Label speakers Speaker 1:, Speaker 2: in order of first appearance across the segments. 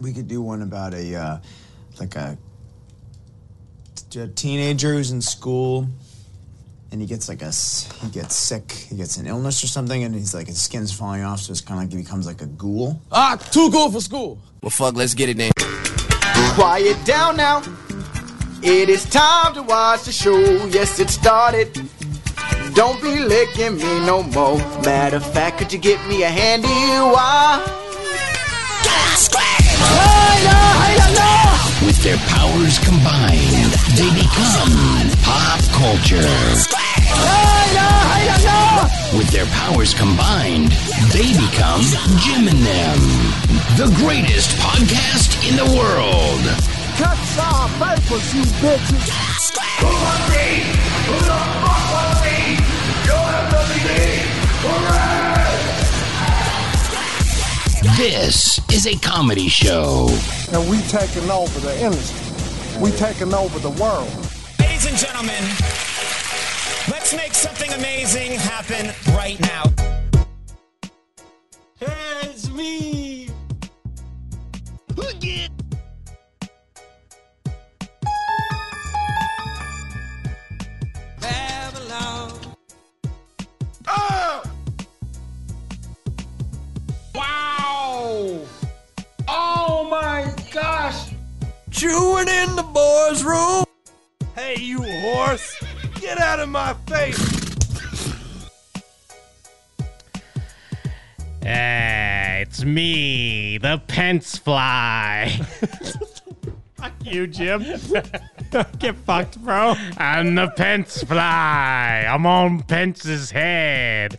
Speaker 1: We could do one about a uh, like a, t- a teenager who's in school, and he gets like a s- he gets sick, he gets an illness or something, and he's like his skin's falling off, so it's kind of like he becomes like a ghoul.
Speaker 2: Ah, too cool for school.
Speaker 3: Well, fuck, let's get it then.
Speaker 4: Quiet down now. It is time to watch the show. Yes, it started. Don't be licking me no more. Matter of fact, could you get me a handy wire?
Speaker 5: With their powers combined, they become pop culture. With their powers combined, they become Jim and them, the greatest podcast in the world. This is a comedy show.
Speaker 6: and we taking over the industry. We taking over the world.
Speaker 7: Ladies and gentlemen, let's make something amazing happen right now. It's me.
Speaker 2: Wow. Oh my gosh.
Speaker 3: Chewing in the boys' room.
Speaker 2: Hey, you horse. Get out of my face.
Speaker 8: Ah, it's me, the pence fly.
Speaker 9: Fuck you, Jim. Get fucked, bro.
Speaker 8: I'm the pence fly. I'm on Pence's head.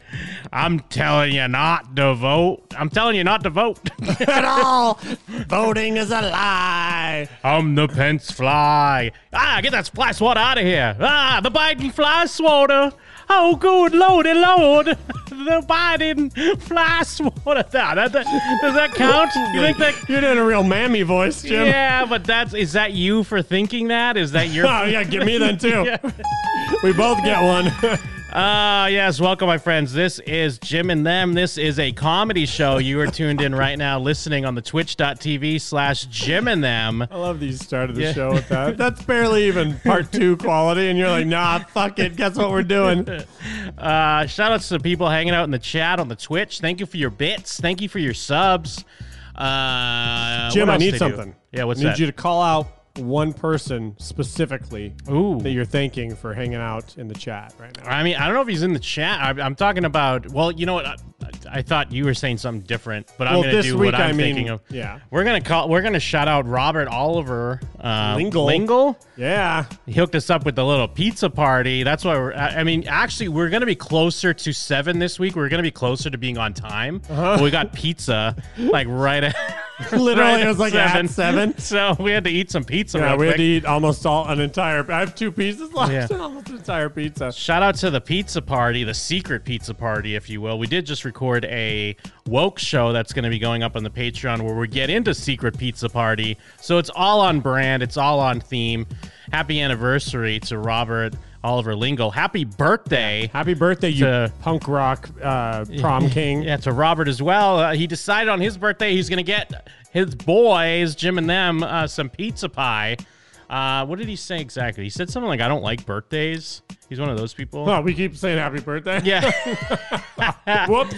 Speaker 8: I'm telling you not to vote. I'm telling you not to vote.
Speaker 9: At all. Voting is a lie.
Speaker 8: I'm the Pence fly. Ah, get that fly swatter out of here. Ah, the Biden fly swatter. Oh, good lordy lord. The Biden fly swatter. Ah, that- that- does that count? You think that?
Speaker 9: You're doing a real mammy voice, Jim.
Speaker 8: Yeah, but that's is that you for thinking that? Is that your?
Speaker 9: Oh, yeah, give me then, too. We both get one.
Speaker 8: Ah, yes. Welcome, my friends. This is Jim and Them. This is a comedy show. You are tuned in right now, listening on the twitch.tv slash Jim and Them.
Speaker 9: I love that you started the
Speaker 8: Yeah.
Speaker 9: show with that. That's barely even part two quality, and you're like, nah, fuck it. Guess what we're doing?
Speaker 8: Uh, shout outs to the people hanging out in the chat on the Twitch. Thank you for your bits. Thank you for your subs. Uh,
Speaker 9: Jim,
Speaker 8: what
Speaker 9: I
Speaker 8: else
Speaker 9: need
Speaker 8: they do?
Speaker 9: something.
Speaker 8: Yeah, what's
Speaker 9: I need
Speaker 8: that?
Speaker 9: you to call out one person specifically
Speaker 8: Ooh.
Speaker 9: that you're thanking for hanging out in the chat right now.
Speaker 8: I mean, I don't know if he's in the chat. I, I'm talking about. Well, you know what? I, I thought you were saying something different, but I'm
Speaker 9: Well,
Speaker 8: going to
Speaker 9: this
Speaker 8: do
Speaker 9: week,
Speaker 8: what I'm
Speaker 9: I mean,
Speaker 8: thinking of.
Speaker 9: yeah.
Speaker 8: we're gonna call. We're gonna shout out Robert Oliver uh,
Speaker 9: Lingle.
Speaker 8: Lingle.
Speaker 9: Yeah.
Speaker 8: He hooked us up with a little pizza party. That's why we're. I I mean, actually, we're gonna be closer to seven this week. We're gonna be closer to being on time.
Speaker 9: Uh-huh.
Speaker 8: But we got pizza like right at.
Speaker 9: Literally,
Speaker 8: right
Speaker 9: it was like at seven.
Speaker 8: So we had to eat some pizza.
Speaker 9: Yeah,
Speaker 8: real
Speaker 9: we had
Speaker 8: quick.
Speaker 9: to eat almost all an entire. I have two pieces left,
Speaker 8: Yeah.
Speaker 9: and almost an entire pizza.
Speaker 8: Shout out to the pizza party, the secret pizza party, if you will. We did just record a woke show that's going to be going up on the Patreon where we get into secret pizza party. So it's all on brand, it's all on theme. Happy anniversary to Robert Oliver Lingle. Happy birthday.
Speaker 9: Happy birthday, you
Speaker 8: To-
Speaker 9: punk rock uh, prom king.
Speaker 8: Yeah, to Robert as well. Uh, he decided on his birthday he's going to get his boys, Jim and them, uh, some pizza pie. Uh, what did he say exactly? He said something like, I don't like birthdays. He's one of those people.
Speaker 9: Oh, we keep saying happy birthday.
Speaker 8: Yeah.
Speaker 9: Whoops.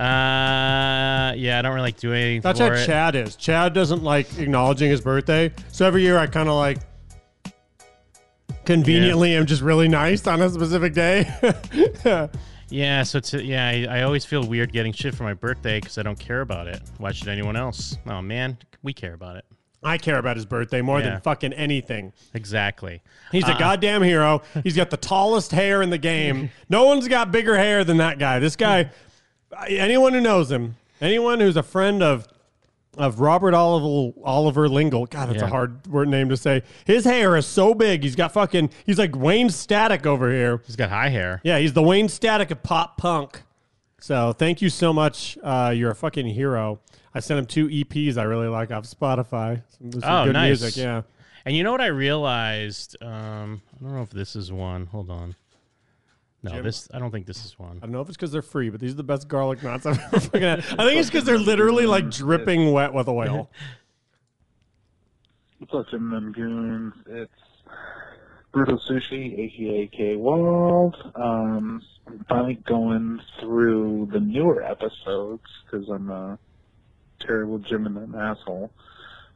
Speaker 8: Uh, yeah, I don't really like do anything
Speaker 9: That's
Speaker 8: for
Speaker 9: how
Speaker 8: it.
Speaker 9: Chad is. Chad doesn't like acknowledging his birthday. So every year I kind of like conveniently am just really nice on a specific day.
Speaker 8: Yeah, so it's, yeah, I, I always feel weird getting shit for my birthday because I don't care about it. Why should anyone else? Oh man, we care about it.
Speaker 9: I care about his birthday more
Speaker 8: Yeah.
Speaker 9: than fucking anything.
Speaker 8: Exactly.
Speaker 9: He's
Speaker 8: Uh-uh.
Speaker 9: a goddamn hero. He's got the tallest hair in the game. No one's got bigger hair than that guy. This guy, anyone who knows him, anyone who's a friend of of Robert Oliver Oliver Lingle. God, that's
Speaker 8: Yeah.
Speaker 9: a hard word name to say. His hair is so big. He's got fucking. He's like Wayne Static over here.
Speaker 8: He's got high hair.
Speaker 9: Yeah, he's the Wayne Static of pop punk. So thank you so much. Uh, you're a fucking hero. I sent him two EPs I really like off Spotify. Some, some
Speaker 8: Oh,
Speaker 9: good
Speaker 8: nice.
Speaker 9: music. Yeah.
Speaker 8: And you know what I realized? Um, I don't know if this is one. Hold on. No, this I don't think this is one.
Speaker 9: I don't know if it's because they're free, but these are the best garlic knots I've ever fucking had. I think it's because they're literally like dripping wet with oil.
Speaker 10: What's up, Jim and Goons? It's Brutal Sushi, aka K Wald. Um, I'm finally going through the newer episodes because I'm a terrible Jim and an asshole.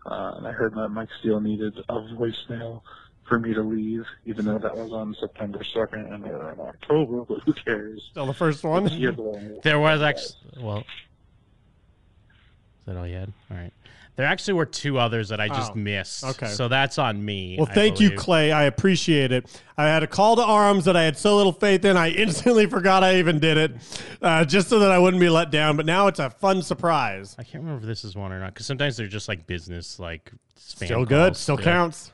Speaker 10: Uh, and I heard that Mike Steele needed a voicemail for me to leave, even though that was on September 2nd and we're in October, but who cares?
Speaker 9: Still the first one.
Speaker 10: It's year long.
Speaker 8: There was actually well. Is that all you had? All right. There actually were two others that I just
Speaker 9: Oh,
Speaker 8: missed.
Speaker 9: okay.
Speaker 8: So that's on me.
Speaker 9: Well,
Speaker 8: I
Speaker 9: thank you,
Speaker 8: believe.
Speaker 9: Clay. I appreciate it. I had a call to arms that I had so little faith in, I instantly forgot I even did it, uh, just so that I wouldn't be let down. But now it's a fun surprise.
Speaker 8: I can't remember if this is one or not because sometimes they're just like business, like spam
Speaker 9: Still good.
Speaker 8: calls.
Speaker 9: Still
Speaker 8: Yeah.
Speaker 9: counts.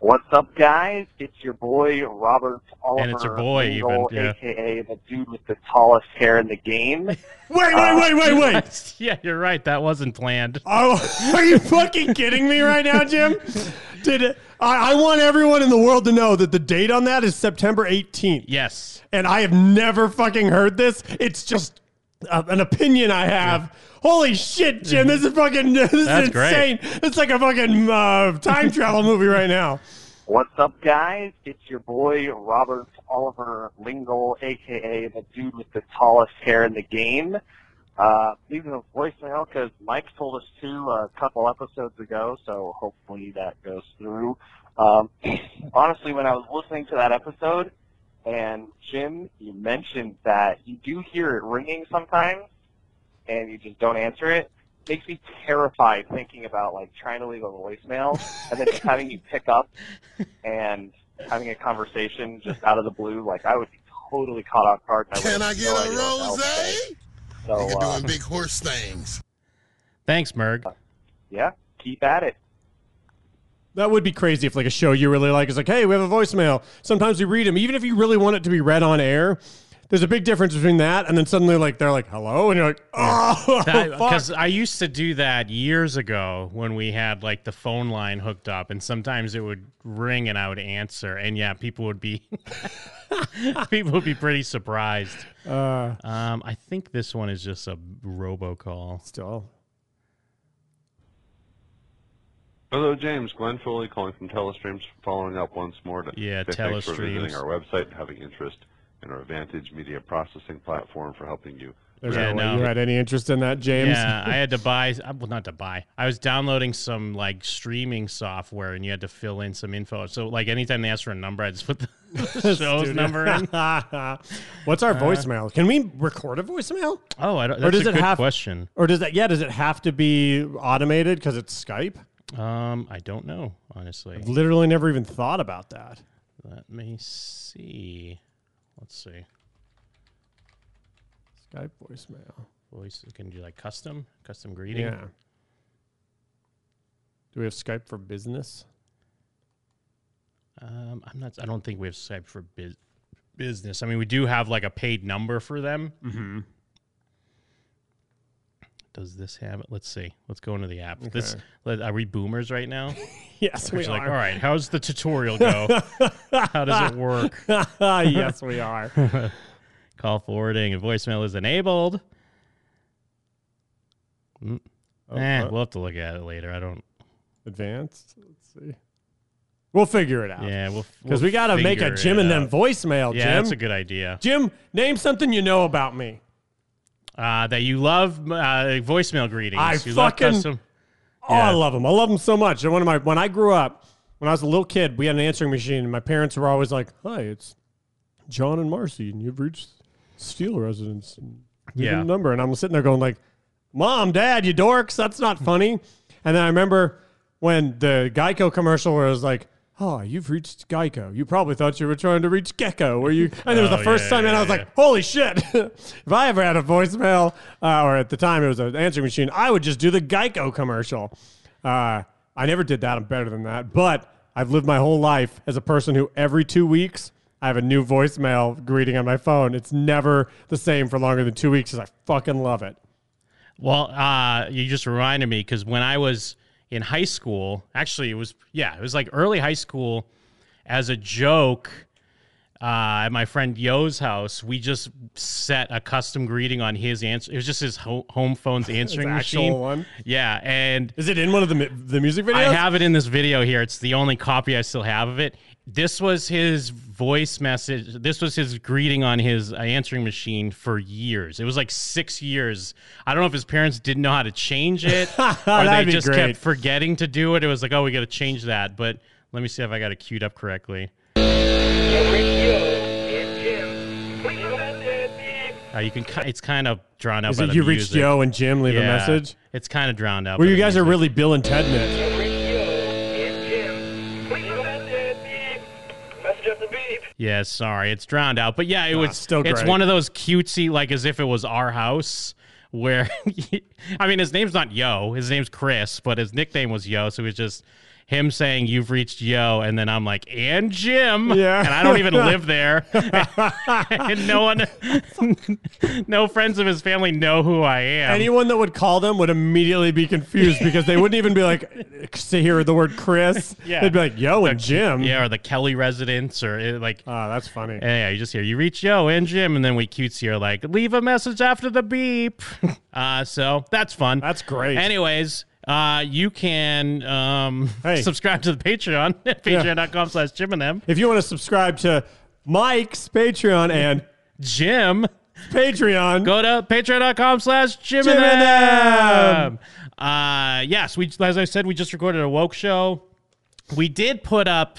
Speaker 11: What's up, guys? It's your boy Robert Oliver,
Speaker 8: And it's your boy,
Speaker 11: Engel,
Speaker 8: even, yeah.
Speaker 11: aka the dude with the tallest hair in the game. wait,
Speaker 9: wait,
Speaker 8: Uh,
Speaker 9: wait, wait, wait.
Speaker 8: yeah, you're right. That wasn't planned.
Speaker 9: Oh, are you fucking kidding me right now, Jim? Did it, I, I want everyone in the world to know that the date on that is September 18th.
Speaker 8: Yes.
Speaker 9: And I have never fucking heard this. It's just a, an opinion I have. Holy shit, Jim! This is fucking this
Speaker 11: That's
Speaker 9: is
Speaker 11: great.
Speaker 9: insane. It's like a fucking uh, time travel movie right now.
Speaker 11: What's up, guys? It's your boy Robert Oliver Lingle, aka the dude with the tallest hair in the game. Uh, leaving a voicemail because Mike told us to a couple episodes ago, so hopefully that goes through. Um, honestly, when I was listening to that episode, and Jim, you mentioned that you do hear it ringing sometimes, and you just don't answer it. Makes me terrified thinking about like trying to leave a voicemail and then just having you pick up and having a conversation just out of the blue. Like I would be totally caught off guard. I
Speaker 12: Can
Speaker 11: would
Speaker 12: I
Speaker 11: have
Speaker 12: get
Speaker 11: no
Speaker 12: a
Speaker 11: idea what the hell to say. So
Speaker 12: You're
Speaker 11: uh,
Speaker 12: doing big horse things.
Speaker 8: Thanks, Merg.
Speaker 9: Oh,
Speaker 11: yeah, keep at it.
Speaker 9: That would be crazy if like a show you really like is like, hey, we have a voicemail. Sometimes we read them, even if you really want it to be read on air. There's a big difference between that and then suddenly like they're like, hello, and you're like, oh, fuck.
Speaker 8: Because I used to do that years ago when we had like the phone line hooked up, and sometimes it would ring and I would answer, and yeah, people would be people would be pretty surprised.
Speaker 9: Uh,
Speaker 8: um, I think this one is just a robocall.
Speaker 9: Still,
Speaker 13: Hello, James. Glenn Foley calling from Telestreams, following up once more to
Speaker 8: Yeah,
Speaker 13: say thanks for
Speaker 8: Telestreams.
Speaker 13: visiting our website and having interest in our Vantage Media Processing platform for helping you.
Speaker 9: there's
Speaker 8: Yeah,
Speaker 9: no way
Speaker 8: no.
Speaker 9: you had any interest in that, James.
Speaker 8: Yeah, I had to buy. uh, Well, not to buy. I was downloading some like streaming software, and you had to fill in some info. So, like, anytime they asked for a number, I just put the, the show's
Speaker 9: Dude.
Speaker 8: number in.
Speaker 9: What's our
Speaker 8: Uh,
Speaker 9: voicemail? Can we record a voicemail?
Speaker 8: Oh, I don't, that's a good question.
Speaker 9: Or does that? Yeah, does it have to be automated because it's Skype?
Speaker 8: Um, I don't know, honestly.
Speaker 9: I've literally never even thought about that.
Speaker 8: Let me see. Let's see.
Speaker 9: Skype voicemail.
Speaker 8: Voice can do like custom, custom greeting.
Speaker 9: Yeah. Do we have Skype for business?
Speaker 8: Um, I'm not. I don't think we have Skype for biz- business. I mean, we do have like a paid number for them. Mm-hmm. Does this have it? Let's see. Let's go into the app. This
Speaker 9: Okay.
Speaker 8: let- are we boomers right now?
Speaker 9: Yes,
Speaker 8: We're
Speaker 9: we
Speaker 8: just Like,
Speaker 9: are.
Speaker 8: all right, how's the tutorial go? How does it work?
Speaker 9: Yes, we are.
Speaker 8: Call forwarding and voicemail is enabled. Mm.
Speaker 9: Oh,
Speaker 8: Eh,
Speaker 9: uh,
Speaker 8: we'll have to look at it later. I don't.
Speaker 9: Advanced. Let's see. We'll figure it out.
Speaker 8: Yeah, we'll
Speaker 9: Uh, because
Speaker 8: we'll
Speaker 9: we got to make a
Speaker 8: figure
Speaker 9: Jim
Speaker 8: it
Speaker 9: and them
Speaker 8: out.
Speaker 9: voicemail.
Speaker 8: Yeah,
Speaker 9: Jim.
Speaker 8: that's a good idea.
Speaker 9: Jim, name something you know about me.
Speaker 8: Uh, that you love uh, voicemail greetings.
Speaker 9: I
Speaker 8: you love
Speaker 9: fucking-
Speaker 8: custom-
Speaker 9: Oh, I love them. I love them so much. And one of my when I grew up, when I was a little kid, we had an answering machine, and my parents were always like, "Hi, it's John and Marcy, and you've reached Steele residence." And leave
Speaker 8: Yeah.
Speaker 9: a number, and I'm sitting there going like, "Mom, Dad, you dorks, that's not funny." and then I remember when the Geico commercial where it was like. Oh, you've reached Geico. You probably thought you were trying to reach Gecko, where you. And it was
Speaker 8: Oh,
Speaker 9: the first
Speaker 8: yeah,
Speaker 9: time, and
Speaker 8: yeah,
Speaker 9: I was
Speaker 8: yeah.
Speaker 9: like, "Holy shit!" if I ever had a voicemail, uh, or at the time it was an answering machine, I would just do the Geico commercial. Uh, I never did that. I'm better than that. But I've lived my whole life as a person who every two weeks I have a new voicemail greeting on my phone. It's never the same for longer than two weeks because I fucking love it.
Speaker 8: Well, uh, you just reminded me because when I was in high school, actually, it was yeah, it was like early high school. As a joke, uh, at my friend Yo's house, we just set a custom greeting on his answer. It was just his ho- home phone's answering
Speaker 9: actual
Speaker 8: machine.
Speaker 9: one?
Speaker 8: Yeah, and
Speaker 9: is it in one of the mi- the music videos?
Speaker 8: I have it in this video here. It's the only copy I still have of it. This was his voice message. This was his greeting on his uh, answering machine for years. It was like six years. I don't know if his parents didn't know how to change it, or they
Speaker 9: That'd be
Speaker 8: just
Speaker 9: great.
Speaker 8: kept forgetting to do it. It was like, oh, we got to change that. But let me see if I got it queued up correctly. Uh, you can. ki- It's kind of drawn out.
Speaker 9: Is
Speaker 8: by
Speaker 9: it
Speaker 8: the
Speaker 9: you reached
Speaker 8: music.
Speaker 9: Yo and Jim, leave a message?
Speaker 8: It's kind of drowned out.
Speaker 9: Where
Speaker 8: by
Speaker 9: you
Speaker 8: the
Speaker 9: guys are really Bill and Ted Nits.
Speaker 8: Yeah, sorry, it's drowned out. But yeah, it
Speaker 9: Nah,
Speaker 8: was
Speaker 9: Ah, still
Speaker 8: It's
Speaker 9: great.
Speaker 8: one of those cutesy, like as if it was our house. Where, I mean, his name's not Yo, his name's Chris, but his nickname was Yo, so it was just him saying "You've reached Yo," and then I'm like, "And Jim,"
Speaker 9: Yeah.
Speaker 8: and I don't even live there, and no one, no friends of his family know who I am.
Speaker 9: Anyone that would call them would immediately be confused because they wouldn't even be like to hear the word Chris.
Speaker 8: Yeah.
Speaker 9: They'd be like, yo and Jim.
Speaker 8: Yeah, or the Kelly residence, or uh, like.
Speaker 9: Oh, that's funny.
Speaker 8: yeah, you just hear you reach yo and Jim, and then we cutesy are like leave a message after the beep. uh, so that's fun. That's
Speaker 9: great.
Speaker 8: Anyways, uh, you can um subscribe to the Patreon at
Speaker 9: Yeah.
Speaker 8: patreon.com slash Jim and them.
Speaker 9: If you want to subscribe to Mike's Patreon and
Speaker 8: Jim
Speaker 9: Patreon,
Speaker 8: go to patreon.com slash Jim
Speaker 9: Jim and
Speaker 8: and them. Uh, yes, we as I said, we just recorded a woke show. We did put up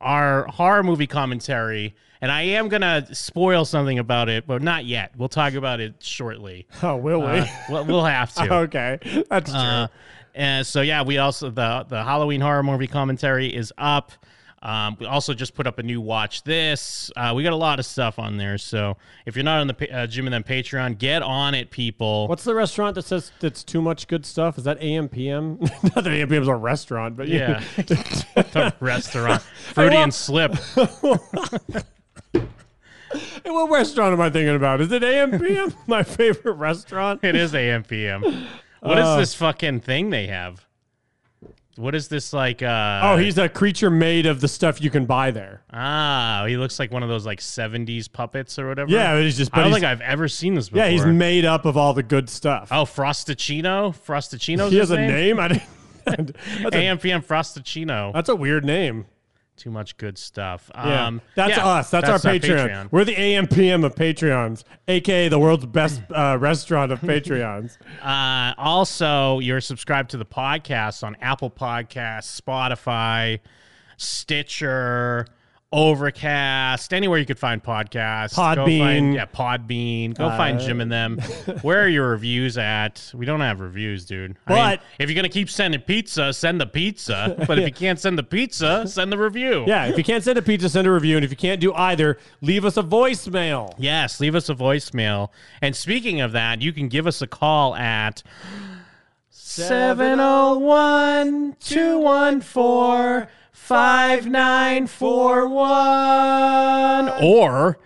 Speaker 8: our horror movie commentary, and I am gonna spoil something about it, but not yet. We'll talk about it shortly.
Speaker 9: Oh, will we?
Speaker 8: Uh, we'll, we'll have to.
Speaker 9: okay, that's true.
Speaker 8: Uh, and so yeah, we also the the Halloween horror movie commentary is up. Um, we also just put up a new watch this. Uh, we got a lot of stuff on there. So if you're not on the pa- uh, Jim and Them Patreon, get on it, people.
Speaker 9: What's the restaurant that says that's too much good stuff? Is that AMPM? Not that AMPM is a restaurant, but
Speaker 8: Yeah. the restaurant
Speaker 9: I
Speaker 8: Fruity
Speaker 9: want-
Speaker 8: and Slip.
Speaker 9: Hey, what restaurant am I thinking about? Is it AMPM? My favorite restaurant.
Speaker 8: It is AMPM. What is
Speaker 9: Uh,
Speaker 8: this fucking thing they have? What is this like? Uh,
Speaker 9: Oh, he's a creature made of the stuff you can buy there.
Speaker 8: ah, he looks like one of those like '70s puppets or whatever.
Speaker 9: Yeah, but he's just-
Speaker 8: I
Speaker 9: but
Speaker 8: don't
Speaker 9: he's-
Speaker 8: think I've ever seen this before.
Speaker 9: Yeah, he's made up of all the good stuff.
Speaker 8: Oh, Frostacino? Frostacino's
Speaker 9: he
Speaker 8: his
Speaker 9: has a name. I didn't, that's, a,
Speaker 8: AMPM Frostacino.
Speaker 9: that's a weird name.
Speaker 8: Too much good stuff.
Speaker 9: Yeah,
Speaker 8: Um,
Speaker 9: that's
Speaker 8: yeah,
Speaker 9: us. That's, our, Patreon. We're the AMPM of Patreons, aka the world's best uh, restaurant of Patreons.
Speaker 8: Uh, also, you're subscribed to the podcast on Apple Podcasts, Spotify, Stitcher, Overcast, anywhere you could find podcasts. Go
Speaker 9: Podbean.
Speaker 8: find, yeah, Podbean. Go
Speaker 9: Uh,
Speaker 8: find Jim and them. Where are your reviews at? We don't have reviews, dude. I mean,
Speaker 9: But-
Speaker 8: if you're gonna keep sending pizza, send the pizza. But if you can't send the pizza, send the review.
Speaker 9: Yeah, if you can't send a pizza, send a review, and if you can't do either, leave us a voicemail.
Speaker 8: Yes, leave us a voicemail. And speaking of that, you can give us a call at 701 214 5941 or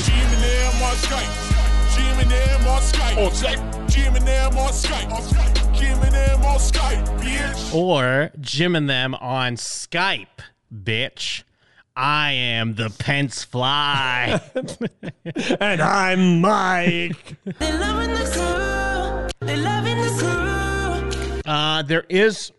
Speaker 2: Jim and them on Skype. Jim and them on Skype. On Skype. Jim and them on Skype. On Skype. Jim and them on Skype, bitch.
Speaker 8: or Jim and them on Skype, bitch. I am the Pence Fly.
Speaker 9: and I'm Mike.
Speaker 8: Uh, there is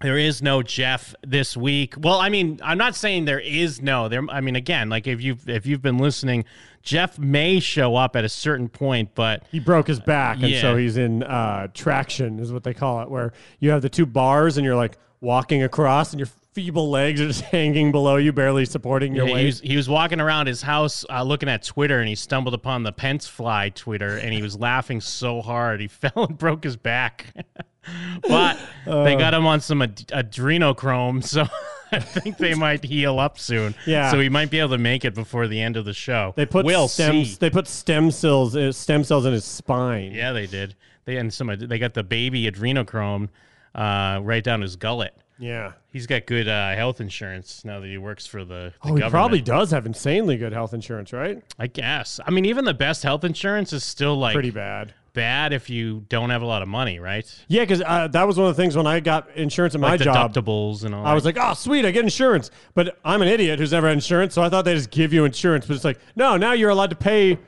Speaker 8: there is no Jeff this week. Well, I mean, I'm not saying there is no. There I mean again, like if you've if you've been listening, Jeff may show up at a certain point, but
Speaker 9: He broke his back, and so
Speaker 8: Yeah.
Speaker 9: he's in uh, traction, is what they call it, where you have the two bars, and you're like walking across, and your feeble legs are just hanging below you, barely supporting your
Speaker 8: Yeah, he
Speaker 9: weight.
Speaker 8: was, he was walking around his house uh, looking at Twitter and he stumbled upon the Pence Fly Twitter and he was laughing so hard he fell and broke his back. but they
Speaker 9: Uh.
Speaker 8: got him on some ad- adrenochrome, so I think they might heal up soon.
Speaker 9: Yeah.
Speaker 8: So he might be able to make it before the end of the show.
Speaker 9: They put
Speaker 8: we'll
Speaker 9: stem.
Speaker 8: see.
Speaker 9: They put stem cells. uh, Stem cells in his spine.
Speaker 8: Yeah, they did. They and some ad- they got the baby adrenochrome uh, right down his gullet.
Speaker 9: Yeah. Oh,
Speaker 8: He's got good uh, health insurance now that he works for the, the
Speaker 9: Oh,
Speaker 8: government.
Speaker 9: he probably does have insanely good health insurance, right?
Speaker 8: I guess. I mean, even the best health insurance is still like
Speaker 9: Pretty bad.
Speaker 8: bad if you don't have a lot of money, right?
Speaker 9: Yeah, because uh, that was one of the things when I got insurance at my
Speaker 8: Like
Speaker 9: job.
Speaker 8: deductibles and all.
Speaker 9: I was like, oh, sweet, I get insurance. But I'm an idiot who's never had insurance, so I thought they just give you insurance. But it's like, no, now you're allowed to pay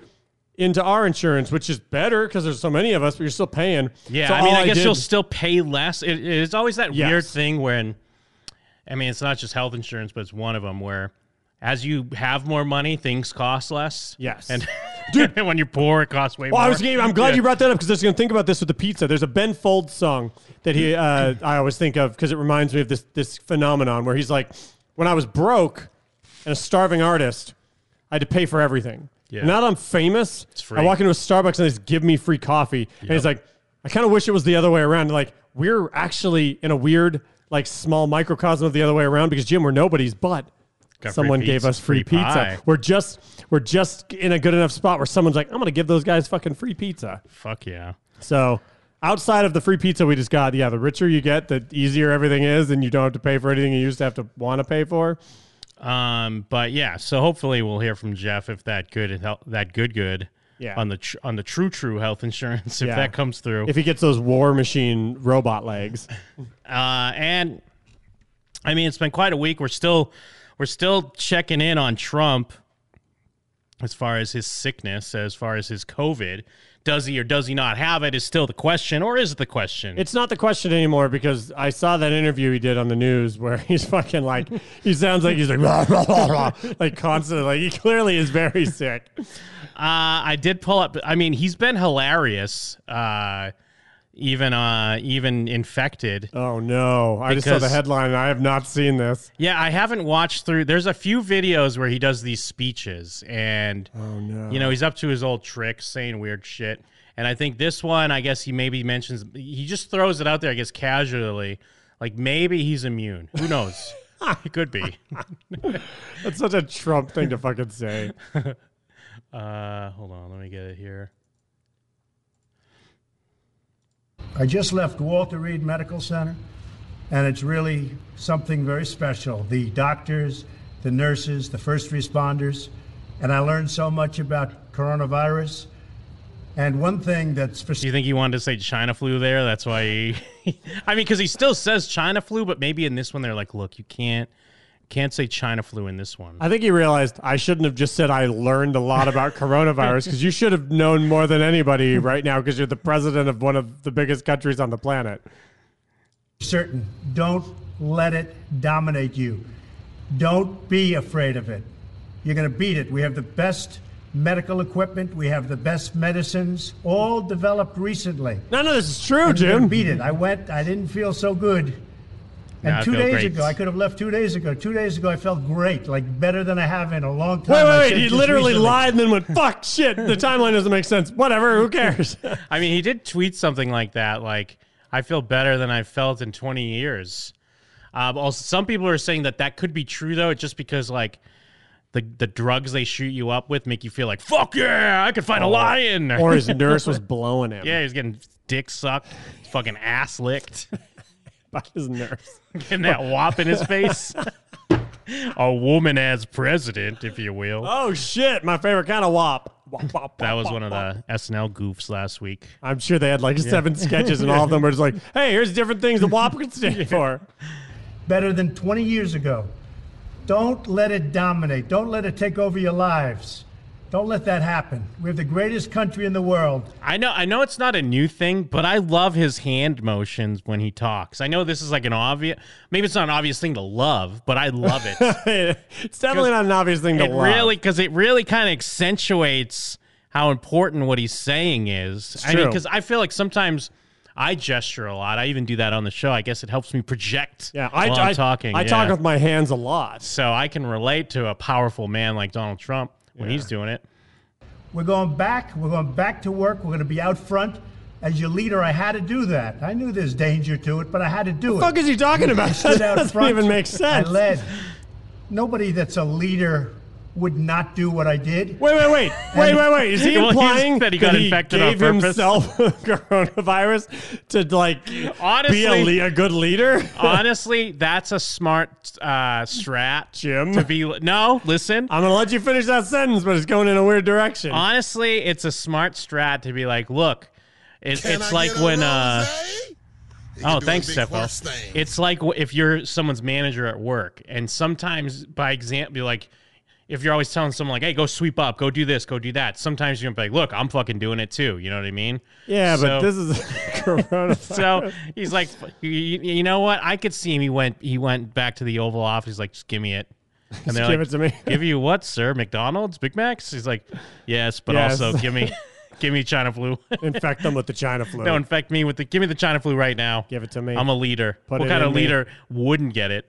Speaker 9: into our insurance, which is better because there's so many of us, but you're still paying.
Speaker 8: Yeah,
Speaker 9: So
Speaker 8: I mean,
Speaker 9: all
Speaker 8: I guess
Speaker 9: did-
Speaker 8: you'll still pay less. It, it's always that
Speaker 9: Yes.
Speaker 8: weird thing when, I mean, it's not just health insurance, but it's one of them where, as you have more money, things cost less.
Speaker 9: Yes,
Speaker 8: and when you're poor, it costs way
Speaker 9: Well,
Speaker 8: more.
Speaker 9: I was. Getting, I'm glad
Speaker 8: Yeah.
Speaker 9: you brought that up because I was going to think about this with the pizza. There's a Ben Folds song that he uh, I always think of because it reminds me of this this phenomenon where he's like, when I was broke and a starving artist, I had to pay for everything.
Speaker 8: Yeah.
Speaker 9: Now that I'm famous,
Speaker 8: free.
Speaker 9: I walk into a Starbucks and they just give me free coffee, and he's like, I kind of wish it was the other way around. Like we're actually in a weird like small microcosm of the other way around because Jim, we're nobody's but.
Speaker 8: Got free
Speaker 9: Someone gave
Speaker 8: pizza,
Speaker 9: us free,
Speaker 8: free
Speaker 9: pizza.
Speaker 8: pie.
Speaker 9: We're just we're just in a good enough spot where someone's like, I'm gonna give those guys fucking free pizza.
Speaker 8: Fuck yeah.
Speaker 9: So outside of the free pizza we just got, yeah, the richer you get, the easier everything is, and you don't have to pay for anything you used to have to want to pay for.
Speaker 8: Um, but yeah, so hopefully we'll hear from Jeff if that good hel- that good good
Speaker 9: Yeah.
Speaker 8: on the tr- on the true true health insurance if
Speaker 9: Yeah.
Speaker 8: that comes through.
Speaker 9: If he gets those war machine robot legs.
Speaker 8: Uh, and I mean, it's been quite a week. We're still we're still checking in on Trump as far as his sickness, as far as his COVID. Does he or does he not have it? Is still the question, or is it the question?
Speaker 9: It's not the question anymore because I saw that interview he did on the news where he's fucking like he sounds like he's like rah, rah, rah, rah, like constantly like he clearly is very sick.
Speaker 8: Uh, I did pull up. I mean, he's been hilarious. Uh, even uh, even infected.
Speaker 9: Oh no! I just saw the headline and I have not seen this.
Speaker 8: Yeah, I haven't watched through. There's a few videos where he does these speeches, and you know he's up to his old tricks, saying weird shit. And I think this one, I guess he maybe mentions. He just throws it out there, I guess, casually, like maybe he's immune. Who knows? it could be.
Speaker 9: That's such a Trump thing to fucking say.
Speaker 8: Uh, hold on, let me get it here.
Speaker 12: I just left Walter Reed Medical Center, and it's really something very special. The doctors, the nurses, the first responders, and I learned so much about coronavirus. And one thing that's for
Speaker 8: Do you think he wanted to say China flu there? That's why he. I mean, because he still says China flu, but maybe in this one they're like, look, you can't can't say China flu in this one.
Speaker 9: I think he realized I shouldn't have just said I learned a lot about coronavirus because you should have known more than anybody right now because you're the president of one of the biggest countries on the planet.
Speaker 12: certain, don't let it dominate you. Don't be afraid of it. You're going to beat it. We have the best medical equipment, we have the best medicines, all developed recently.
Speaker 9: None of this is true,
Speaker 12: And you're gonna
Speaker 9: Jim.
Speaker 12: Beat it. I went. I didn't feel so good. And
Speaker 9: Now I
Speaker 12: two
Speaker 9: feel
Speaker 12: days
Speaker 9: great.
Speaker 12: ago, I could have left two days ago. Two days ago, I felt great, like better than I have in a long time.
Speaker 9: Wait,
Speaker 12: I
Speaker 9: wait,
Speaker 12: said
Speaker 9: wait. He
Speaker 12: just
Speaker 9: literally
Speaker 12: recently.
Speaker 9: lied and then went, fuck, shit. The timeline doesn't make sense. Whatever. Who cares?
Speaker 8: I mean, he did tweet something like that, like "I feel better than I've felt in 20 years." Um, also, some people are saying that that could be true though, just because like the the drugs they shoot you up with make you feel like "fuck yeah, I could fight a
Speaker 9: Oh.
Speaker 8: lion,"
Speaker 9: Or his nurse was blowing him.
Speaker 8: yeah, he's getting dick sucked, fucking ass licked,
Speaker 9: By his nurse.
Speaker 8: getting that wop in his face. a woman as president, if you will.
Speaker 9: Oh, shit. My favorite kind of wop. Wop, wop,
Speaker 8: that
Speaker 9: wop,
Speaker 8: was
Speaker 9: wop,
Speaker 8: one of
Speaker 9: wop.
Speaker 8: the SNL goofs last week.
Speaker 9: I'm sure they had like
Speaker 8: Yeah.
Speaker 9: seven sketches and all of them were just like, hey, here's different things the WAP could stand for.
Speaker 12: better than 20 years ago. Don't let it dominate. Don't let it take over your lives. Don't let that happen. We have the greatest country in the world.
Speaker 8: I know I know it's not a new thing, but I love his hand motions when he talks. I know this is like an obvious maybe it's not an obvious thing to love, but I love it.
Speaker 9: it's definitely not an obvious thing to
Speaker 8: it
Speaker 9: love.
Speaker 8: really cuz it really kind of accentuates how important what he's saying is. I mean
Speaker 9: true.
Speaker 8: cuz I feel like sometimes I gesture a lot. I even do that on the show. I guess it helps me project
Speaker 9: Yeah, I,
Speaker 8: I, while
Speaker 9: I,
Speaker 8: am talking.
Speaker 9: I
Speaker 8: yeah.
Speaker 9: talk with my hands a lot.
Speaker 8: so I can relate to a powerful man like Donald Trump when he's doing it.
Speaker 12: We're going back. We're going back to work. We're going to be out front. As your leader, I had to do that. I knew there's danger to it, but I had to do it.
Speaker 9: fuck is he talking about?
Speaker 12: I stood
Speaker 9: That
Speaker 12: out
Speaker 9: doesn't
Speaker 12: front.
Speaker 9: even make sense.
Speaker 12: I led. Nobody that's a leader would not do what I did.
Speaker 9: Wait, wait, wait, Wait, wait, wait. Is he implying that he gave himself coronavirus to like be a,
Speaker 8: Honestly-
Speaker 9: le- a good leader?
Speaker 8: Honestly, that's a smart uh, strat, Jim. To be no, listen.
Speaker 9: I'm gonna let you finish that sentence, but it's going in a weird direction.
Speaker 8: Honestly, it's a smart strat to be like, look, It,
Speaker 14: Can
Speaker 8: it's
Speaker 14: I
Speaker 8: like
Speaker 14: get a
Speaker 8: when. Uh,
Speaker 14: can
Speaker 8: oh,
Speaker 14: do a
Speaker 8: thanks,
Speaker 14: big horse
Speaker 8: Stefan.
Speaker 14: thing.
Speaker 8: It's like w- if you're someone's manager at work, and sometimes by example, like if you're always telling someone like, "Hey, go sweep up, go do this, go do that," sometimes you're gonna be like, "Look, I'm fucking doing it too." You know what I mean?
Speaker 9: Yeah,
Speaker 8: So-
Speaker 9: but this is coronavirus.
Speaker 8: so he's like, you, you know what? I could see him. He went. He went back to the Oval Office. He's like, just give me it. And
Speaker 9: Just
Speaker 8: they're
Speaker 9: give
Speaker 8: like,
Speaker 9: it to me.
Speaker 8: give you what, sir? McDonald's, Big Macs. He's like, yes, but
Speaker 9: Yes.
Speaker 8: also give me, give me China flu.
Speaker 9: Infect them with the China flu.
Speaker 8: No, infect me with the. Give me the China flu right now. Give
Speaker 9: it to me.
Speaker 8: I'm a leader.
Speaker 9: Put
Speaker 8: what
Speaker 9: it
Speaker 8: kind
Speaker 9: in
Speaker 8: of
Speaker 9: me.
Speaker 8: leader wouldn't get it?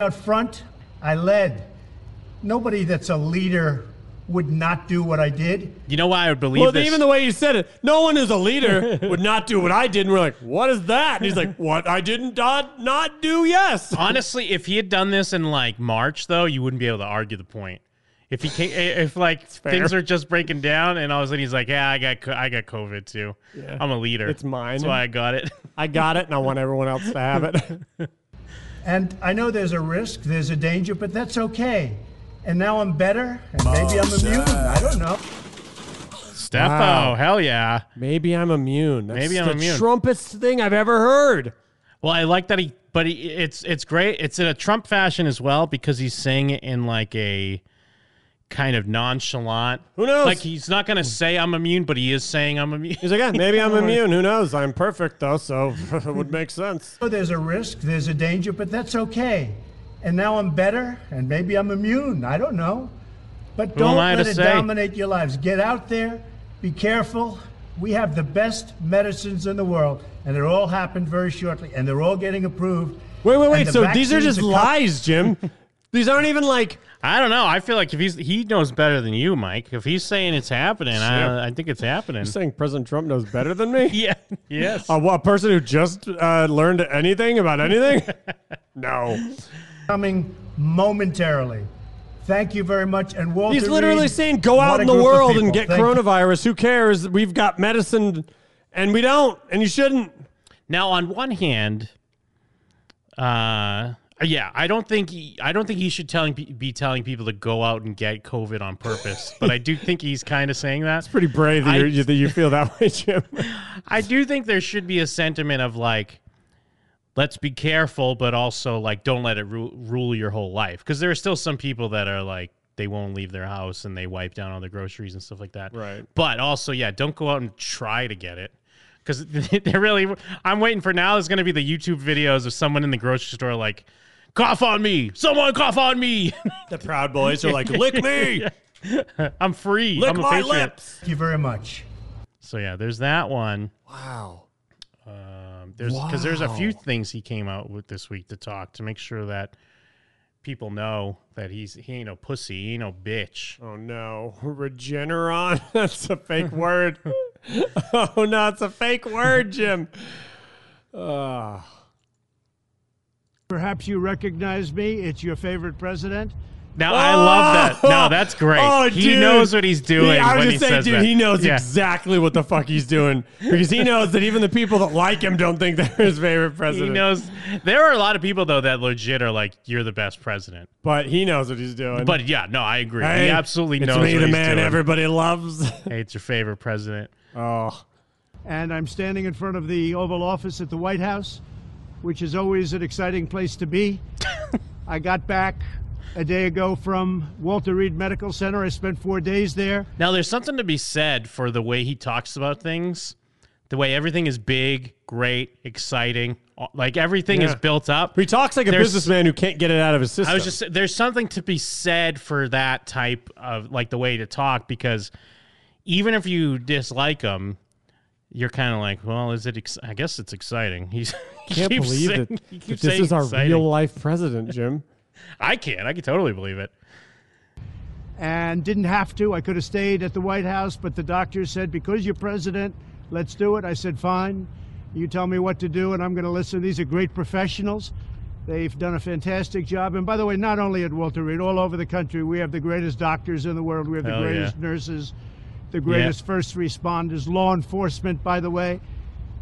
Speaker 15: Out front, I led. Nobody that's a leader would not do what I did.
Speaker 8: You know why I would believe
Speaker 9: well,
Speaker 8: this?
Speaker 9: even the way you said it, no one is a leader would not do what I did. And we're like, what is that? And he's like, what I didn't not, not do, yes.
Speaker 8: Honestly, if he had done this in like March, though, you wouldn't be able to argue the point. If he came, if like
Speaker 9: fair.
Speaker 8: things are just breaking down, and all of a sudden he's like, "Yeah, I got co- I got COVID too.
Speaker 9: Yeah.
Speaker 8: I'm a leader.
Speaker 9: It's mine.
Speaker 8: That's why I got it.
Speaker 9: I got it, and I want everyone else to have it.
Speaker 15: And I know there's a risk, there's a danger, but that's okay. And now I'm better, and maybe I'm immune. I don't know.
Speaker 8: Stefo, hell yeah.
Speaker 9: Maybe I'm immune. That's
Speaker 8: Maybe I'm
Speaker 9: the
Speaker 8: immune.
Speaker 9: Trumpest thing I've ever heard.
Speaker 8: Well, I like that he, but he, it's it's great. It's in a Trump fashion as well because he's saying it in like a kind of nonchalant. Who
Speaker 9: knows?
Speaker 8: Like he's not gonna say I'm immune, but he is saying I'm immune.
Speaker 9: He's like, yeah, maybe I'm immune. Who knows? I'm perfect though, so it would make sense.
Speaker 15: So there's a risk, there's a danger, but that's okay. And now I'm better, and maybe I'm immune. I don't know. But
Speaker 8: Who
Speaker 15: don't
Speaker 8: am I
Speaker 15: let
Speaker 8: to
Speaker 15: it
Speaker 8: say?
Speaker 15: dominate your lives. Get out there, be careful. We have the best medicines in the world, and it all happened very shortly, and they're all getting approved.
Speaker 9: Wait, wait, wait.
Speaker 15: And the
Speaker 9: So these are
Speaker 15: vaccines
Speaker 9: just
Speaker 15: are com-
Speaker 9: lies, Jim. These aren't even like.
Speaker 8: I don't know. I feel like if he's he knows better than you, Mike. If he's saying it's happening,
Speaker 9: Yeah.
Speaker 8: I, I think it's happening.
Speaker 9: You're saying President Trump knows better than me?
Speaker 8: yeah. Um, Yes.
Speaker 9: A, a person who just uh, learned anything about anything? no.
Speaker 15: coming momentarily. Thank you very much, and Walter.
Speaker 9: He's literally
Speaker 15: Reed,
Speaker 9: saying, go
Speaker 15: what a
Speaker 9: out in the
Speaker 15: group of
Speaker 9: world and
Speaker 15: people.
Speaker 9: get
Speaker 15: Thank you.
Speaker 9: coronavirus. Who cares? We've got medicine and we don't, and you shouldn't.
Speaker 8: Now, on one hand, uh, yeah, I don't think he, I don't think he should telling be telling people to go out and get COVID on purpose, but I do think he's kind of saying that. It's
Speaker 9: Pretty brave that,
Speaker 8: I-
Speaker 9: you're, that you feel that way, Jim.
Speaker 8: I do think there should be a sentiment of like, let's be careful, but also like, don't let it ru- rule your whole life. Because there are still some people that are like, they won't leave their house and they wipe down all their groceries and stuff like that. Right. But also, yeah, don't go out and try to get it. Because they're really, I'm waiting for now. There's going to be the YouTube videos of someone in the grocery store like, cough on me. Someone cough on me.
Speaker 9: The Proud Boys are like, "Lick me."
Speaker 8: I'm free.
Speaker 9: Lick
Speaker 8: I'm a
Speaker 9: my
Speaker 8: patriot.
Speaker 9: lips.
Speaker 15: Thank you very much.
Speaker 8: So yeah, there's that one.
Speaker 9: Wow.
Speaker 8: Um, there's because there's a few things he came out with this week to talk to make sure that people know that he's he ain't no pussy, he ain't no bitch.
Speaker 9: Oh no, Regeneron. That's a fake word. oh no, it's a fake word, Jim. Uh,
Speaker 15: Perhaps you recognize me. It's your favorite president.
Speaker 8: Now I love that. No, that's great.
Speaker 9: oh,
Speaker 8: he
Speaker 9: dude.
Speaker 8: knows what he's doing.
Speaker 9: Yeah, I was
Speaker 8: when
Speaker 9: just
Speaker 8: he
Speaker 9: saying,
Speaker 8: says
Speaker 9: dude,
Speaker 8: that.
Speaker 9: he knows
Speaker 8: Yeah.
Speaker 9: exactly what the fuck he's doing because he knows that even the people that like him don't think they're his favorite
Speaker 8: He
Speaker 9: president.
Speaker 8: knows there are a lot of people though that legit are like, You're the best president.
Speaker 9: but he knows what he's doing.
Speaker 8: But yeah, no, I agree.
Speaker 9: Hey,
Speaker 8: he absolutely
Speaker 9: it's
Speaker 8: knows
Speaker 9: me,
Speaker 8: what
Speaker 9: the
Speaker 8: he's
Speaker 9: man
Speaker 8: doing.
Speaker 9: everybody loves.
Speaker 8: hey, it's your favorite president.
Speaker 9: oh,
Speaker 15: And I'm standing in front of the Oval Office at the White House, which is always an exciting place to be. I got back a day ago from Walter Reed Medical Center. I spent four days there.
Speaker 8: Now, there's something to be said for the way he talks about things, the way everything is big, great, exciting, like everything
Speaker 9: Yeah.
Speaker 8: is built up.
Speaker 9: he talks like a
Speaker 8: There's-
Speaker 9: businessman who can't get it out of his system.
Speaker 8: I was just there's something to be said for that type of like the way to talk because even if you dislike him, you're kind of like, well, is it? Ex- I guess it's exciting. He's he
Speaker 9: can't
Speaker 8: keeps
Speaker 9: believe
Speaker 8: saying-
Speaker 9: that,
Speaker 8: he
Speaker 9: that
Speaker 8: keeps
Speaker 9: this
Speaker 8: saying
Speaker 9: is our
Speaker 8: exciting.
Speaker 9: real life president, Jim.
Speaker 8: I can. I can totally believe it.
Speaker 15: and didn't have to. I could have stayed at the White House, but the doctor said, because you're president, let's do it. I said, fine. You tell me what to do, and I'm going to listen. These are great professionals. They've done a fantastic job. And by the way, not only at Walter Reed, all over the country, we have the greatest doctors in the world. We have the
Speaker 8: Hell yeah.
Speaker 15: greatest nurses, the greatest first responders, law enforcement, by the way.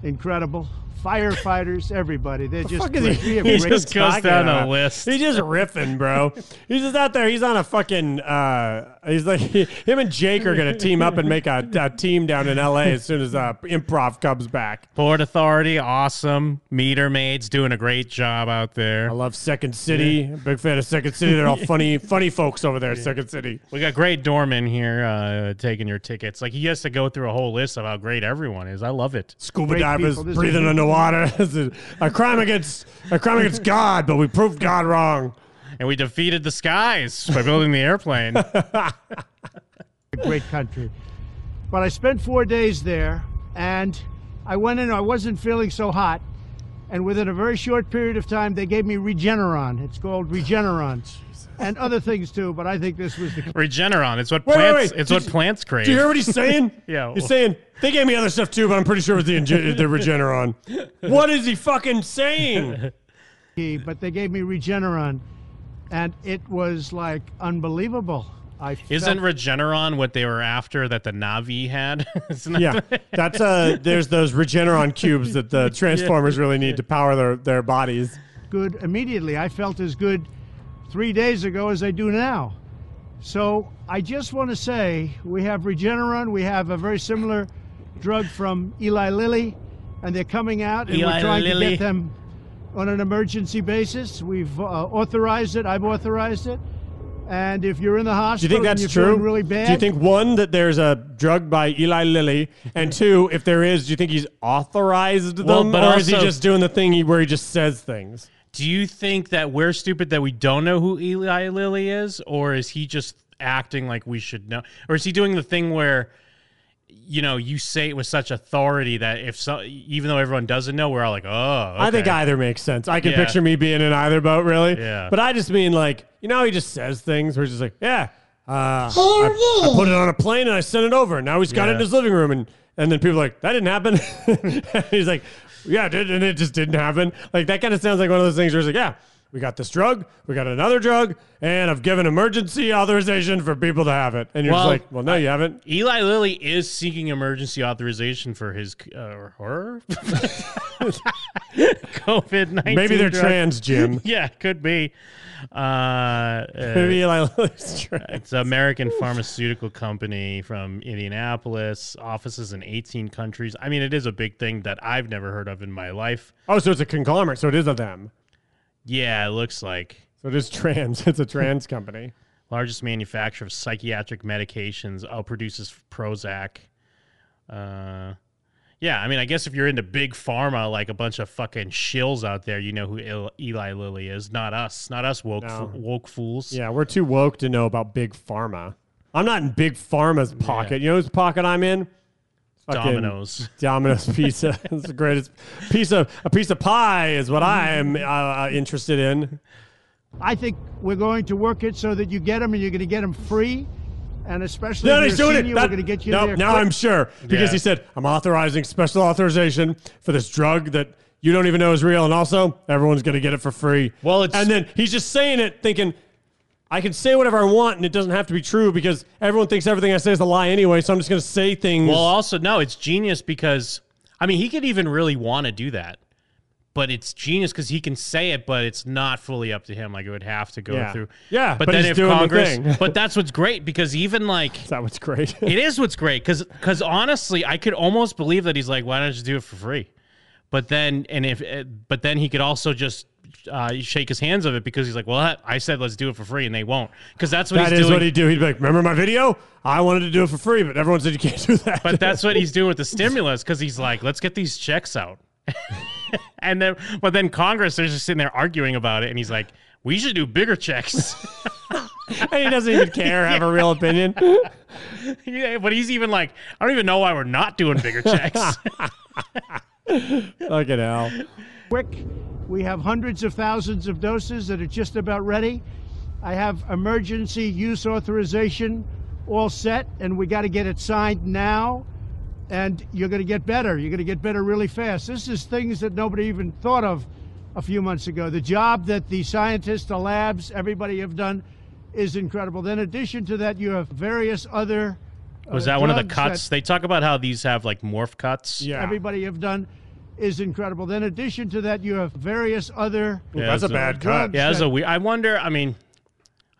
Speaker 15: Incredible. firefighters, everybody. They're just
Speaker 9: Fuck is he-
Speaker 15: great. We have
Speaker 9: he
Speaker 15: great
Speaker 9: just goes
Speaker 15: talking
Speaker 9: down a
Speaker 15: about-
Speaker 9: list. He's just riffing, bro. he's just out there. He's on a fucking. Uh, he's like him and Jake are gonna team up and make a, a team down in L.A. as soon as uh, improv comes back.
Speaker 8: Port Authority, awesome. Meter maids doing a great job out there. I
Speaker 9: love Second City. Big fan of Second City. They're all funny, funny folks over there. at Second City.
Speaker 8: We got great doorman here uh, taking your tickets. Like he has to go through a whole list of how great everyone is. I love it.
Speaker 9: Scuba divers breathing underwater. This is a crime against a crime against God, but we proved God wrong.
Speaker 8: And we defeated the skies by building the airplane.
Speaker 15: a great country. But I spent four days there, and I went in. I wasn't feeling so hot, and within a very short period of time, they gave me Regeneron. It's called Regeneron, and other things too. But I think this was the
Speaker 8: Regeneron. It's what
Speaker 15: Wait, wait,
Speaker 8: plants.
Speaker 15: wait.
Speaker 8: It's
Speaker 15: Did
Speaker 8: what
Speaker 15: you-
Speaker 8: plants crave.
Speaker 9: Do you hear what he's saying?
Speaker 8: yeah.
Speaker 9: He's saying they gave me other stuff too, but I'm pretty sure it was the, Inge- the Regeneron. What is he fucking saying?
Speaker 15: key, but they gave me Regeneron, and it was like unbelievable. I felt-
Speaker 8: Isn't Regeneron what they were after that the Navi had? Isn't that-
Speaker 9: yeah, that's uh. There's those Regeneron cubes that the Transformers really need to power their, their bodies.
Speaker 15: good immediately. I felt as good three days ago as I do now. So I just want to say we have Regeneron, we have a very similar drug from Eli Lilly, and they're coming out, and
Speaker 8: Eli
Speaker 15: we're trying to
Speaker 8: Lilly.
Speaker 15: get them on an emergency basis. We've uh, authorized it. I've authorized it. And if you're in the
Speaker 9: Do you
Speaker 15: hospital,
Speaker 9: think
Speaker 15: and
Speaker 9: that's
Speaker 15: you're
Speaker 9: true?
Speaker 15: feeling Really bad.
Speaker 9: Do you think one that there's a drug by Eli Lilly, and two, if there is, do you think he's authorized them,
Speaker 8: Well, but
Speaker 9: or is he
Speaker 8: also-
Speaker 9: just doing the thing he- where he just says things?
Speaker 8: Do you think that we're stupid that we don't know who Eli Lilly is, or is he just acting like we should know, or is he doing the thing where, you know, you say it with such authority that if so, even though everyone doesn't know, we're all like, oh.
Speaker 9: I think
Speaker 8: okay.
Speaker 9: either makes sense. I can
Speaker 8: Yeah.
Speaker 9: picture me being in either boat, really.
Speaker 8: Yeah.
Speaker 9: But I just mean like, you know, how he just says things. We're just like, yeah, uh, I, I put it on a plane and I sent it over. And now he's got it in
Speaker 8: Yeah.
Speaker 9: his living room, and and then people are like that didn't happen. he's like, yeah, it did, and it just didn't happen. Like that kind of sounds like one of those things where it's like, yeah. We got this drug, we got another drug, and I've given emergency authorization for people to have it. And you're
Speaker 8: Well,
Speaker 9: just like, well, no, you haven't.
Speaker 8: Eli Lilly is seeking emergency authorization for his uh, or her COVID nineteen.
Speaker 9: Maybe they're trans, Jim.
Speaker 8: yeah, could be. Uh, uh,
Speaker 9: Maybe Eli Lilly's trans.
Speaker 8: It's an American pharmaceutical company from Indianapolis, offices in eighteen countries. I mean, it is a big thing that I've never heard of in my life.
Speaker 9: Oh, so it's a conglomerate, so it is a them.
Speaker 8: Yeah, it looks like
Speaker 9: So it is trans. It's a trans company.
Speaker 8: largest manufacturer of psychiatric medications. Oh, produces Prozac. Uh, yeah, I mean, I guess if you're into big pharma, like a bunch of fucking shills out there, you know who Il- Eli Lilly is. Not us. Not us woke
Speaker 9: No.
Speaker 8: fo- woke fools.
Speaker 9: Yeah, we're too woke to know about big pharma. I'm not in big pharma's pocket. You know whose pocket I'm in? Fucking
Speaker 8: Domino's.
Speaker 9: Domino's pizza. it's the greatest piece of a piece of pie is what I'm uh, uh, interested in.
Speaker 15: I think we're going to work it so that you get them and you're going to get them free. And especially
Speaker 9: No,
Speaker 15: if
Speaker 9: he's
Speaker 15: you're a
Speaker 9: doing it.
Speaker 15: senior,
Speaker 9: That-
Speaker 15: we're going to get you
Speaker 9: no,
Speaker 15: there.
Speaker 9: now
Speaker 15: quick.
Speaker 9: I'm sure because
Speaker 15: Yeah.
Speaker 9: he said I'm authorizing special authorization for this drug that you don't even know is real, and also everyone's going to get it for free. Well, it's and then he's just saying it, thinking I can say whatever I want, and it doesn't have to be true because everyone thinks everything I say is a lie anyway. So I'm just going to say things.
Speaker 8: Well, also no, it's genius because I mean, he could even really want to do that, but it's genius because he can say it, but it's not fully up to him. Like it would have to go
Speaker 9: Yeah.
Speaker 8: through.
Speaker 9: Yeah, but he's doing the thing.
Speaker 8: but that's what's great because even like is
Speaker 9: that what's great?
Speaker 8: it is what's great because because honestly, I could almost believe that he's like, why don't you do it for free? But then and if eh, but then he could also just. Uh, shake his hands of it because he's like, well, I- I said let's do it for free, and they won't because that's what
Speaker 9: That
Speaker 8: he's
Speaker 9: is
Speaker 8: doing.
Speaker 9: what he'd do. He'd be like, "Remember my video? I wanted to do it for free, but everyone said you can't do that."
Speaker 8: But that's what he's doing with the stimulus because he's like, let's get these checks out. and then, but then Congress, they're just sitting there arguing about it. And he's like, we should do bigger checks.
Speaker 9: and he doesn't even care, have a real opinion.
Speaker 8: yeah, but he's even like, I don't even know why we're not doing bigger checks.
Speaker 9: Fucking hell.
Speaker 15: quick. We have hundreds of thousands of doses that are just about ready. I have emergency use authorization all set, and we got to get it signed now. And you're going to get better. You're going to get better really fast. This is things that nobody even thought of a few months ago. The job that the scientists, the labs, everybody have done is incredible. Then, in addition to that, you have various other. uh,
Speaker 8: Was that one of the
Speaker 15: drugs that-
Speaker 8: cuts? They talk about how these have like morph cuts.
Speaker 15: everybody have done is incredible. Then, in addition to that, you have various other. drugs
Speaker 8: Yeah, that's
Speaker 15: that-
Speaker 8: a we. I wonder. I mean,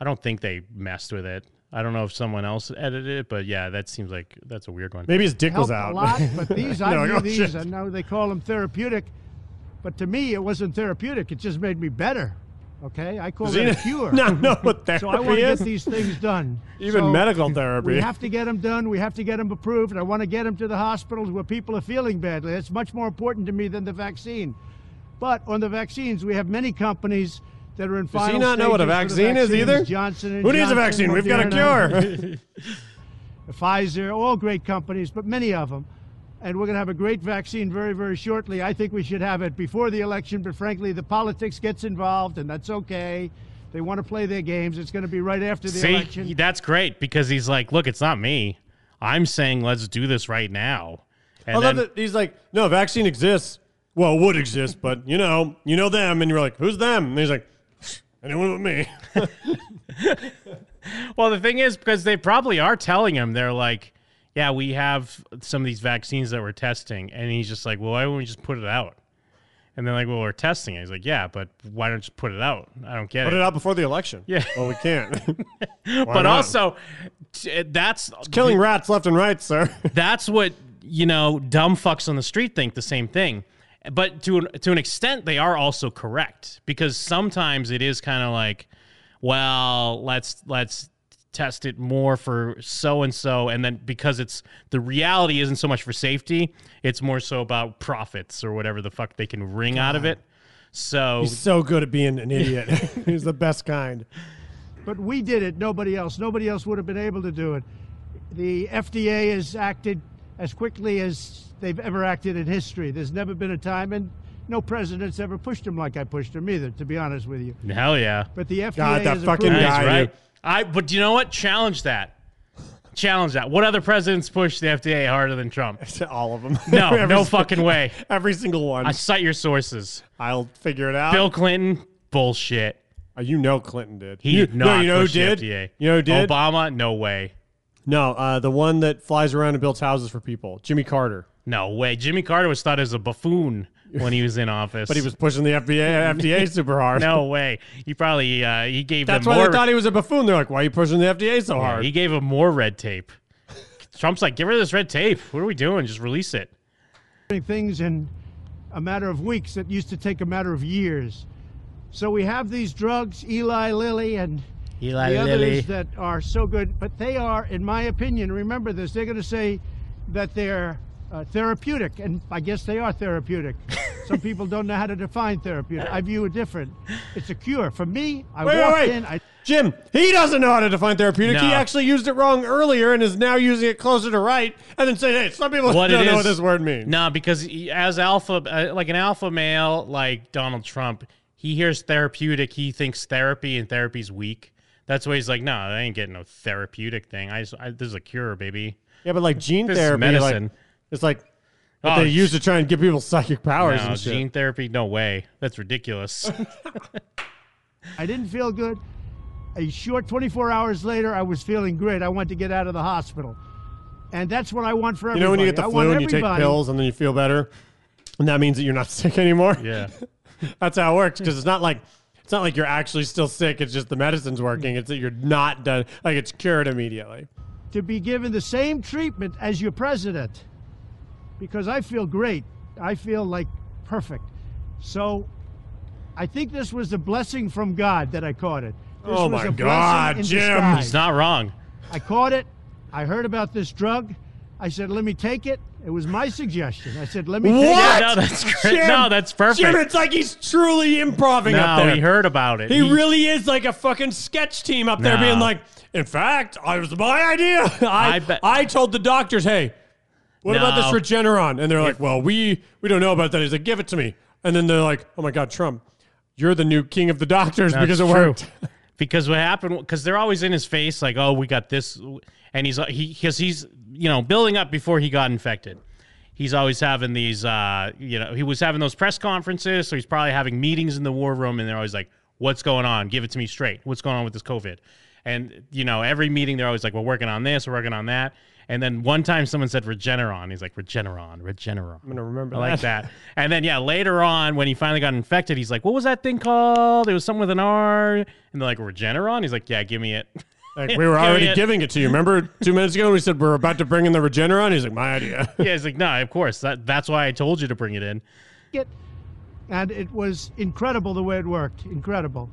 Speaker 8: I don't think they messed with it. I don't know if someone else edited it, but yeah, that seems like that's a weird one.
Speaker 9: Maybe his dick was
Speaker 15: helped
Speaker 9: out.
Speaker 15: A lot, but these, I
Speaker 9: No,
Speaker 15: knew
Speaker 9: oh,
Speaker 15: these.
Speaker 9: shit.
Speaker 15: I know they call them therapeutic, but to me, it wasn't therapeutic. It just made me better. Okay, I call
Speaker 9: Does
Speaker 15: it a
Speaker 9: he-
Speaker 15: cure.
Speaker 9: not know what
Speaker 15: So I want
Speaker 9: therapy
Speaker 15: to
Speaker 9: is?
Speaker 15: get these things done.
Speaker 9: Even
Speaker 15: So
Speaker 9: medical therapy.
Speaker 15: We have to get them done. We have to get them approved. I want to get them to the hospitals where people are feeling badly. That's much more important to me than the vaccine. But on the vaccines, we have many companies that are in
Speaker 9: Does
Speaker 15: final
Speaker 9: he not know what a
Speaker 15: stages for the
Speaker 9: vaccine is
Speaker 15: vaccines,
Speaker 9: either?
Speaker 15: Johnson and
Speaker 9: Who needs a
Speaker 15: Johnson,
Speaker 9: vaccine? We've got a
Speaker 15: Moderna.
Speaker 9: cure.
Speaker 15: Pfizer, all great companies, but many of them. And we're going to have a great vaccine very, very shortly. I think we should have it before the election, but frankly, the politics gets involved, and that's okay. They want to play their games. It's going to be right after the
Speaker 8: See,
Speaker 15: election.
Speaker 8: that's great because he's like, look, it's not me. I'm saying let's do this right now.
Speaker 9: I
Speaker 8: And
Speaker 9: love
Speaker 8: then,
Speaker 9: that he's like, no, vaccine exists. Well, it would exist, but you know, you know them, and you're like, who's them? And he's like, anyone with me.
Speaker 8: well, the thing is, because they probably are telling him, they're like, yeah, we have some of these vaccines that we're testing, and he's just like, well, why wouldn't we just put it out? And they're like, well, we're testing it. He's like, yeah, but why don't you put it out? I don't get
Speaker 9: Put
Speaker 8: it.
Speaker 9: it out before the election.
Speaker 8: Yeah.
Speaker 9: Well, we can't.
Speaker 8: but
Speaker 9: not?
Speaker 8: also, t- that's
Speaker 9: It's killing rats left and right, sir.
Speaker 8: that's what you know dumb fucks on the street think the same thing but to an, to an extent they are also correct because sometimes it is kind of like well let's let's test it more for so and so and then because it's the reality isn't so much for safety it's more so about profits or whatever the fuck they can wring out of it so
Speaker 9: He's so good at being an idiot. he's the best kind.
Speaker 15: But we did it, nobody else. Nobody else would have been able to do it. The FDA has acted as quickly as they've ever acted in history. There's never been a time, and no president's ever pushed them like I pushed them either, to be honest with you.
Speaker 8: hell yeah
Speaker 15: But the FDA
Speaker 9: God, that
Speaker 15: has
Speaker 9: fucking
Speaker 15: approved-
Speaker 9: guy,
Speaker 8: right? I but you know what? Challenge that. Challenge that. What other presidents pushed the FDA harder than Trump?
Speaker 9: All of them.
Speaker 8: No,
Speaker 9: Every
Speaker 8: no
Speaker 9: si-
Speaker 8: fucking way.
Speaker 9: Every single one.
Speaker 8: I cite your sources.
Speaker 9: I'll figure it out. Uh,
Speaker 8: Bill Clinton, bullshit.
Speaker 9: you know Clinton did.
Speaker 8: He
Speaker 9: You-
Speaker 8: did
Speaker 9: no,
Speaker 8: not
Speaker 9: you know who
Speaker 8: push the
Speaker 9: did?
Speaker 8: FDA.
Speaker 9: You know who did?
Speaker 8: Obama, no way.
Speaker 9: No, uh, the one that flies around and builds houses for people, Jimmy Carter.
Speaker 8: No way. Jimmy Carter was thought as a buffoon when he was in office.
Speaker 9: But he was pushing the FDA, FDA super hard.
Speaker 8: No way. He probably uh, he gave
Speaker 9: That's
Speaker 8: them
Speaker 9: why
Speaker 8: more
Speaker 9: they thought he was a buffoon. They're like, why are you pushing the FDA so
Speaker 8: Yeah,
Speaker 9: hard?
Speaker 8: he gave him more red tape. Trump's like, get rid of this red tape. What are we doing? Just release it.
Speaker 15: doing things in a matter of weeks that used to take a matter of years. So we have these drugs, Eli Lilly and
Speaker 8: Eli
Speaker 15: the
Speaker 8: Lilly.
Speaker 15: others that are so good, but they are, in my opinion, remember this, they're going to say that they're uh, therapeutic, and I guess they are therapeutic. Some people don't know how to define therapeutic. I view it different. It's a cure. For me, I
Speaker 9: Wait, wait,
Speaker 15: walked
Speaker 9: wait.
Speaker 15: in, I
Speaker 9: Jim, he doesn't know how to define therapeutic. He
Speaker 8: No.
Speaker 9: actually used it wrong earlier and is now using it closer to right, and then saying, hey, some people
Speaker 8: what
Speaker 9: don't
Speaker 8: it
Speaker 9: know what
Speaker 8: is-
Speaker 9: this word means.
Speaker 8: No, because he- as alpha, uh, like an alpha male, like Donald Trump, he hears therapeutic. He thinks therapy and therapy's weak. That's why he's like, no, I ain't getting no therapeutic thing. I, just, I this is a cure, baby.
Speaker 9: Yeah, but like gene
Speaker 8: This is
Speaker 9: therapy,
Speaker 8: medicine.
Speaker 9: Like, it's like what
Speaker 8: Oh,
Speaker 9: they use to try and give people psychic powers
Speaker 8: no,
Speaker 9: and shit.
Speaker 8: gene therapy, no way. That's ridiculous.
Speaker 15: I didn't feel good. A short 24 hours later, I was feeling great. I want to get out of the hospital. And that's what I want for
Speaker 9: you
Speaker 15: everybody.
Speaker 9: know when you get
Speaker 15: I
Speaker 9: the
Speaker 15: want
Speaker 9: flu and you take
Speaker 15: everybody-
Speaker 9: pills and then you feel better, and that means that you're not sick anymore.
Speaker 8: Yeah,
Speaker 9: that's how it works because it's not like it's not like you're actually still sick. It's just the medicine's working. It's that you're not done. Like it's cured immediately.
Speaker 15: To be given the same treatment as your president because I feel great. I feel like perfect. So I think this was a blessing from God that I caught it. This
Speaker 9: Oh
Speaker 15: was
Speaker 9: my
Speaker 15: a blessing
Speaker 9: God,
Speaker 15: in
Speaker 9: Jim.
Speaker 15: disguise.
Speaker 8: he's not wrong.
Speaker 15: I caught it. I heard about this drug. I said, let me take it. It was my suggestion. I said, let me take it.
Speaker 9: What?
Speaker 8: No, that's great. No, that's perfect.
Speaker 9: Jim, it's like he's truly improving up
Speaker 8: No,
Speaker 9: there.
Speaker 8: he heard about it.
Speaker 9: He, really is like a fucking sketch team up there,
Speaker 8: No.
Speaker 9: being like, "In fact, I was my idea. I I,
Speaker 8: I bet-
Speaker 9: told the doctors, hey, what about this
Speaker 8: No.
Speaker 9: Regeneron?" And they're like, "Well, we we don't know about that." He's like, "Give it to me." And then they're like, "Oh my God, Trump, you're the new king of the doctors
Speaker 8: That's
Speaker 9: because it
Speaker 8: true.
Speaker 9: worked."
Speaker 8: Because what happened? Because they're always in his face, like, "Oh, we got this," and he's he because he's you know building up before he got infected. He's always having these, uh, you know, he was having those press conferences, so he's probably having meetings in the war room, and they're always like, "What's going on? Give it to me straight. What's going on with this COVID?" And you know, every meeting they're always like, "We're working on this. We're working on that." And then one time someone said Regeneron. He's like, Regeneron, Regeneron. I'm
Speaker 9: gonna remember
Speaker 8: I like that. And then yeah, later on when he finally got infected, he's like, "What was that thing called?" It was something with an R. And they're like, "Regeneron." He's like, "Yeah, give me it."
Speaker 9: Like we were
Speaker 8: Give me
Speaker 9: already
Speaker 8: it.
Speaker 9: giving it to you. Remember two minutes ago when we said we're about to bring in the Regeneron? He's like, my idea.
Speaker 8: yeah, he's like, "No, of course. That that's why I told you to bring it in."
Speaker 15: it, and it was incredible the way it worked. Incredible.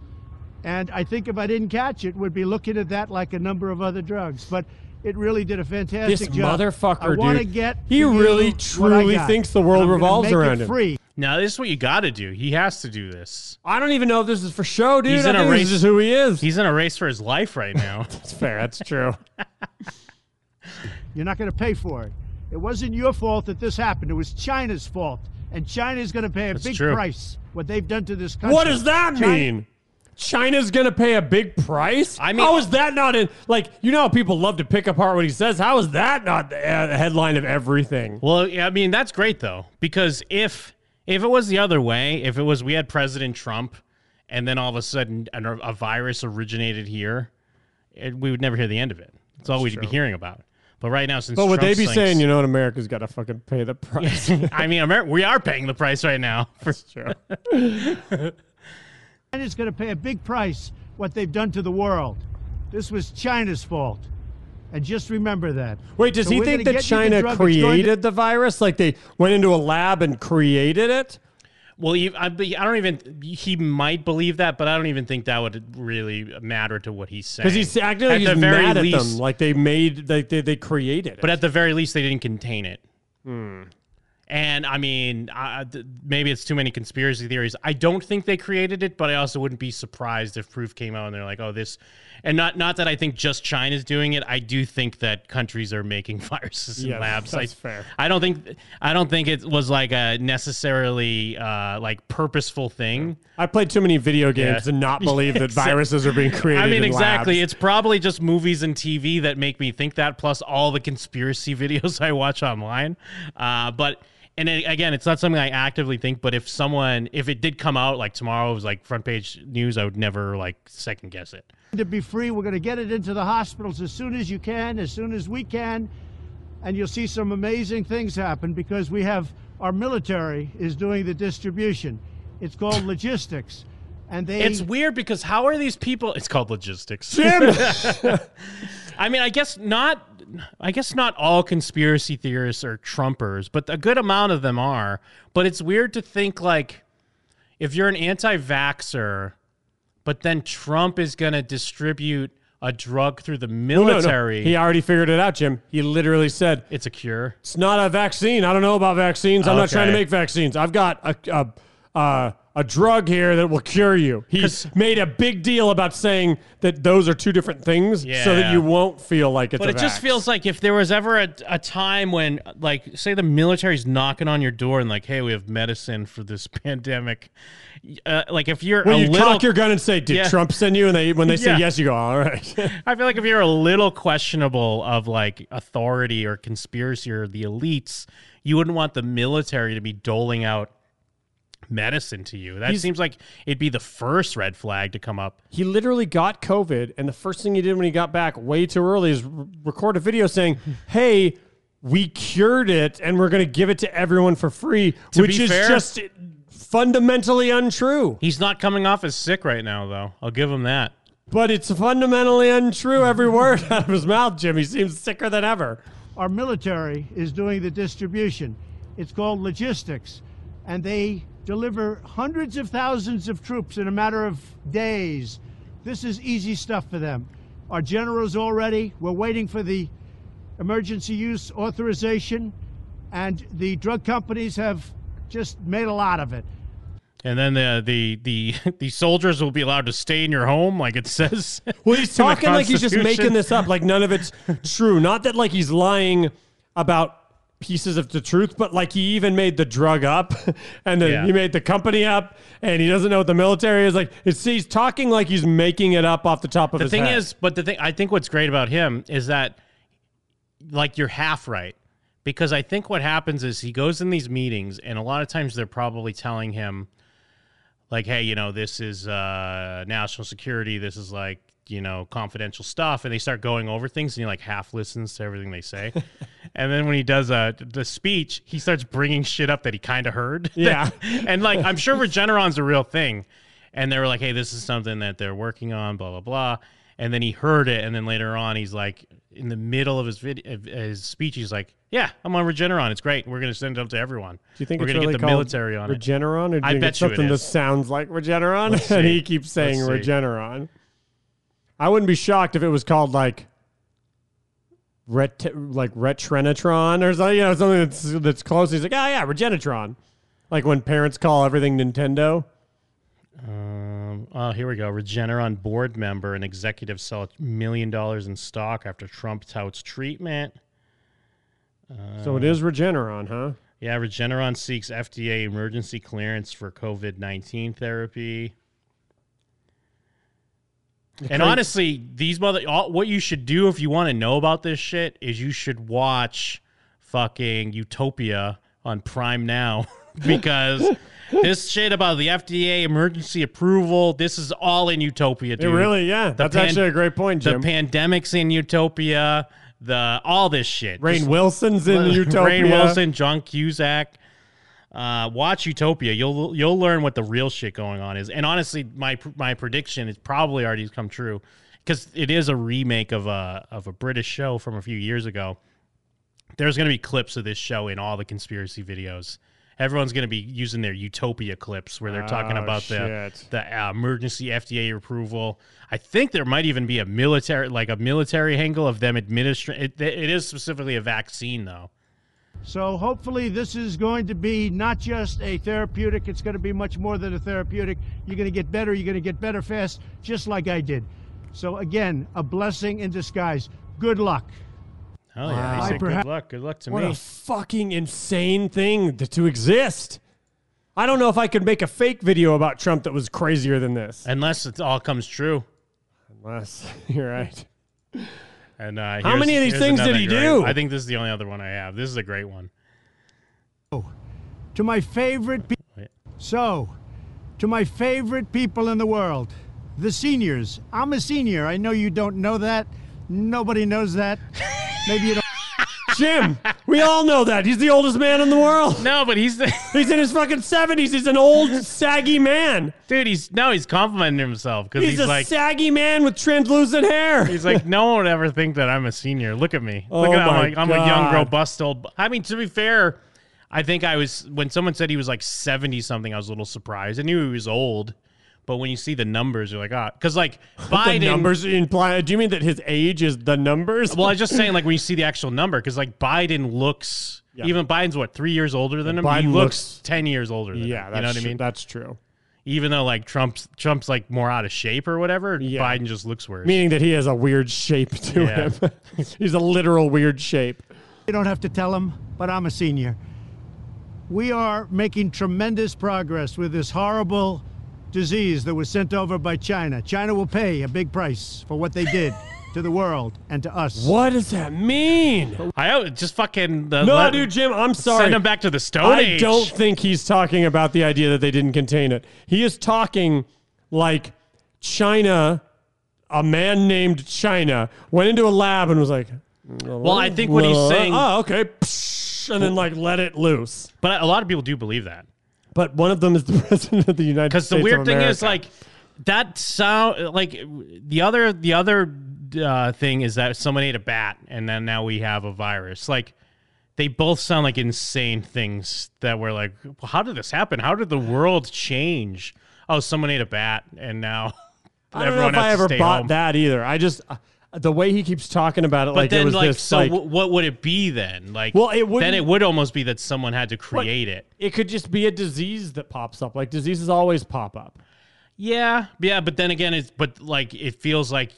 Speaker 15: And I think if I didn't catch it, would be looking at that like a number of other drugs. But it really did a fantastic
Speaker 9: This
Speaker 15: job. I
Speaker 9: motherfucker,
Speaker 15: wanna
Speaker 9: dude.
Speaker 15: get.
Speaker 9: He
Speaker 15: to you
Speaker 9: really
Speaker 15: what I
Speaker 9: truly
Speaker 15: got.
Speaker 9: thinks the world
Speaker 15: And I'm gonna
Speaker 9: revolves
Speaker 15: make it
Speaker 9: around him.
Speaker 15: Free.
Speaker 8: Now this is what you got to do. He has to do this.
Speaker 9: I don't even know if this is for show, dude.
Speaker 8: he's
Speaker 9: I
Speaker 8: in a
Speaker 9: think this
Speaker 8: race.
Speaker 9: is who he is.
Speaker 8: He's in a race for his life right now. that's
Speaker 9: fair. That's true.
Speaker 15: You're not going to pay for it. It wasn't your fault that this happened. It was China's fault, and China's going to pay a big
Speaker 9: true.
Speaker 15: price what they've done to this country.
Speaker 9: What does that
Speaker 15: China-
Speaker 9: mean? China's gonna pay a big price. I mean, how is that not in? Like, you know, how people love to pick apart what he says. How is that not the uh, headline of everything?
Speaker 8: Well, yeah, I mean that's great though because if if it was the other way, if it was we had President Trump, and then all of a sudden an, a virus originated here, it, we would never hear the end of it. It's all we'd be hearing about. But right now, since
Speaker 9: But would they
Speaker 8: Trump's
Speaker 9: be
Speaker 8: things-
Speaker 9: saying, you know, what America's got to fucking pay the price?
Speaker 8: I mean, Amer- we are paying the price right now. For
Speaker 9: sure.
Speaker 15: China's going to pay a big price what they've done to the world. This was China's fault, and just remember that.
Speaker 9: Wait, does
Speaker 15: So
Speaker 9: he
Speaker 15: we're gonna
Speaker 9: think that
Speaker 15: get you the
Speaker 9: China
Speaker 15: drug that's going to-
Speaker 9: created the virus? Like they went into a lab and created it?
Speaker 8: Well, you, I, be- I don't even. He might believe that, but I don't even think that would really matter to what he's saying.
Speaker 9: Because he's acting like
Speaker 8: At
Speaker 9: he's
Speaker 8: the very
Speaker 9: mad at
Speaker 8: least,
Speaker 9: them. Like they made, like they, they created it.
Speaker 8: But at the very least, they didn't contain it.
Speaker 9: Hmm.
Speaker 8: And I mean, I, th- maybe it's too many conspiracy theories. I don't think they created it, but I also wouldn't be surprised if proof came out and they're like, "Oh, this," and not not that I think just China's doing it. I do think that countries are making viruses in
Speaker 9: Yeah,
Speaker 8: labs.
Speaker 9: that's
Speaker 8: I,
Speaker 9: fair.
Speaker 8: I don't think I don't think it was like a necessarily uh, like purposeful thing.
Speaker 9: I played too many video games
Speaker 8: Yeah.
Speaker 9: to not believe that
Speaker 8: Exact-
Speaker 9: viruses are being created.
Speaker 8: I mean,
Speaker 9: in
Speaker 8: exactly.
Speaker 9: labs.
Speaker 8: It's probably just movies and TV that make me think that, plus all the conspiracy videos I watch online. Uh, but and it, again, it's not something I actively think. But if someone, if it did come out like tomorrow was like front page news, I would never like second guess it.
Speaker 15: to be free. We're going to get it into the hospitals as soon as you can, as soon as we can, and you'll see some amazing things happen because we have our military is doing the distribution. It's called logistics, and they
Speaker 8: It's weird because how are these people? It's called logistics.
Speaker 9: Jim!
Speaker 8: I mean, I guess not. I guess not all conspiracy theorists are Trumpers, but a good amount of them are. But it's weird to think like if you're an anti-vaxer, but then Trump is going to distribute a drug through the
Speaker 9: Oh, No, no, no.
Speaker 8: military.
Speaker 9: He already figured it out, Jim. He literally said
Speaker 8: it's a cure.
Speaker 9: It's not a vaccine. I don't know about vaccines. I'm not
Speaker 8: Okay.
Speaker 9: trying to make vaccines. I've got a a, a a drug here that will cure you. He's made a big deal about saying that those are two different things, so that
Speaker 8: Yeah.
Speaker 9: you won't feel like it's.
Speaker 8: but
Speaker 9: a
Speaker 8: it just
Speaker 9: vax.
Speaker 8: feels like if there was ever a, a time when like say the military's knocking on your door and like hey we have medicine for this pandemic uh, like if you're
Speaker 9: When
Speaker 8: a
Speaker 9: you
Speaker 8: little
Speaker 9: cock your gun and say, "Did
Speaker 8: Yeah.
Speaker 9: Trump send you?" and they when they say
Speaker 8: Yeah.
Speaker 9: yes, you go, "All right."
Speaker 8: I feel like if you're a little questionable of like authority or conspiracy or the elites, you wouldn't want the military to be doling out medicine to you. That
Speaker 9: He's-
Speaker 8: seems like it'd be the first red flag to come up.
Speaker 9: He literally got COVID, and the first thing he did when he got back way too early is r record a video saying, "Hey, we cured it, and we're going to give it to everyone for free,"
Speaker 8: To
Speaker 9: which
Speaker 8: be
Speaker 9: is
Speaker 8: fair-
Speaker 9: just fundamentally untrue.
Speaker 8: He's not coming off as sick right now, though. I'll give him that.
Speaker 9: But it's fundamentally untrue. Every word out of his mouth, Jim. He seems sicker than ever.
Speaker 15: our military is doing the distribution. It's called logistics, and they deliver hundreds of thousands of troops in a matter of days. This is easy stuff for them. Our generals already, we're waiting for the emergency use authorization, and the drug companies have just made a lot of it.
Speaker 8: And then the the the, the soldiers will be allowed to stay in your home, like it says.
Speaker 9: Well, he's
Speaker 8: in the
Speaker 9: talking like he's just
Speaker 8: Constitution.
Speaker 9: making this up. Like none of it's true. Not that like he's lying about pieces of the truth, but like he even made the drug up, and then
Speaker 8: Yeah.
Speaker 9: he made the company up, and he doesn't know what the military is like. It's, he's talking like he's making it up off the top of
Speaker 8: the
Speaker 9: his
Speaker 8: thing
Speaker 9: head.
Speaker 8: is but the thing i think what's great about him is that like you're half right because i think what happens is he goes in these meetings and a lot of times they're probably telling him like hey you know this is uh national security this is like you know, confidential stuff, and they start going over things, and he like half listens to everything they say, and then when he does uh, the speech, he starts bringing shit up that he kind of heard.
Speaker 9: Yeah.
Speaker 8: and like I'm sure Regeneron's a real thing, and they were like, hey, this is something that they're working on, blah blah blah, and then he heard it, and then later on, he's like in the middle of his vid- of uh, his speech, he's like, yeah, I'm on Regeneron, it's great, we're gonna send it up to everyone.
Speaker 9: Do you think
Speaker 8: we're
Speaker 9: it's
Speaker 8: gonna
Speaker 9: really
Speaker 8: get the
Speaker 9: called
Speaker 8: military on it?
Speaker 9: Regeneron? Or do you
Speaker 8: I
Speaker 9: think
Speaker 8: bet
Speaker 9: it's
Speaker 8: you it
Speaker 9: something that
Speaker 8: is.
Speaker 9: sounds like Regeneron,
Speaker 8: Let's
Speaker 9: and he
Speaker 8: see.
Speaker 9: keeps saying
Speaker 8: Let's see.
Speaker 9: Regeneron. I wouldn't be shocked if it was called like ret like Retrenatron or something. You know, something that's that's close. He's like, oh yeah, Regenetron. Like when parents call everything Nintendo.
Speaker 8: Um, oh, here we go. Regeneron board member and executive sell a million dollars in stock after Trump touts treatment. Uh,
Speaker 9: So it is Regeneron, huh?
Speaker 8: Yeah, Regeneron seeks FDA emergency clearance for COVID 19 therapy.
Speaker 9: Okay.
Speaker 8: And honestly, these mother, all, what you should do if you want to know about this shit is you should watch fucking Utopia on Prime Now because this shit about the FDA emergency approval, this is all in Utopia, dude.
Speaker 9: really- yeah,
Speaker 8: The
Speaker 9: that's actually a great point, Jim.
Speaker 8: The pandemic's in Utopia, the all this shit.
Speaker 9: Rain
Speaker 8: Just-
Speaker 9: Wilson's in Utopia.
Speaker 8: Rain Wilson, John Cusack. Uh, watch Utopia. You'll you'll learn what the real shit going on is. And honestly, my my prediction is probably already come true because it is a remake of a of a British show from a few years ago. There's going to be clips of this show in all the conspiracy videos. Everyone's going to be using their Utopia clips where they're talking
Speaker 9: Oh,
Speaker 8: about
Speaker 9: shit.
Speaker 8: the the uh, emergency FDA approval. I think there might even be a military like a military angle of them administering. It, it is specifically a vaccine though.
Speaker 15: So hopefully this is going to be not just a therapeutic, it's going to be much more than a therapeutic. You're going to get better, you're going to get better fast, just like I did. So again, a blessing in disguise. Good luck.
Speaker 8: Oh yeah,
Speaker 9: Wow.
Speaker 8: he said
Speaker 9: Perhaps-
Speaker 8: good luck. Good luck to
Speaker 9: what
Speaker 8: me.
Speaker 9: a fucking insane thing to, to exist. I don't know if I could make a fake video about Trump that was crazier than this.
Speaker 8: Unless it all comes true.
Speaker 9: Unless you're right.
Speaker 8: And uh,
Speaker 9: How
Speaker 8: here's-
Speaker 9: many of these
Speaker 8: here's
Speaker 9: things did
Speaker 8: another
Speaker 9: he
Speaker 8: great-
Speaker 9: do?
Speaker 8: I think this is the only other one I have. This is a great one.
Speaker 15: To my favorite people. So, to my favorite people in the world, the seniors. I'm a senior. I know you don't know that. Nobody knows that. Maybe you don't.
Speaker 9: Jim, we all know that. He's the oldest man in the world.
Speaker 8: No, but he's
Speaker 9: he's in his fucking 70s. He's an old, saggy man.
Speaker 8: Dude, he's no, he's complimenting himself because
Speaker 9: He's,
Speaker 8: he's,
Speaker 9: a
Speaker 8: like
Speaker 9: saggy man with translucent hair.
Speaker 8: he's like no one would ever think that I'm a senior. Look at me. Look
Speaker 9: Oh
Speaker 8: at I'm
Speaker 9: my
Speaker 8: like I'm a young
Speaker 9: God.
Speaker 8: robust old. I mean, to be fair, I think I was when someone said he was like 70 something, I was a little surprised. I knew he was old, but when you see the numbers, you're like ah, because like Biden
Speaker 9: The numbers imply. Do you mean that his age is the numbers?
Speaker 8: Well, I was just saying, like when you see the actual number, because like Biden looks, even Biden's what three years older than him. he
Speaker 9: Biden
Speaker 8: looks
Speaker 9: looks-
Speaker 8: ten years older. Than
Speaker 9: Yeah,
Speaker 8: him, you know
Speaker 9: that's
Speaker 8: what I
Speaker 9: tr-
Speaker 8: mean.
Speaker 9: That's true.
Speaker 8: Even though like Trump's Trump's like more out of shape or whatever, Biden just looks worse.
Speaker 9: Meaning that he has a weird shape to
Speaker 8: Yeah.
Speaker 9: him. he's a literal weird shape.
Speaker 15: You don't have to tell them, but I'm a senior. We are making tremendous progress with this horrible disease that was sent over by China. China will pay a big price for what they did to the world and to us.
Speaker 9: What does that mean?
Speaker 8: I oh, just fucking the
Speaker 9: No,
Speaker 8: let-
Speaker 9: dude, Jim, I'm sorry.
Speaker 8: Send him back to the Stone
Speaker 9: I
Speaker 8: Age.
Speaker 9: don't think he's talking about the idea that they didn't contain it. He is talking like China, a man named China, went into a lab and was like,
Speaker 8: Well, I think what he's saying-
Speaker 9: Oh, okay. Psh, And then like let it loose.
Speaker 8: But a lot of people do believe that.
Speaker 9: But one of them is the president of the United States.
Speaker 8: Because the weird
Speaker 9: of
Speaker 8: thing is,
Speaker 9: America.
Speaker 8: like, that sound like the other the other uh, thing is that someone ate a bat, and then now we have a virus. Like, they both sound like insane things that were like, how did this happen? How did the world change? Oh, someone ate a bat, and now
Speaker 9: I don't know if I ever bought that either. I just uh, the way he keeps talking about it,
Speaker 8: But
Speaker 9: like it
Speaker 8: then,
Speaker 9: was
Speaker 8: like,
Speaker 9: this
Speaker 8: so
Speaker 9: like,
Speaker 8: wh- what would it be then? Like,
Speaker 9: Well, it
Speaker 8: then
Speaker 9: wouldn't-
Speaker 8: it would almost be that someone had to create it.
Speaker 9: it could just be a disease that pops up. Like diseases always pop up.
Speaker 8: Yeah, yeah, but then again, it's but like it feels like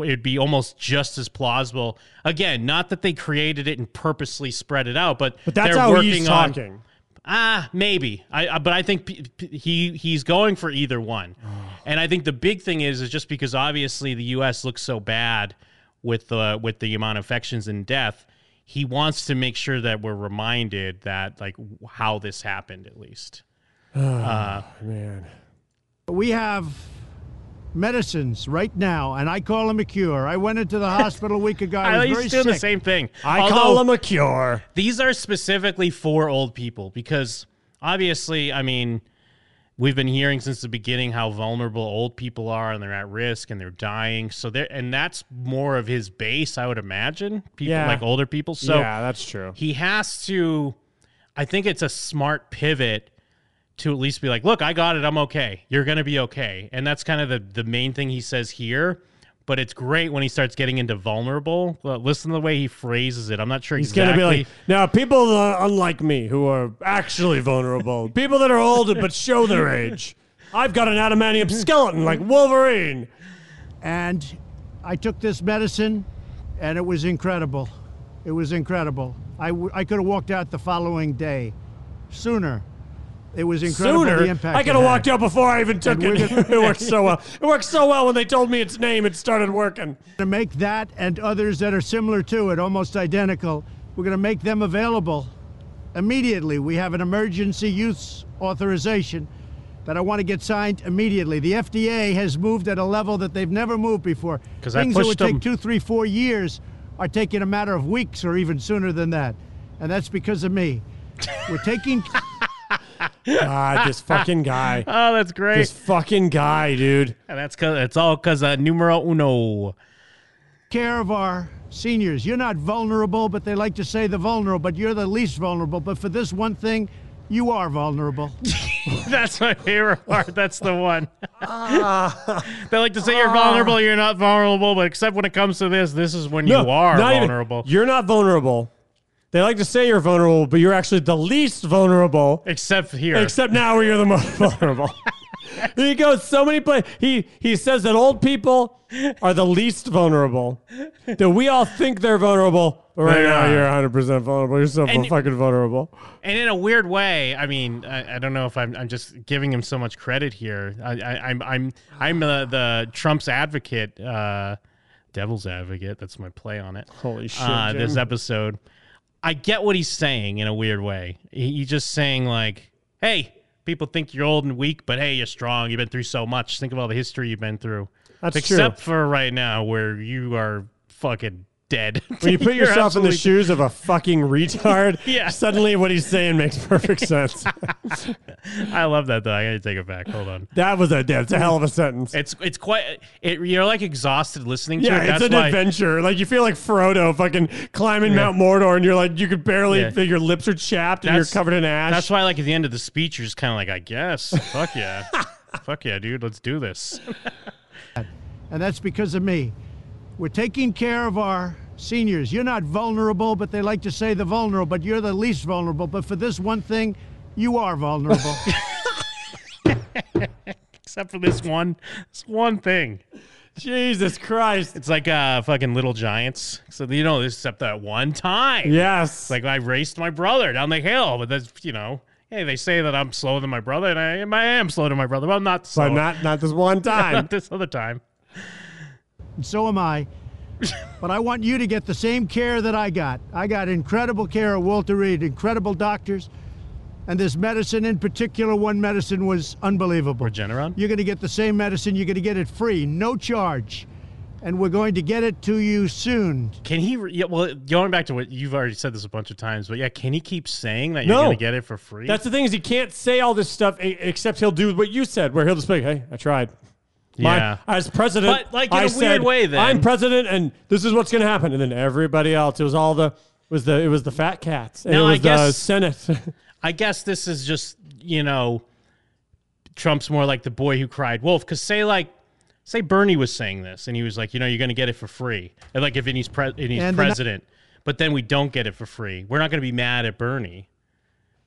Speaker 8: it'd be almost just as plausible. Again, not that they created it and purposely spread it out, but
Speaker 9: But that's
Speaker 8: they're
Speaker 9: how
Speaker 8: working
Speaker 9: he's
Speaker 8: on-
Speaker 9: talking.
Speaker 8: Ah, maybe. I, I but I think p- p- he he's going for either one, and I think the big thing is is just because obviously the U.S. looks so bad with the with the amount of infections and death, he wants to make sure that we're reminded that like how this happened at least.
Speaker 9: Ah, man.
Speaker 15: We have medicines right now, and I call them a cure. I went into the hospital a week ago. I
Speaker 8: I
Speaker 15: was
Speaker 8: he's
Speaker 15: very
Speaker 8: doing the
Speaker 15: sick.
Speaker 8: same thing.
Speaker 9: I call him a cure.
Speaker 8: These are specifically for old people because obviously, I mean, we've been hearing since the beginning how vulnerable old people are and they're at risk and they're dying. So there, and that's more of his base, I would imagine. People
Speaker 9: Yeah.
Speaker 8: like older people. So
Speaker 9: Yeah, that's true.
Speaker 8: He has to. I think it's a smart pivot to at least be like, look, I got it. I'm okay. You're going to be okay. And that's kind of the, the main thing he says here. But it's great when he starts getting into vulnerable. Well, Listen to the way he phrases it. I'm not sure
Speaker 9: He's
Speaker 8: exactly.
Speaker 9: gonna be like now. People uh, unlike me who are actually vulnerable, people that are older but show their age. I've got an adamantium skeleton like Wolverine.
Speaker 15: And I took this medicine, and it was incredible. It was incredible. I, w- I could have walked out the following day, sooner. It was incredible.
Speaker 9: Sooner,
Speaker 15: the impact
Speaker 9: I could have walked out before I even took
Speaker 15: And
Speaker 9: it.
Speaker 15: we're gonna-
Speaker 9: it worked so well. It worked so well when they told me its name. It started working.
Speaker 15: To make that and others that are similar to it, almost identical, we're going to make them available immediately. We have an emergency use authorization that I want to get signed immediately. The FDA has moved at a level that they've never moved before.
Speaker 8: 'Cause I
Speaker 15: Things that would
Speaker 8: pushed 'em.
Speaker 15: take two, three, four years are taking a matter of weeks or even sooner than that. And that's because of me. We're taking.
Speaker 9: God, Ah, this fucking guy.
Speaker 8: Oh, that's great.
Speaker 9: This fucking guy, dude.
Speaker 8: And that's cause it's all cause of numero uno.
Speaker 15: care of our seniors. You're not vulnerable, but they like to say the vulnerable, but you're the least vulnerable. But for this one thing, you are vulnerable.
Speaker 8: that's my favorite part. That's the one.
Speaker 9: Ah.
Speaker 8: they like to say you're vulnerable, you're not vulnerable, but except when it comes to this, this is when you are
Speaker 9: not even-
Speaker 8: vulnerable.
Speaker 9: you're not vulnerable. They like to say you're vulnerable, but you're actually the least vulnerable.
Speaker 8: Except here.
Speaker 9: Except now where you're the most vulnerable. he goes so many places. He he says that old people are the least vulnerable. That we all think they're vulnerable. but Right
Speaker 8: They
Speaker 9: now,
Speaker 8: are.
Speaker 9: you're 100 percent vulnerable. You're so
Speaker 8: And-
Speaker 9: fucking vulnerable.
Speaker 8: And in a weird way, I mean, I, I don't know if I'm, I'm just giving him so much credit here. I, I, I'm I'm I'm uh, the Trump's advocate, uh, devil's advocate. That's my play on it.
Speaker 9: Holy shit,
Speaker 8: Uh, this
Speaker 9: Jim.
Speaker 8: episode, I get what he's saying in a weird way. He, he's just saying like, hey, people think you're old and weak, but hey, you're strong. You've been through so much. Think of all the history you've been through.
Speaker 9: That's true.
Speaker 8: Except for right now, where you are fucking dead.
Speaker 9: When you put
Speaker 8: You're
Speaker 9: yourself in the
Speaker 8: absolutely
Speaker 9: shoes of a fucking retard,
Speaker 8: Yeah.
Speaker 9: suddenly what he's saying makes perfect sense.
Speaker 8: I love that though. I gotta take it back. Hold on.
Speaker 9: That was a that's a hell of a sentence.
Speaker 8: It's it's quite. It, you're like exhausted listening to
Speaker 9: Yeah,
Speaker 8: it.
Speaker 9: it's
Speaker 8: That's
Speaker 9: an
Speaker 8: why,
Speaker 9: adventure. Like you feel like Frodo fucking climbing
Speaker 8: Yeah.
Speaker 9: Mount Mordor, and you're like you could barely
Speaker 8: Yeah.
Speaker 9: your lips are chapped and you're
Speaker 8: That's-
Speaker 9: covered in ash.
Speaker 8: That's why, like at the end of the speech, you're just kind of like, I guess. Fuck yeah. Fuck yeah, dude. Let's do this.
Speaker 15: and that's because of me. We're taking care of our seniors. You're not vulnerable, but they like to say the vulnerable, but you're the least vulnerable. But for this one thing, you are vulnerable.
Speaker 8: Except for this one, this one thing.
Speaker 9: Jesus Christ!
Speaker 8: It's like uh fucking little giants. So you know, this except that one time.
Speaker 9: Yes.
Speaker 8: It's like I raced my brother down the hill, but that's you know. Hey, they say that I'm slower than my brother, and I, I am slower than my brother, but I'm not slow.
Speaker 9: but not not this one time.
Speaker 8: not this other time.
Speaker 15: and so am I. but I want you to get the same care that I got. I got incredible care at Walter Reed, incredible doctors, and this medicine in particular, one medicine was unbelievable.
Speaker 8: Regeneron?
Speaker 15: You're going to get the same medicine. You're going to get it free, no charge. And we're going to get it to you soon.
Speaker 8: Can he? re- Yeah, well, going back to what you've already said this a bunch of times, but yeah, can he keep saying that you're
Speaker 9: No.
Speaker 8: gonna get it for free?
Speaker 9: That's the thing is he can't say all this stuff e- except he'll do what you said, where he'll just be, like, "Hey, I tried." My-
Speaker 8: Yeah.
Speaker 9: as president,
Speaker 8: But, like, in a
Speaker 9: I
Speaker 8: weird
Speaker 9: said,
Speaker 8: way, then.
Speaker 9: I'm president, and this is what's going to happen. And then everybody else, it was all the it was the it was the fat cats, and
Speaker 8: Now,
Speaker 9: it
Speaker 8: I
Speaker 9: was the
Speaker 8: guess-
Speaker 9: Senate.
Speaker 8: I guess this is just you know, Trump's more like the boy who cried wolf. Because say like, say Bernie was saying this, and he was like, you know, you're gonna get it for free, and like if and he's, pre- and he's
Speaker 15: And the-
Speaker 8: president, but then we don't get it for free. We're not gonna be mad at Bernie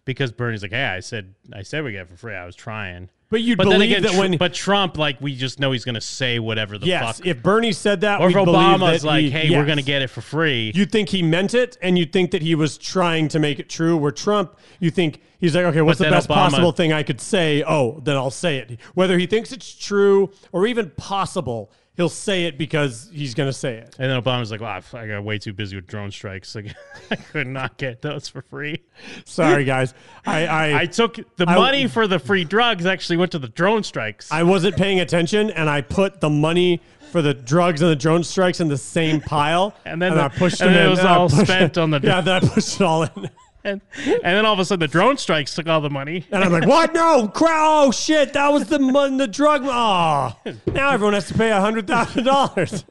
Speaker 8: because Bernie's like, hey, I said, I said we get it for free. I was trying.
Speaker 9: But you'd
Speaker 8: then
Speaker 9: believe that
Speaker 8: Tr-
Speaker 9: when-
Speaker 8: but Trump, like, we just know he's gonna say whatever the
Speaker 9: yes,
Speaker 8: fuck.
Speaker 9: if Bernie said that,
Speaker 8: or if
Speaker 9: we'd believe
Speaker 8: Obama's
Speaker 9: that
Speaker 8: like,
Speaker 9: he-
Speaker 8: hey,
Speaker 9: yes.
Speaker 8: we're gonna get it for free.
Speaker 9: You think he meant it, and you think that he was trying to make it true. Where Trump, you think he's like, okay, what's the
Speaker 8: then
Speaker 9: best
Speaker 8: Obama-
Speaker 9: possible thing I could say? Oh, then I'll say it. Whether he thinks it's true or even possible, he'll say it because he's going to say it.
Speaker 8: And then Obama's like, wow, I got way too busy with drone strikes. Like, I could not get those for free.
Speaker 9: Sorry, guys. I- I-
Speaker 8: I took the
Speaker 9: I-
Speaker 8: money for the free drugs, actually went to the drone strikes.
Speaker 9: I wasn't paying attention, and I put the money for the drugs and the drone strikes in the same pile, and
Speaker 8: then
Speaker 9: I
Speaker 8: the-
Speaker 9: pushed
Speaker 8: and
Speaker 9: them
Speaker 8: then it
Speaker 9: in,
Speaker 8: was
Speaker 9: and I
Speaker 8: all
Speaker 9: pushed-
Speaker 8: spent on the-
Speaker 9: yeah. Then I pushed it all in,
Speaker 8: and, and then all of a sudden, the drone strikes took all the money.
Speaker 9: and I'm like, "What? No! Crap! Oh shit! That was the mon- the drug. Oh, now everyone has to pay hundred thousand dollars."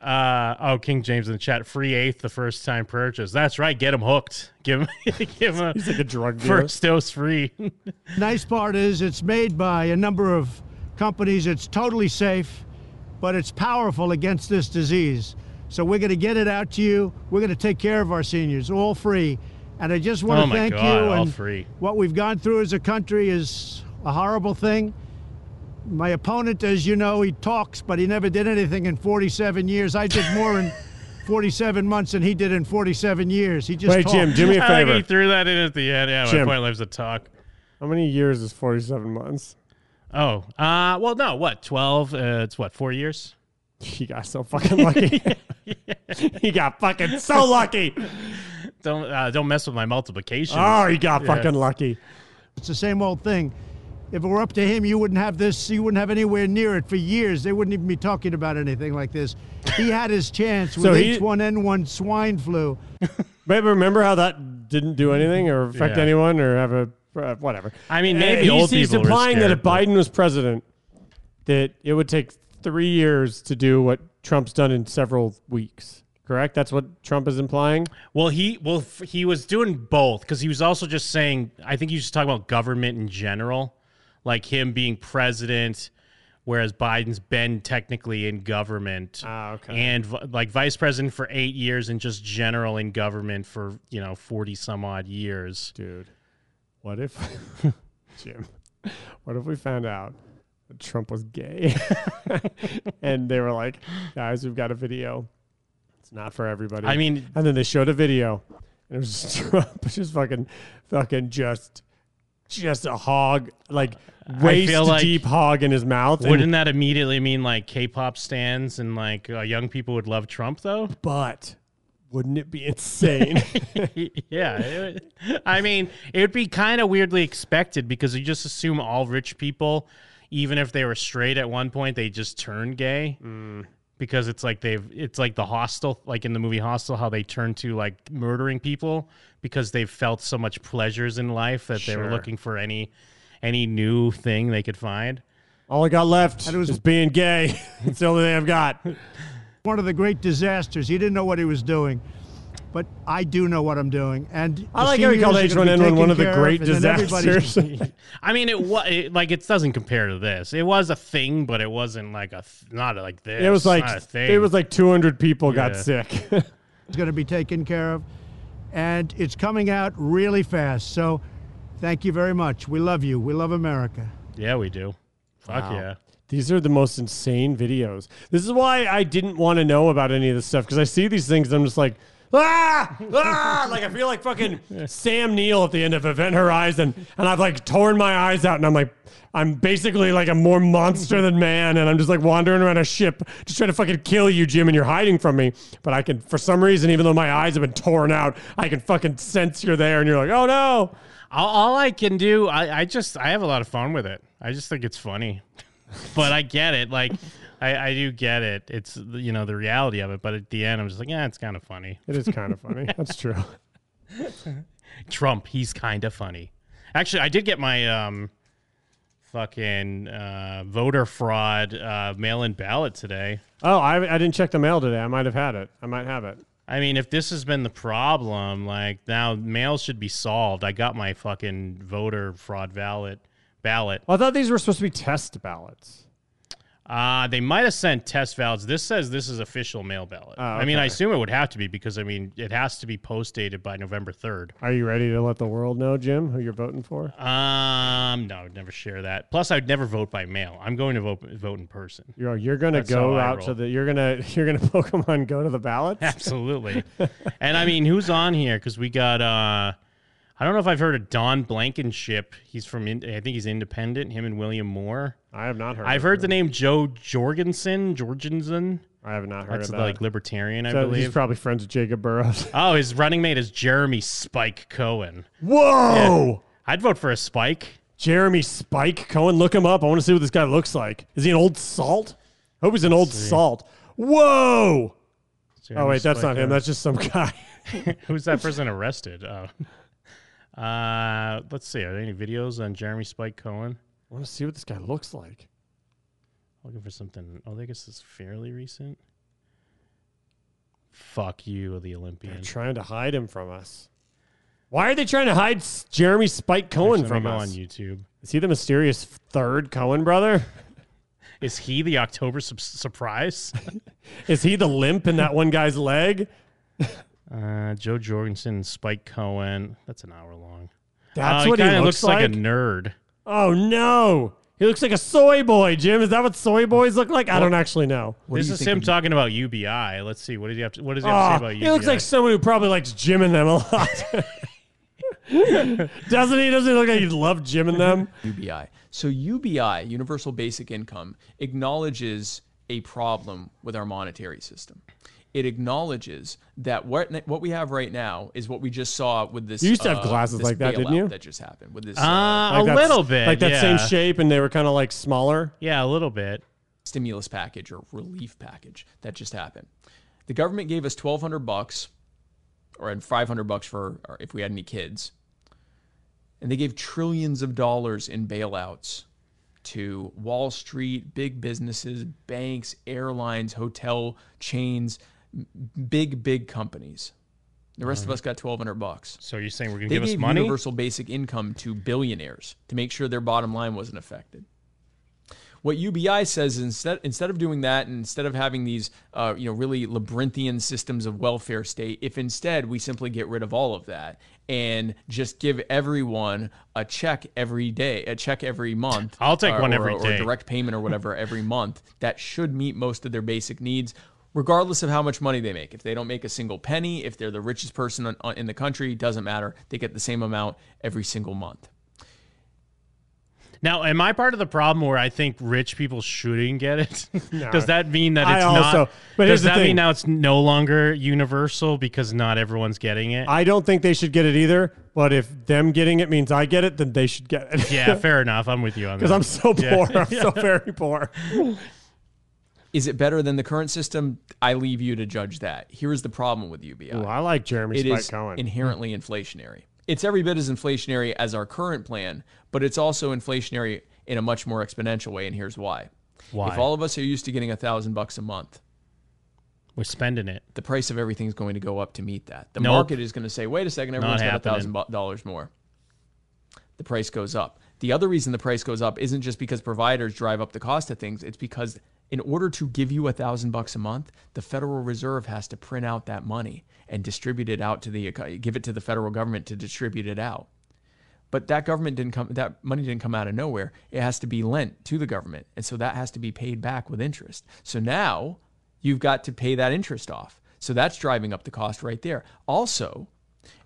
Speaker 8: Uh, oh, King James in the chat. Free eighth the first time purchase. That's right. Get him hooked. Give him, give him a,
Speaker 9: He's like a drug dealer.
Speaker 8: first dose free.
Speaker 15: nice part is it's made by a number of companies. It's totally safe, but it's powerful against this disease. So we're going to get it out to you. We're going to take care of our seniors, all free. And I just want
Speaker 8: Oh
Speaker 15: to
Speaker 8: my
Speaker 15: thank
Speaker 8: God,
Speaker 15: you.
Speaker 8: all
Speaker 15: and
Speaker 8: free.
Speaker 15: What we've gone through as a country is a horrible thing. My opponent, as you know, he talks, but he never did anything in 47 years. I did more in 47 months than he did in 47 years. He just
Speaker 9: Wait, Jim,
Speaker 15: talked.
Speaker 9: do me a
Speaker 8: I like
Speaker 9: favor.
Speaker 8: he threw that in at the end. Yeah,
Speaker 9: Jim.
Speaker 8: my point lives a talk.
Speaker 9: How many years is forty-seven months?
Speaker 8: Oh, uh, well, no, what? 12? Uh, it's what, four years?
Speaker 9: He got so fucking lucky. he got fucking so lucky.
Speaker 8: Don't uh, don't mess with my multiplication.
Speaker 9: Oh, he got fucking lucky.
Speaker 15: It's the same old thing. If it were up to him, you wouldn't have this. You wouldn't have anywhere near it for years. They wouldn't even be talking about anything like this. He had his chance with
Speaker 9: So he-
Speaker 15: H1N1 swine flu.
Speaker 9: But remember how that didn't do anything or affect
Speaker 8: Yeah.
Speaker 9: anyone or have a uh, whatever.
Speaker 8: I mean, maybe
Speaker 9: Uh, he's,
Speaker 8: old
Speaker 9: he's
Speaker 8: people were
Speaker 9: implying that
Speaker 8: scared,
Speaker 9: if Biden was president, that it would take three years to do what Trump's done in several weeks. Correct? That's what Trump is implying.
Speaker 8: Well, he well f- he was doing both because he was also just saying. I think he was just talking about government in general, like him being president, whereas Biden's been technically in government. okay. And v- like vice president for eight years, and just general in government for you know forty some odd years.
Speaker 9: Dude, what if Jim? What if we found out that Trump was gay? and they were like, guys, we've got a video. It's not for everybody.
Speaker 8: I mean-
Speaker 9: and then they showed a video, and it was just Trump just fucking, fucking just, just a hog, like waist
Speaker 8: feel like-
Speaker 9: deep hog in his mouth. and-
Speaker 8: Wouldn't that immediately mean like K-pop stands and like uh, young people would love Trump though?
Speaker 9: but wouldn't it be insane?
Speaker 8: yeah. it would- I mean, it would be kind of weirdly expected because you just assume all rich people, even if they were straight at one point, they just turn gay.
Speaker 9: Mm.
Speaker 8: Because it's like they've, it's like the hostel, like in the movie Hostel, how they turn to like murdering people because they've felt so much pleasures in life that they were
Speaker 9: Sure.
Speaker 8: looking for any, any new thing they could find.
Speaker 9: All I got left is being gay. it's the only thing I've got.
Speaker 15: One of the great disasters. He didn't know what he was doing, but I do know what I'm doing. And
Speaker 9: I
Speaker 15: the
Speaker 9: like how he
Speaker 15: seniors
Speaker 9: called
Speaker 15: are gonna be
Speaker 9: H1N1 one
Speaker 15: taken
Speaker 9: of the
Speaker 15: care
Speaker 9: great
Speaker 15: and then everybody's-
Speaker 9: disasters.
Speaker 8: I mean, it was it, like it doesn't compare to this. It was a thing, but it wasn't like a th- not like this.
Speaker 9: It was
Speaker 8: not a
Speaker 9: like
Speaker 8: thing.
Speaker 9: it was like 200 people got
Speaker 8: Yeah.
Speaker 9: sick.
Speaker 15: It's going to be taken care of, and it's coming out really fast. So, thank you very much. We love you. We love America.
Speaker 8: yeah, we do. Fuck
Speaker 9: Wow.
Speaker 8: yeah.
Speaker 9: These are the most insane videos. This is why I didn't want to know about any of this stuff because I see these things and I'm just like, ah, ah, like I feel like fucking Sam Neill at the end of Event Horizon, and I've like torn my eyes out and I'm like, I'm basically like a more monster than man, and I'm just like wandering around a ship just trying to fucking kill you, Jim, and you're hiding from me. But I can, for some reason, even though my eyes have been torn out, I can fucking sense you're there, and you're like, oh no.
Speaker 8: All, all I can do, I, I just I have a lot of fun with it. I just think it's funny, but I get it. Like I, I do get it. It's you know the reality of it. But at the end, I'm just like, yeah, it's kind of funny.
Speaker 9: It is kind of funny. That's true.
Speaker 8: Trump, he's kind of funny. Actually, I did get my um, fucking uh, voter fraud uh, mail-in ballot today.
Speaker 9: Oh, I, I didn't check the mail today. I might have had it. I might have it.
Speaker 8: I mean, if this has been the problem, like now mail should be solved. I got my fucking voter fraud ballot. Ballot.
Speaker 9: Well, I thought these were supposed to be test ballots.
Speaker 8: Uh, they might have sent test ballots. This says this is official mail ballot. I mean, I
Speaker 9: Oh, okay.
Speaker 8: assume it would have to be because I mean, it has to be post dated by November third.
Speaker 9: Are you ready to let the world know, Jim, who you're voting for?
Speaker 8: Um, no, I would never share that. Plus, I would never vote by mail. I'm going to vote vote in person.
Speaker 9: You're you're gonna
Speaker 8: That's how
Speaker 9: go
Speaker 8: I
Speaker 9: out
Speaker 8: roll.
Speaker 9: to the you're gonna you're gonna Pokemon go to the ballots.
Speaker 8: Absolutely. and I mean, who's on here? Because we got uh, I don't know if I've heard of Don Blankenship. He's from, in, I think he's independent. Him and William Moore.
Speaker 9: I have not heard.
Speaker 8: I've
Speaker 9: of
Speaker 8: heard
Speaker 9: him.
Speaker 8: the name Joe Jorgensen. Jorgensen.
Speaker 9: I have not heard
Speaker 8: That's
Speaker 9: of
Speaker 8: like
Speaker 9: that.
Speaker 8: libertarian, I
Speaker 9: So
Speaker 8: believe.
Speaker 9: He's probably friends with Jacob Burrows.
Speaker 8: oh, his running mate is Jeremy Spike Cohen.
Speaker 9: Whoa!
Speaker 8: Yeah. I'd vote for a Spike.
Speaker 9: Jeremy Spike Cohen, look him up. I want to see what this guy looks like. Is he an old salt? I hope he's an old
Speaker 8: see.
Speaker 9: salt. Whoa!
Speaker 8: Jeremy
Speaker 9: oh wait, that's
Speaker 8: Spike
Speaker 9: not him.
Speaker 8: Cohen.
Speaker 9: That's just some guy.
Speaker 8: Who's that person arrested? Oh. Uh, let's see. Are there any videos on Jeremy Spike Cohen?
Speaker 9: I want to see what this guy looks like.
Speaker 8: Looking for something. Oh, I guess it's fairly recent. Fuck you, the Olympian.
Speaker 9: They're trying to hide him from us. Why are they trying to hide S- Jeremy Spike Cohen
Speaker 8: Actually, let
Speaker 9: from
Speaker 8: me go
Speaker 9: us?
Speaker 8: on YouTube.
Speaker 9: Is he the mysterious third Cohen brother?
Speaker 8: Is he the October sup- surprise?
Speaker 9: Is he the limp in that one guy's leg?
Speaker 8: uh, Joe Jorgensen, Spike Cohen. That's an hour long.
Speaker 9: That's
Speaker 8: Uh,
Speaker 9: what he
Speaker 8: kinda
Speaker 9: looks
Speaker 8: like. a
Speaker 9: like?
Speaker 8: nerd.
Speaker 9: Oh no, he looks like a soy boy. Jim, is that what soy boys look like? I don't actually know.
Speaker 8: this is him talking about UBI. Let's see. What does he have to, what does he have to
Speaker 9: Ah,
Speaker 8: say about UBI?
Speaker 9: he looks like someone who probably likes Jim and them a lot. Doesn't he? Doesn't he look like he loved Jim and them?
Speaker 16: UBI. So UBI, Universal Basic Income, acknowledges a problem with our monetary system. It acknowledges that what what we have right now is what we just saw with this.
Speaker 9: You used to have
Speaker 16: uh,
Speaker 9: glasses
Speaker 16: this
Speaker 9: like that, didn't
Speaker 16: bailout
Speaker 9: you?
Speaker 16: That just happened with this.
Speaker 8: Ah, a
Speaker 9: that s-
Speaker 8: little bit,
Speaker 9: like that same
Speaker 8: yeah.
Speaker 9: shape, and they were kind of like smaller.
Speaker 8: yeah, a little bit.
Speaker 16: stimulus package or relief package that just happened. The government gave us 1200 bucks or had 500 bucks for or if we had any kids. And they gave trillions of dollars in bailouts to Wall Street, big businesses, banks, airlines, hotel chains, m- big big companies. The rest of
Speaker 8: Right.
Speaker 16: us got 1200 bucks.
Speaker 8: So you're saying we're going
Speaker 16: They
Speaker 8: to give us
Speaker 16: gave
Speaker 8: money?
Speaker 16: universal basic income to billionaires to make sure their bottom line wasn't affected. What UBI says is instead instead of doing that, and instead of having these uh, you know really labyrinthian systems of welfare state, if instead we simply get rid of all of that and just give everyone a check every day, a check every month.
Speaker 8: I'll take
Speaker 16: or-
Speaker 8: one
Speaker 16: or-
Speaker 8: every
Speaker 16: or
Speaker 8: day.
Speaker 16: direct payment or whatever every month that should meet most of their basic needs regardless of how much money they make if they don't make a single penny if they're the richest person on- on- in the country doesn't matter they get the same amount every single month
Speaker 8: Now, am I part of the problem where I think rich people shouldn't get it?
Speaker 9: No.
Speaker 8: Does that mean that
Speaker 9: I
Speaker 8: it's
Speaker 9: also-
Speaker 8: not?
Speaker 9: but here's
Speaker 8: does
Speaker 9: the
Speaker 8: that
Speaker 9: thing.
Speaker 8: mean now it's no longer universal because not everyone's getting it?
Speaker 9: I don't think they should get it either. But if them getting it means I get it, then they should get it.
Speaker 8: yeah, fair enough. I'm with you on that.
Speaker 9: 'Cause I'm so
Speaker 8: Yeah.
Speaker 9: poor. I'm so very poor.
Speaker 16: is it better than the current system i leave you to judge that here's the problem with ubi
Speaker 9: Ooh, I like Jeremy
Speaker 16: It
Speaker 9: Spike
Speaker 16: is
Speaker 9: Cohen.
Speaker 16: inherently inflationary. It's every bit as inflationary as our current plan, but it's also inflationary in a much more exponential way, and here's why.
Speaker 8: Why?
Speaker 16: If all of us are used to getting a thousand bucks a month,
Speaker 8: we're spending it.
Speaker 16: The price of everything's going to go up to meet that. The
Speaker 8: Nope.
Speaker 16: market is going to say, wait a second,
Speaker 8: Not
Speaker 16: everyone's got a thousand
Speaker 8: happening.
Speaker 16: bu- dollars more. The price goes up. The other reason the price goes up isn't just because providers drive up the cost of things, it's because in order to give you a thousand bucks a month, the Federal Reserve has to print out that money and distribute it out to the eco- give it to the federal government to distribute it out. But that government didn't come that money didn't come out of nowhere. It has to be lent to the government. And so that has to be paid back with interest. So now you've got to pay that interest off. So that's driving up the cost right there. Also,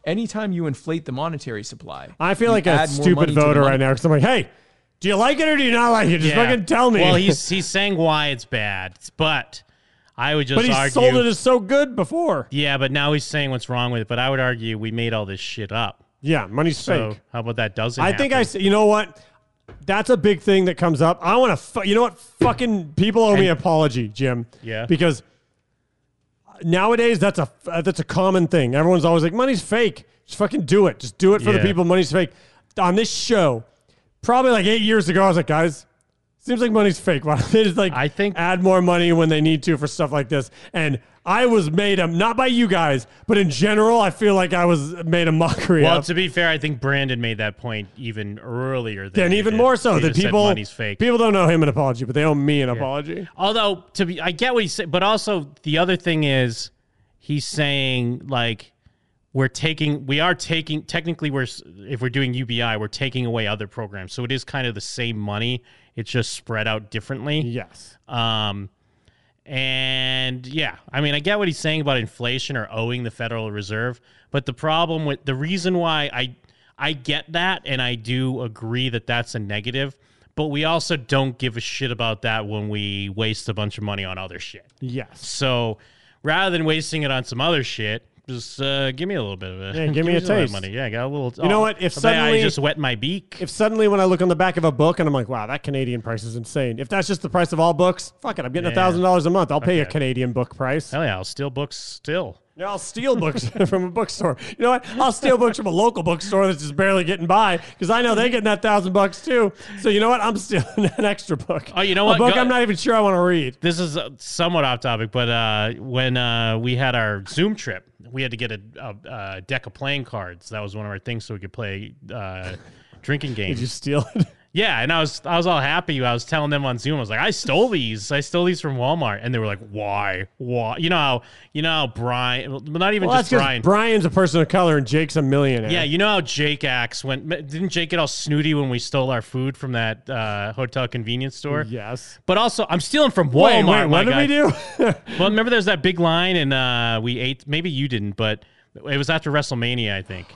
Speaker 16: anytime you inflate the monetary supply,
Speaker 9: I feel
Speaker 16: you
Speaker 9: like a
Speaker 16: add more money
Speaker 9: stupid
Speaker 16: to the
Speaker 9: voter
Speaker 16: money-
Speaker 9: right now because I'm like, hey, do you like it or do you not like it? Just
Speaker 8: Yeah.
Speaker 9: fucking tell me.
Speaker 8: Well, he's he's saying why it's bad, but I would just
Speaker 9: but he
Speaker 8: argue.
Speaker 9: sold it as so good before.
Speaker 8: yeah, but now he's saying what's wrong with it. But I would argue we made all this shit up.
Speaker 9: Yeah, money's
Speaker 8: so
Speaker 9: fake.
Speaker 8: How about that? Doesn't
Speaker 9: I think I. s- You know what? That's a big thing that comes up. I want to. Fu- you know what? Fucking people owe me an apology, Jim.
Speaker 8: Yeah.
Speaker 9: Because nowadays that's a uh, that's a common thing. Everyone's always like, money's fake. Just fucking do it. Just do it for the
Speaker 8: Yeah.
Speaker 9: people. Money's fake. On this show, probably like eight years ago, I was like, guys. Seems like money's fake. Why don't they just like I think add more money when they need to for stuff like this? And I was made a not by you guys, but in general, I feel like I was made a mockery
Speaker 8: Well,
Speaker 9: of.
Speaker 8: to be fair, I think Brandon made that point even earlier. Than
Speaker 9: Then
Speaker 8: you
Speaker 9: even
Speaker 8: did.
Speaker 9: more so,
Speaker 8: He
Speaker 9: the
Speaker 8: just said
Speaker 9: people
Speaker 8: money's fake.
Speaker 9: people don't owe him an apology, but they owe me an apology.
Speaker 8: Although to be, I get what he's saying, but also the other thing is he's saying like we're taking, we are taking. Technically, we're s- if we're doing UBI, we're taking away other programs, so it is kind of the same money. It's just spread out differently.
Speaker 9: Yes.
Speaker 8: Um, and yeah, I mean, I get what he's saying about inflation or owing the Federal Reserve, but the problem with the reason why I I get that, and I do agree that that's a negative. But we also don't give a shit about that when we waste a bunch of money on other shit.
Speaker 9: Yes.
Speaker 8: So rather than wasting it on some other shit, just uh, give me a little bit of it.
Speaker 9: Yeah, give me a
Speaker 8: some of that
Speaker 9: taste.
Speaker 8: Money. Yeah, I got a little.
Speaker 9: You know
Speaker 8: oh,
Speaker 9: what? If
Speaker 8: I bet
Speaker 9: suddenly
Speaker 8: I just wet my beak.
Speaker 9: If suddenly when I look on the back of a book and I'm like, wow, that Canadian price is insane. If that's just the price of all books, fuck it. I'm getting
Speaker 8: Yeah.
Speaker 9: thousand dollars a month. I'll pay a
Speaker 8: Okay.
Speaker 9: Canadian book price.
Speaker 8: Hell yeah, I'll steal books still.
Speaker 9: Yeah, I'll steal books from a bookstore. You know what? I'll steal books from a local bookstore that's just barely getting by because I know they're getting that thousand bucks too. So you know what? I'm stealing an extra book.
Speaker 8: Oh, you know
Speaker 9: a
Speaker 8: what?
Speaker 9: book
Speaker 8: Go-
Speaker 9: I'm not even sure I want to read.
Speaker 8: This is uh, somewhat off topic, but uh, when uh, we had our Zoom trip, we had to get a, a, a deck of playing cards. That was one of our things, so we could play uh, drinking games.
Speaker 9: Did you steal it?
Speaker 8: Yeah, and I was I was all happy. I was telling them on Zoom, I was like, I stole these. I stole these from Walmart, and they were like, Why? Why? You know how you know how Brian, well, not even
Speaker 9: well,
Speaker 8: just
Speaker 9: that's 'cause
Speaker 8: Brian.
Speaker 9: Brian's a person of color and Jake's a millionaire.
Speaker 8: Yeah, you know how Jake acts when m- didn't Jake get all snooty when we stole our food from that uh, hotel convenience store?
Speaker 9: Yes,
Speaker 8: but also I'm stealing from
Speaker 9: Wait,
Speaker 8: Walmart. my
Speaker 9: wait, what did
Speaker 8: guy.
Speaker 9: we do?
Speaker 8: well, remember there's that big line, and uh, we ate. Maybe you didn't, but it was after WrestleMania, I think.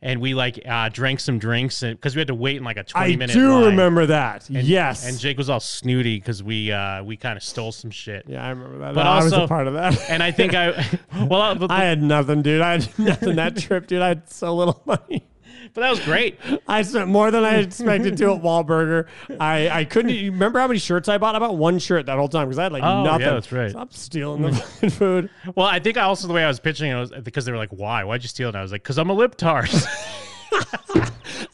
Speaker 8: And we like uh, drank some drinks because we had to wait in like a twenty
Speaker 9: I
Speaker 8: minute.
Speaker 9: do
Speaker 8: line.
Speaker 9: remember that.
Speaker 8: And-
Speaker 9: yes.
Speaker 8: And Jake was all snooty because we uh, we kind of stole some shit.
Speaker 9: Yeah, I remember that.
Speaker 8: But
Speaker 9: I was
Speaker 8: also,
Speaker 9: a part of that.
Speaker 8: and I think I well, uh, but,
Speaker 9: I had nothing, dude. I had nothing that trip, dude. I had so little money.
Speaker 8: but that was great.
Speaker 9: I spent more than I expected to at Wahlburger. I, I couldn't. You remember how many shirts I bought? I bought one shirt that whole time because I had like
Speaker 8: Oh, yeah,
Speaker 9: nothing.
Speaker 8: that's right.
Speaker 9: Stop stealing the fucking food.
Speaker 8: Well, I think I also the way I was pitching it was because they were like, "Why? Why'd you steal?" And I was like, "Cause I'm a libtard."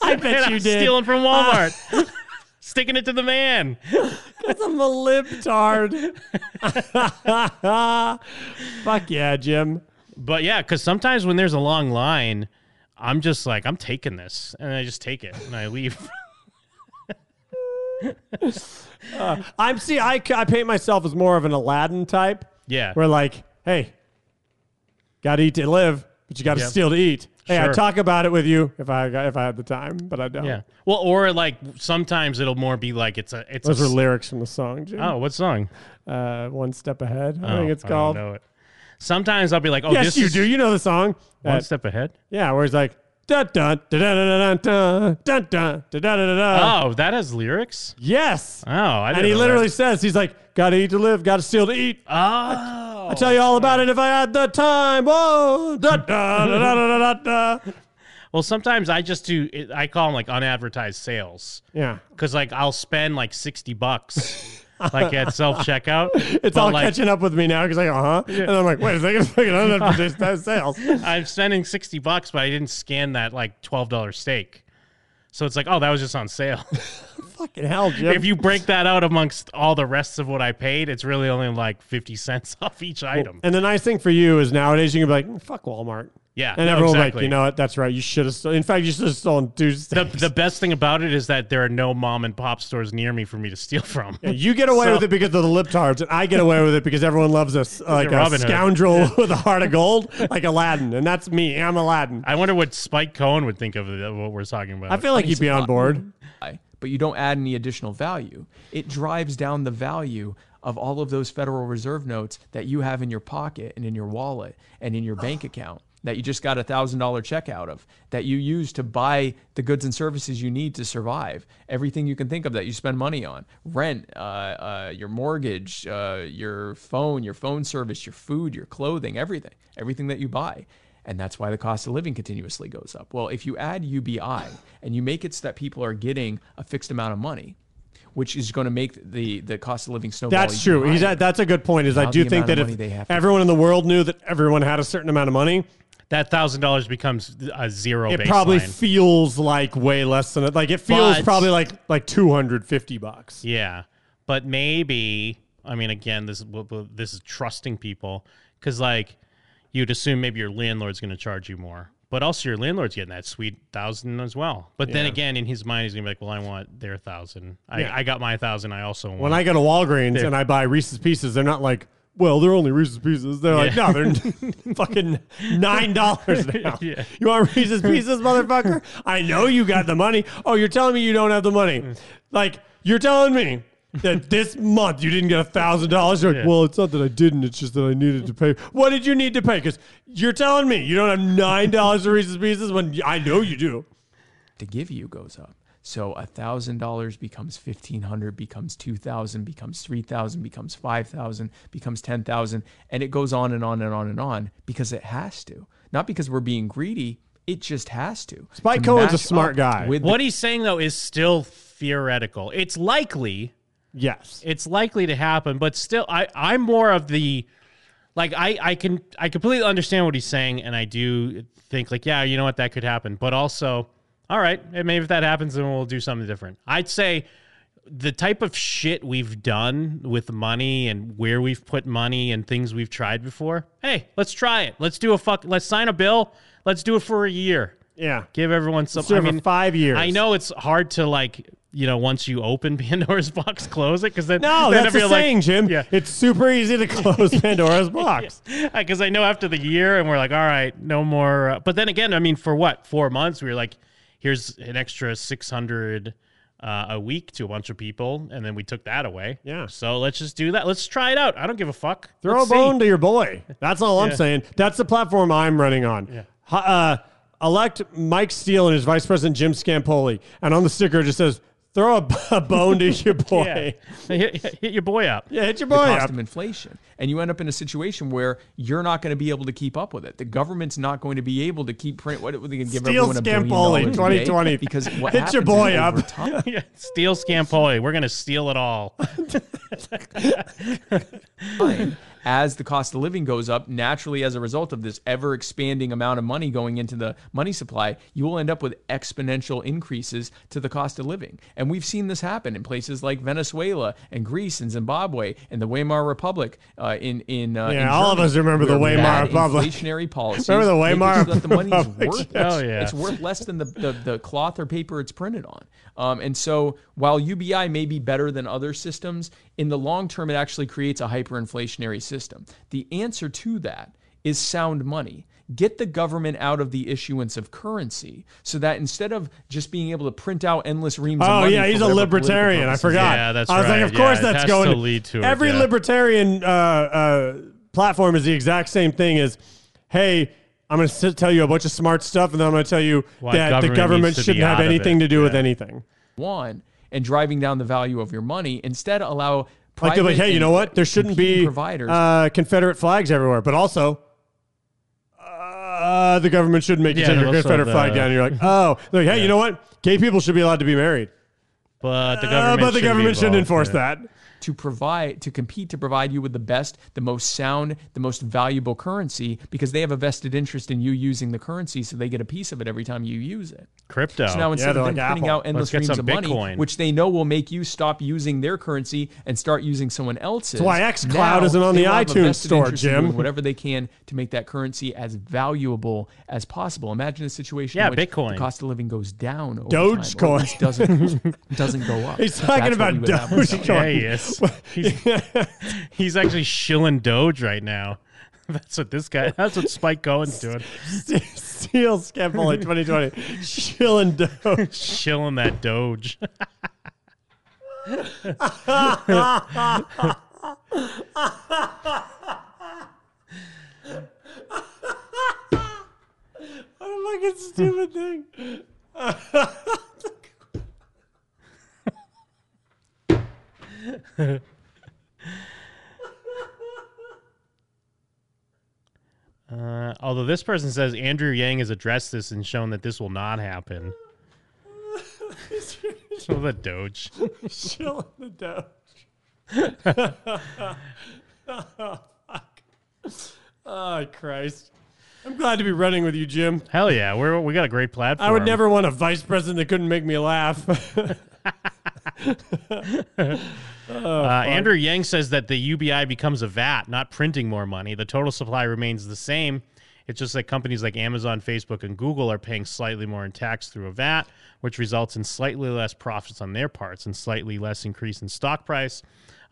Speaker 9: I
Speaker 8: And
Speaker 9: bet you
Speaker 8: I'm
Speaker 9: did.
Speaker 8: Stealing from Walmart, sticking it to the man.
Speaker 9: Because I'm a libtard. Fuck yeah, Jim.
Speaker 8: But yeah, because sometimes when there's a long line, I'm just like, I'm taking this, and I just take it and I leave.
Speaker 9: Uh, I'm see. I, c- I paint myself as more of an Aladdin type.
Speaker 8: Yeah.
Speaker 9: Where like, hey, got to eat to live, but you got to
Speaker 8: Yep.
Speaker 9: steal to eat. Hey, I
Speaker 8: Sure.
Speaker 9: talk about it with you if I got, if I had the time, but I don't.
Speaker 8: yeah. Well, or like sometimes it'll more be like it's a it's
Speaker 9: Those
Speaker 8: a
Speaker 9: are
Speaker 8: s-
Speaker 9: lyrics from the song. Jim.
Speaker 8: Oh, what song?
Speaker 9: Uh, one step ahead. I
Speaker 8: Oh,
Speaker 9: think it's
Speaker 8: don't
Speaker 9: called.
Speaker 8: know it. Sometimes I'll be like, oh,
Speaker 9: yes,
Speaker 8: this
Speaker 9: you
Speaker 8: is
Speaker 9: do. You know the song.
Speaker 8: one
Speaker 9: Uh,
Speaker 8: step ahead.
Speaker 9: Yeah, where it's like dun dun dun dun dun dun dun dun dun dun dun dun.
Speaker 8: oh, that has lyrics.
Speaker 9: Yes.
Speaker 8: Oh, I didn't
Speaker 9: and he
Speaker 8: know
Speaker 9: literally
Speaker 8: That.
Speaker 9: says he's like, "Gotta eat to live, gotta steal to eat."
Speaker 8: Oh,
Speaker 9: I tell you all about it if I had the time. Whoa, da da da da da da da. da.
Speaker 8: Well, sometimes I just do. it- I call them like unadvertised sales.
Speaker 9: Yeah.
Speaker 8: Because like I'll spend like sixty bucks, like at self checkout.
Speaker 9: It's all catching up with me now because I go, huh? And I'm like, wait a second, fucking unadvertised that sales.
Speaker 8: I'm spending sixty bucks, but I didn't scan that like twelve dollar steak. So it's like, oh, that was just on sale.
Speaker 9: Fucking hell, Jim.
Speaker 8: if you break that out amongst all the rest of what I paid, it's really only like fifty cents off each item.
Speaker 9: and the nice thing for you is nowadays you can be like, "Mm, fuck Walmart.
Speaker 8: Yeah,
Speaker 9: And
Speaker 8: no,
Speaker 9: everyone
Speaker 8: exactly.
Speaker 9: like, you know what? That's right. You should have. stolen In fact, you should have stolen two.
Speaker 8: the,
Speaker 9: steaks.
Speaker 8: the best thing about it is that there are no mom and pop stores near me for me to steal from.
Speaker 9: Yeah, you get away
Speaker 8: So-
Speaker 9: with it because of the libtards, and I get away with it because everyone loves us like a
Speaker 8: Robin Hood.
Speaker 9: scoundrel with a heart of gold, like Aladdin, and that's me. I'm Aladdin.
Speaker 8: I wonder what Spike Cohen would think of the- what we're talking about.
Speaker 9: I feel like
Speaker 16: He's
Speaker 9: he'd be on
Speaker 16: not-
Speaker 9: board.
Speaker 16: I- But you don't add any additional value. It drives down the value of all of those Federal Reserve notes that you have in your pocket and in your wallet and in your bank account that you just got a thousand dollar check out of that you use to buy the goods and services you need to survive. Everything you can think of that you spend money on: rent, uh, uh, your mortgage, uh, your phone, your phone service, your food, your clothing, everything, everything that you buy. And that's why the cost of living continuously goes up. Well, if you add UBI and you make it so that people are getting a fixed amount of money, which is going to make the, the cost of living snowball.
Speaker 9: That's
Speaker 16: even
Speaker 9: true. He's,
Speaker 16: higher.
Speaker 9: that's a good point. Is I
Speaker 16: Now
Speaker 9: do
Speaker 16: the
Speaker 9: think
Speaker 16: amount
Speaker 9: that
Speaker 16: of
Speaker 9: if
Speaker 16: money they have to-
Speaker 9: everyone in the world knew that everyone had a certain amount of money,
Speaker 8: that thousand dollars becomes a zero.
Speaker 9: it
Speaker 8: baseline.
Speaker 9: probably feels like way less than it. Like it feels
Speaker 8: But-
Speaker 9: probably like like two hundred fifty bucks.
Speaker 8: yeah, but maybe I mean again, this w- w- this is trusting people because like you'd assume maybe your landlord's going to charge you more, but also your landlord's getting that sweet thousand as well. But then
Speaker 9: Yeah.
Speaker 8: again, in his mind, he's going to be like, "Well, I want their thousand. I,
Speaker 9: Yeah.
Speaker 8: I got my thousand. I also want."
Speaker 9: When I go to Walgreens
Speaker 8: They're-
Speaker 9: and I buy Reese's Pieces, they're not like, well, they're only Reese's Pieces. They're like,
Speaker 8: Yeah.
Speaker 9: no, they're fucking nine dollars now.
Speaker 8: Yeah.
Speaker 9: You want Reese's Pieces, motherfucker? I know you got the money. Oh, you're telling me you don't have the money?
Speaker 8: Mm.
Speaker 9: Like you're telling me. that this month you didn't get a thousand dollars. You're like,
Speaker 6: Yeah.
Speaker 9: well, it's not that I didn't. It's just that I needed to pay. What did you need to pay? Because you're telling me you don't have nine dollars of Reese's Pieces when I know you do.
Speaker 16: to give you goes up. So a thousand dollars becomes fifteen hundred, becomes two thousand, becomes three thousand, becomes five thousand, becomes ten thousand, and it goes on and on and on and on because it has to. Not because we're being greedy. It just has to.
Speaker 9: Spike
Speaker 16: To
Speaker 9: Cohen's a
Speaker 16: match
Speaker 9: smart
Speaker 16: up
Speaker 9: guy.
Speaker 16: with the-
Speaker 8: what he's saying though is still theoretical. It's likely.
Speaker 9: Yes.
Speaker 8: It's likely to happen, but still I I'm more of the like I I can I completely understand what he's saying and I do think like yeah, you know what that could happen, but also all right, and maybe if that happens then we'll do something different. I'd say the type of shit we've done with money and where we've put money and things we've tried before. Hey, let's try it. Let's do a fuck let's sign a bill. Let's do it for a year.
Speaker 9: Yeah.
Speaker 8: Give everyone some
Speaker 9: do it for five years.
Speaker 8: I know it's hard to like, you know, once you open Pandora's box, close it because then
Speaker 9: No,
Speaker 8: then
Speaker 9: that's the
Speaker 8: everyone, like,
Speaker 9: saying, Jim. It's super easy to close Pandora's box.
Speaker 8: because I know after the year, and we're like, all right, no more. uh, But then again, I mean, for what four months? We were like, here's an extra six hundred uh, a week to a bunch of people, and then we took that away. Yeah. So let's just do that. Let's try it out. I don't give a fuck.
Speaker 9: Throw
Speaker 8: Let's
Speaker 9: a bone
Speaker 8: see.
Speaker 9: to your boy. That's all I'm
Speaker 8: Yeah.
Speaker 9: saying. That's the platform I'm running on.
Speaker 8: Yeah.
Speaker 9: Hi- Uh, elect Mike Steele and his vice president Jim Scampoli, and on the sticker it just says "Throw a, b- a bone to your boy."
Speaker 8: Yeah. Hit, hit your boy up.
Speaker 9: Yeah, hit your
Speaker 16: the
Speaker 9: boy
Speaker 16: cost
Speaker 9: up.
Speaker 16: of inflation. And you end up in a situation where you're not going to be able to keep up with it. The government's not going to be able to keep print. What are they going to give
Speaker 9: Steal
Speaker 16: everyone a billion
Speaker 9: Scampoli,
Speaker 16: dollars a day?
Speaker 9: 2020.
Speaker 16: Because what
Speaker 9: Hit
Speaker 16: happens
Speaker 9: your
Speaker 16: is
Speaker 9: boy
Speaker 16: over
Speaker 9: up.
Speaker 16: time-
Speaker 8: Yeah, steal Scampoli. We're gonna steal it all.
Speaker 16: time, as the cost of living goes up, naturally, as a result of this ever expanding amount of money going into the money supply, you will end up with exponential increases to the cost of living. And we've seen this happen in places like Venezuela and Greece and Zimbabwe and the Weimar Republic. Uh, in in uh,
Speaker 9: Yeah,
Speaker 16: in
Speaker 9: all of
Speaker 16: Germany,
Speaker 9: us remember the
Speaker 16: where
Speaker 9: Weimar
Speaker 16: bad
Speaker 9: Republic.
Speaker 16: Inflationary policies.
Speaker 9: Remember the
Speaker 16: make it
Speaker 9: Weimar
Speaker 16: so that the money's
Speaker 9: Republic,
Speaker 16: worth
Speaker 9: yes.
Speaker 16: less.
Speaker 9: Oh, yeah.
Speaker 16: It's worth less than the, the, the cloth or paper it's printed on. Um, and so while UBI may be better than other systems, in the long term, it actually creates a hyperinflationary system. The answer to that is sound money. Get the government out of the issuance of currency so that instead of just being able to print out endless reams of
Speaker 9: Oh
Speaker 16: money.
Speaker 9: yeah,
Speaker 16: for
Speaker 9: he's a
Speaker 16: whatever political
Speaker 9: libertarian. I
Speaker 16: purposes-
Speaker 9: forgot. I was like, of course that's going
Speaker 8: to lead to it,
Speaker 9: every
Speaker 8: yeah.
Speaker 9: libertarian uh, uh, platform is the exact same thing as, hey. I'm going to tell you a bunch of smart stuff, and then I'm going to tell you
Speaker 16: Why
Speaker 9: that the
Speaker 16: government
Speaker 9: government
Speaker 16: needs to be
Speaker 9: shouldn't have
Speaker 16: out of it.
Speaker 9: anything to do with anything.
Speaker 16: One and driving down the value of your money. Instead, allow
Speaker 9: Like, they're
Speaker 16: private
Speaker 9: like, hey, you
Speaker 16: and
Speaker 9: know what? There shouldn't be
Speaker 16: providers.
Speaker 9: uh, Confederate flags everywhere, but also uh, the government shouldn't make you
Speaker 8: Yeah,
Speaker 9: take your
Speaker 8: also
Speaker 9: Confederate
Speaker 8: the-
Speaker 9: flag down. You're like, oh, They're like, hey, you know what? Gay people should be allowed to be married.
Speaker 8: But the
Speaker 9: Uh,
Speaker 8: government,
Speaker 9: but the
Speaker 8: should
Speaker 9: government shouldn't enforce
Speaker 8: that.
Speaker 9: that.
Speaker 16: to provide to compete to provide you with the best the most sound the most valuable currency because they have a vested interest in you using the currency so they get a piece of it every time you use it
Speaker 8: Crypto.
Speaker 16: so now instead
Speaker 8: they're
Speaker 16: of them
Speaker 8: like
Speaker 16: printing
Speaker 8: Apple.
Speaker 16: out endless
Speaker 8: Let's get
Speaker 16: reams
Speaker 8: some
Speaker 16: of money
Speaker 8: Bitcoin.
Speaker 16: which they know will make you stop using their currency and start using someone else's
Speaker 9: That's why xCloud
Speaker 16: now
Speaker 9: isn't on
Speaker 16: they
Speaker 9: the
Speaker 16: will have a
Speaker 9: iTunes
Speaker 16: vested
Speaker 9: store,
Speaker 16: interest in
Speaker 9: Jim.
Speaker 16: doing whatever they can to make that currency as valuable as possible imagine a situation
Speaker 9: Yeah,
Speaker 16: in which
Speaker 9: Bitcoin.
Speaker 16: the cost of living goes down over time, or at
Speaker 9: Dogecoin.
Speaker 16: least doesn't doesn't go up
Speaker 9: He's
Speaker 16: That's
Speaker 9: talking
Speaker 16: what
Speaker 9: about
Speaker 16: we would have ourselves.
Speaker 8: Yeah, he is. He's, he's actually shilling Doge right now. That's what this guy. That's what Spike Cohen's doing.
Speaker 9: Steal Scampoli 2020. Shilling Doge.
Speaker 8: Shilling that Doge.
Speaker 9: What a fucking stupid thing.
Speaker 8: Uh, although this person says Andrew Yang has addressed this and shown that this will not happen. So the Doge.
Speaker 9: Shilling the Doge. oh, fuck. Oh, Christ. I'm glad to be running with you, Jim.
Speaker 8: Hell yeah, we're we got a great platform.
Speaker 9: I would never want a vice president that couldn't make me laugh.
Speaker 8: Uh, Andrew Yang says that the UBI becomes a VAT, not printing more money. The total supply remains the same. It's just that companies like Amazon, Facebook, and Google are paying slightly more in tax through a VAT, which results in slightly less profits on their parts and slightly less increase in stock price.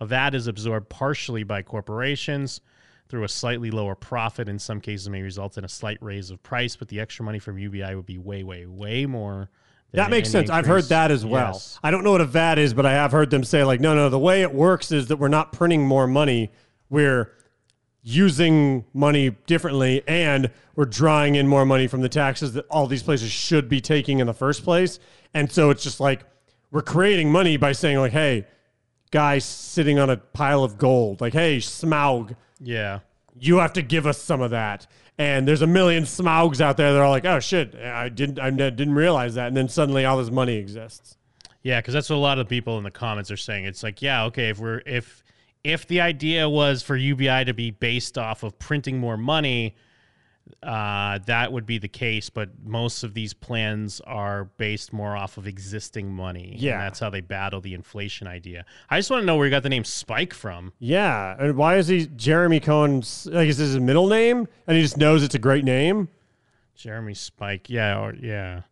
Speaker 8: A VAT is absorbed partially by corporations through a slightly lower profit. In some cases, may result in a slight raise of price, but the extra money from UBI would be way, way, way more. than
Speaker 9: That makes
Speaker 8: any
Speaker 9: sense. I've heard
Speaker 8: increase.
Speaker 9: that as well.
Speaker 8: Yes.
Speaker 9: I don't know what a VAT is, but I have heard them say like, no, no. The way it works is that we're not printing more money. We're using money differently and we're drawing in more money from the taxes that all these places should be taking in the first place. And so it's just like we're creating money by saying like, hey, guy sitting on a pile of gold, like, hey, Smaug,
Speaker 8: Yeah.
Speaker 9: you have to give us some of that. And there's a million Smaugs out there that are like, oh shit, I didn't, I didn't realize that. And then suddenly all this money exists.
Speaker 8: Yeah, because that's what a lot of people in the comments are saying. It's like, yeah, okay, if we're if if the idea was for UBI to be based off of printing more money, uh, that would be the case. But most of these plans are based more off of existing money.
Speaker 9: Yeah.
Speaker 8: and that's how they battle the inflation idea. I just want to know where you got the name Spike from.
Speaker 9: Yeah, and why is he Jeremy Cohen? Like, is this his middle name? And he just knows it's a great name.
Speaker 8: Jeremy Spike. Yeah, or, yeah.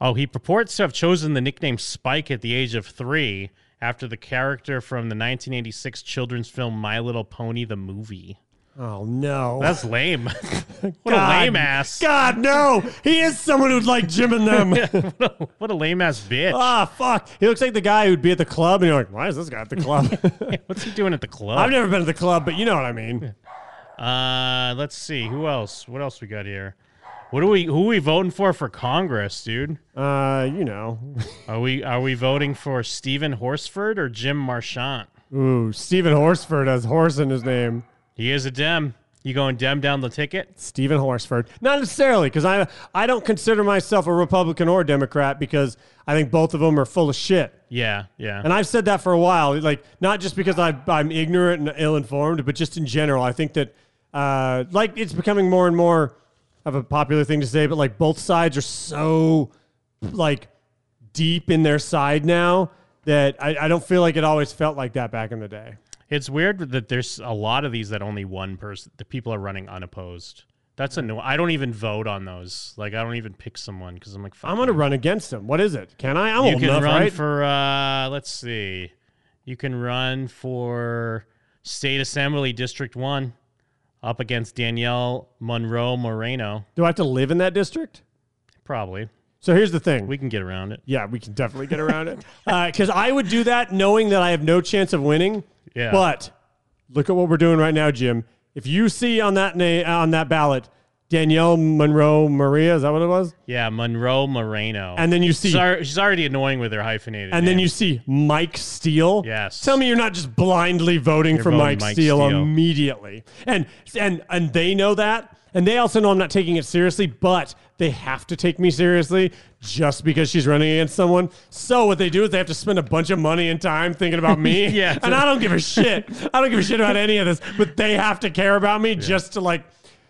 Speaker 8: Oh, he purports to have chosen the nickname Spike at the age of three after the character from the 1986 children's film My Little Pony, the movie.
Speaker 9: Oh no,
Speaker 8: That's lame. what
Speaker 9: God.
Speaker 8: a lame ass.
Speaker 9: God no, he is someone who'd like Jim and them.
Speaker 8: what, a, lame ass bitch.
Speaker 9: Ah, fuck. He looks like the guy who'd be at the club, and you're like, why is this guy at the club?
Speaker 8: What's he doing at the club?
Speaker 9: I've never been at the club, but you know what I mean.
Speaker 8: Uh, let's see. Who else? What else we got here? What are we? Who are we voting for for Congress, dude?
Speaker 9: Uh, you know.
Speaker 8: are we are we voting for Stephen Horsford or Jim Marchant?
Speaker 9: Ooh, Stephen Horsford has horse in his name.
Speaker 8: He is a Dem. You going Dem down the ticket?
Speaker 9: Stephen Horsford. Not necessarily, because I I don't consider myself a Republican or Democrat because I think both of them are full of shit.
Speaker 8: Yeah, yeah.
Speaker 9: And I've said that for a while, like not just because I, I'm ignorant and ill informed, but just in general. I think that uh, like it's becoming more and more of a popular thing to say, but like both sides are so like deep in their side now that I, I don't feel like it always felt like that back in the day.
Speaker 8: It's weird that there's a lot of these that only one person, the people are running unopposed. That's a new. I don't even vote on those. Like I don't even pick someone because I'm like, fuck
Speaker 9: I'm gonna run against him. What is it? Can I? I'm
Speaker 8: you
Speaker 9: old
Speaker 8: can
Speaker 9: enough,
Speaker 8: run
Speaker 9: right?
Speaker 8: for uh let's see you can run for state assembly district 1 up against danielle monroe moreno
Speaker 9: Do I have to live in that district?
Speaker 8: probably
Speaker 9: So here's the thing.
Speaker 8: we can get around it
Speaker 9: Yeah, we can definitely get around it. Because I would do that knowing that I have no chance of winning.
Speaker 8: Yeah.
Speaker 9: But look at what we're doing right now, Jim. If you see on that na- on that ballot Danielle Monroe Maria, is that what it was?
Speaker 8: yeah monroe moreno
Speaker 9: And then you see-
Speaker 8: she's, ar- she's already annoying with her hyphenated
Speaker 9: And then
Speaker 8: name.
Speaker 9: you see Mike Steele.
Speaker 8: Yes.
Speaker 9: Tell me you're not just blindly voting
Speaker 8: You're
Speaker 9: for
Speaker 8: voting
Speaker 9: Mike,
Speaker 8: Mike
Speaker 9: Steele,
Speaker 8: Steele.
Speaker 9: immediately. And and and they know that. And they also know I'm not taking it seriously, but they have to take me seriously just because she's running against someone. So what they do is they have to spend a bunch of money and time thinking about me.
Speaker 8: Yeah.
Speaker 9: And I don't give a shit. I don't give a shit about any of this. But they have to care about me just to like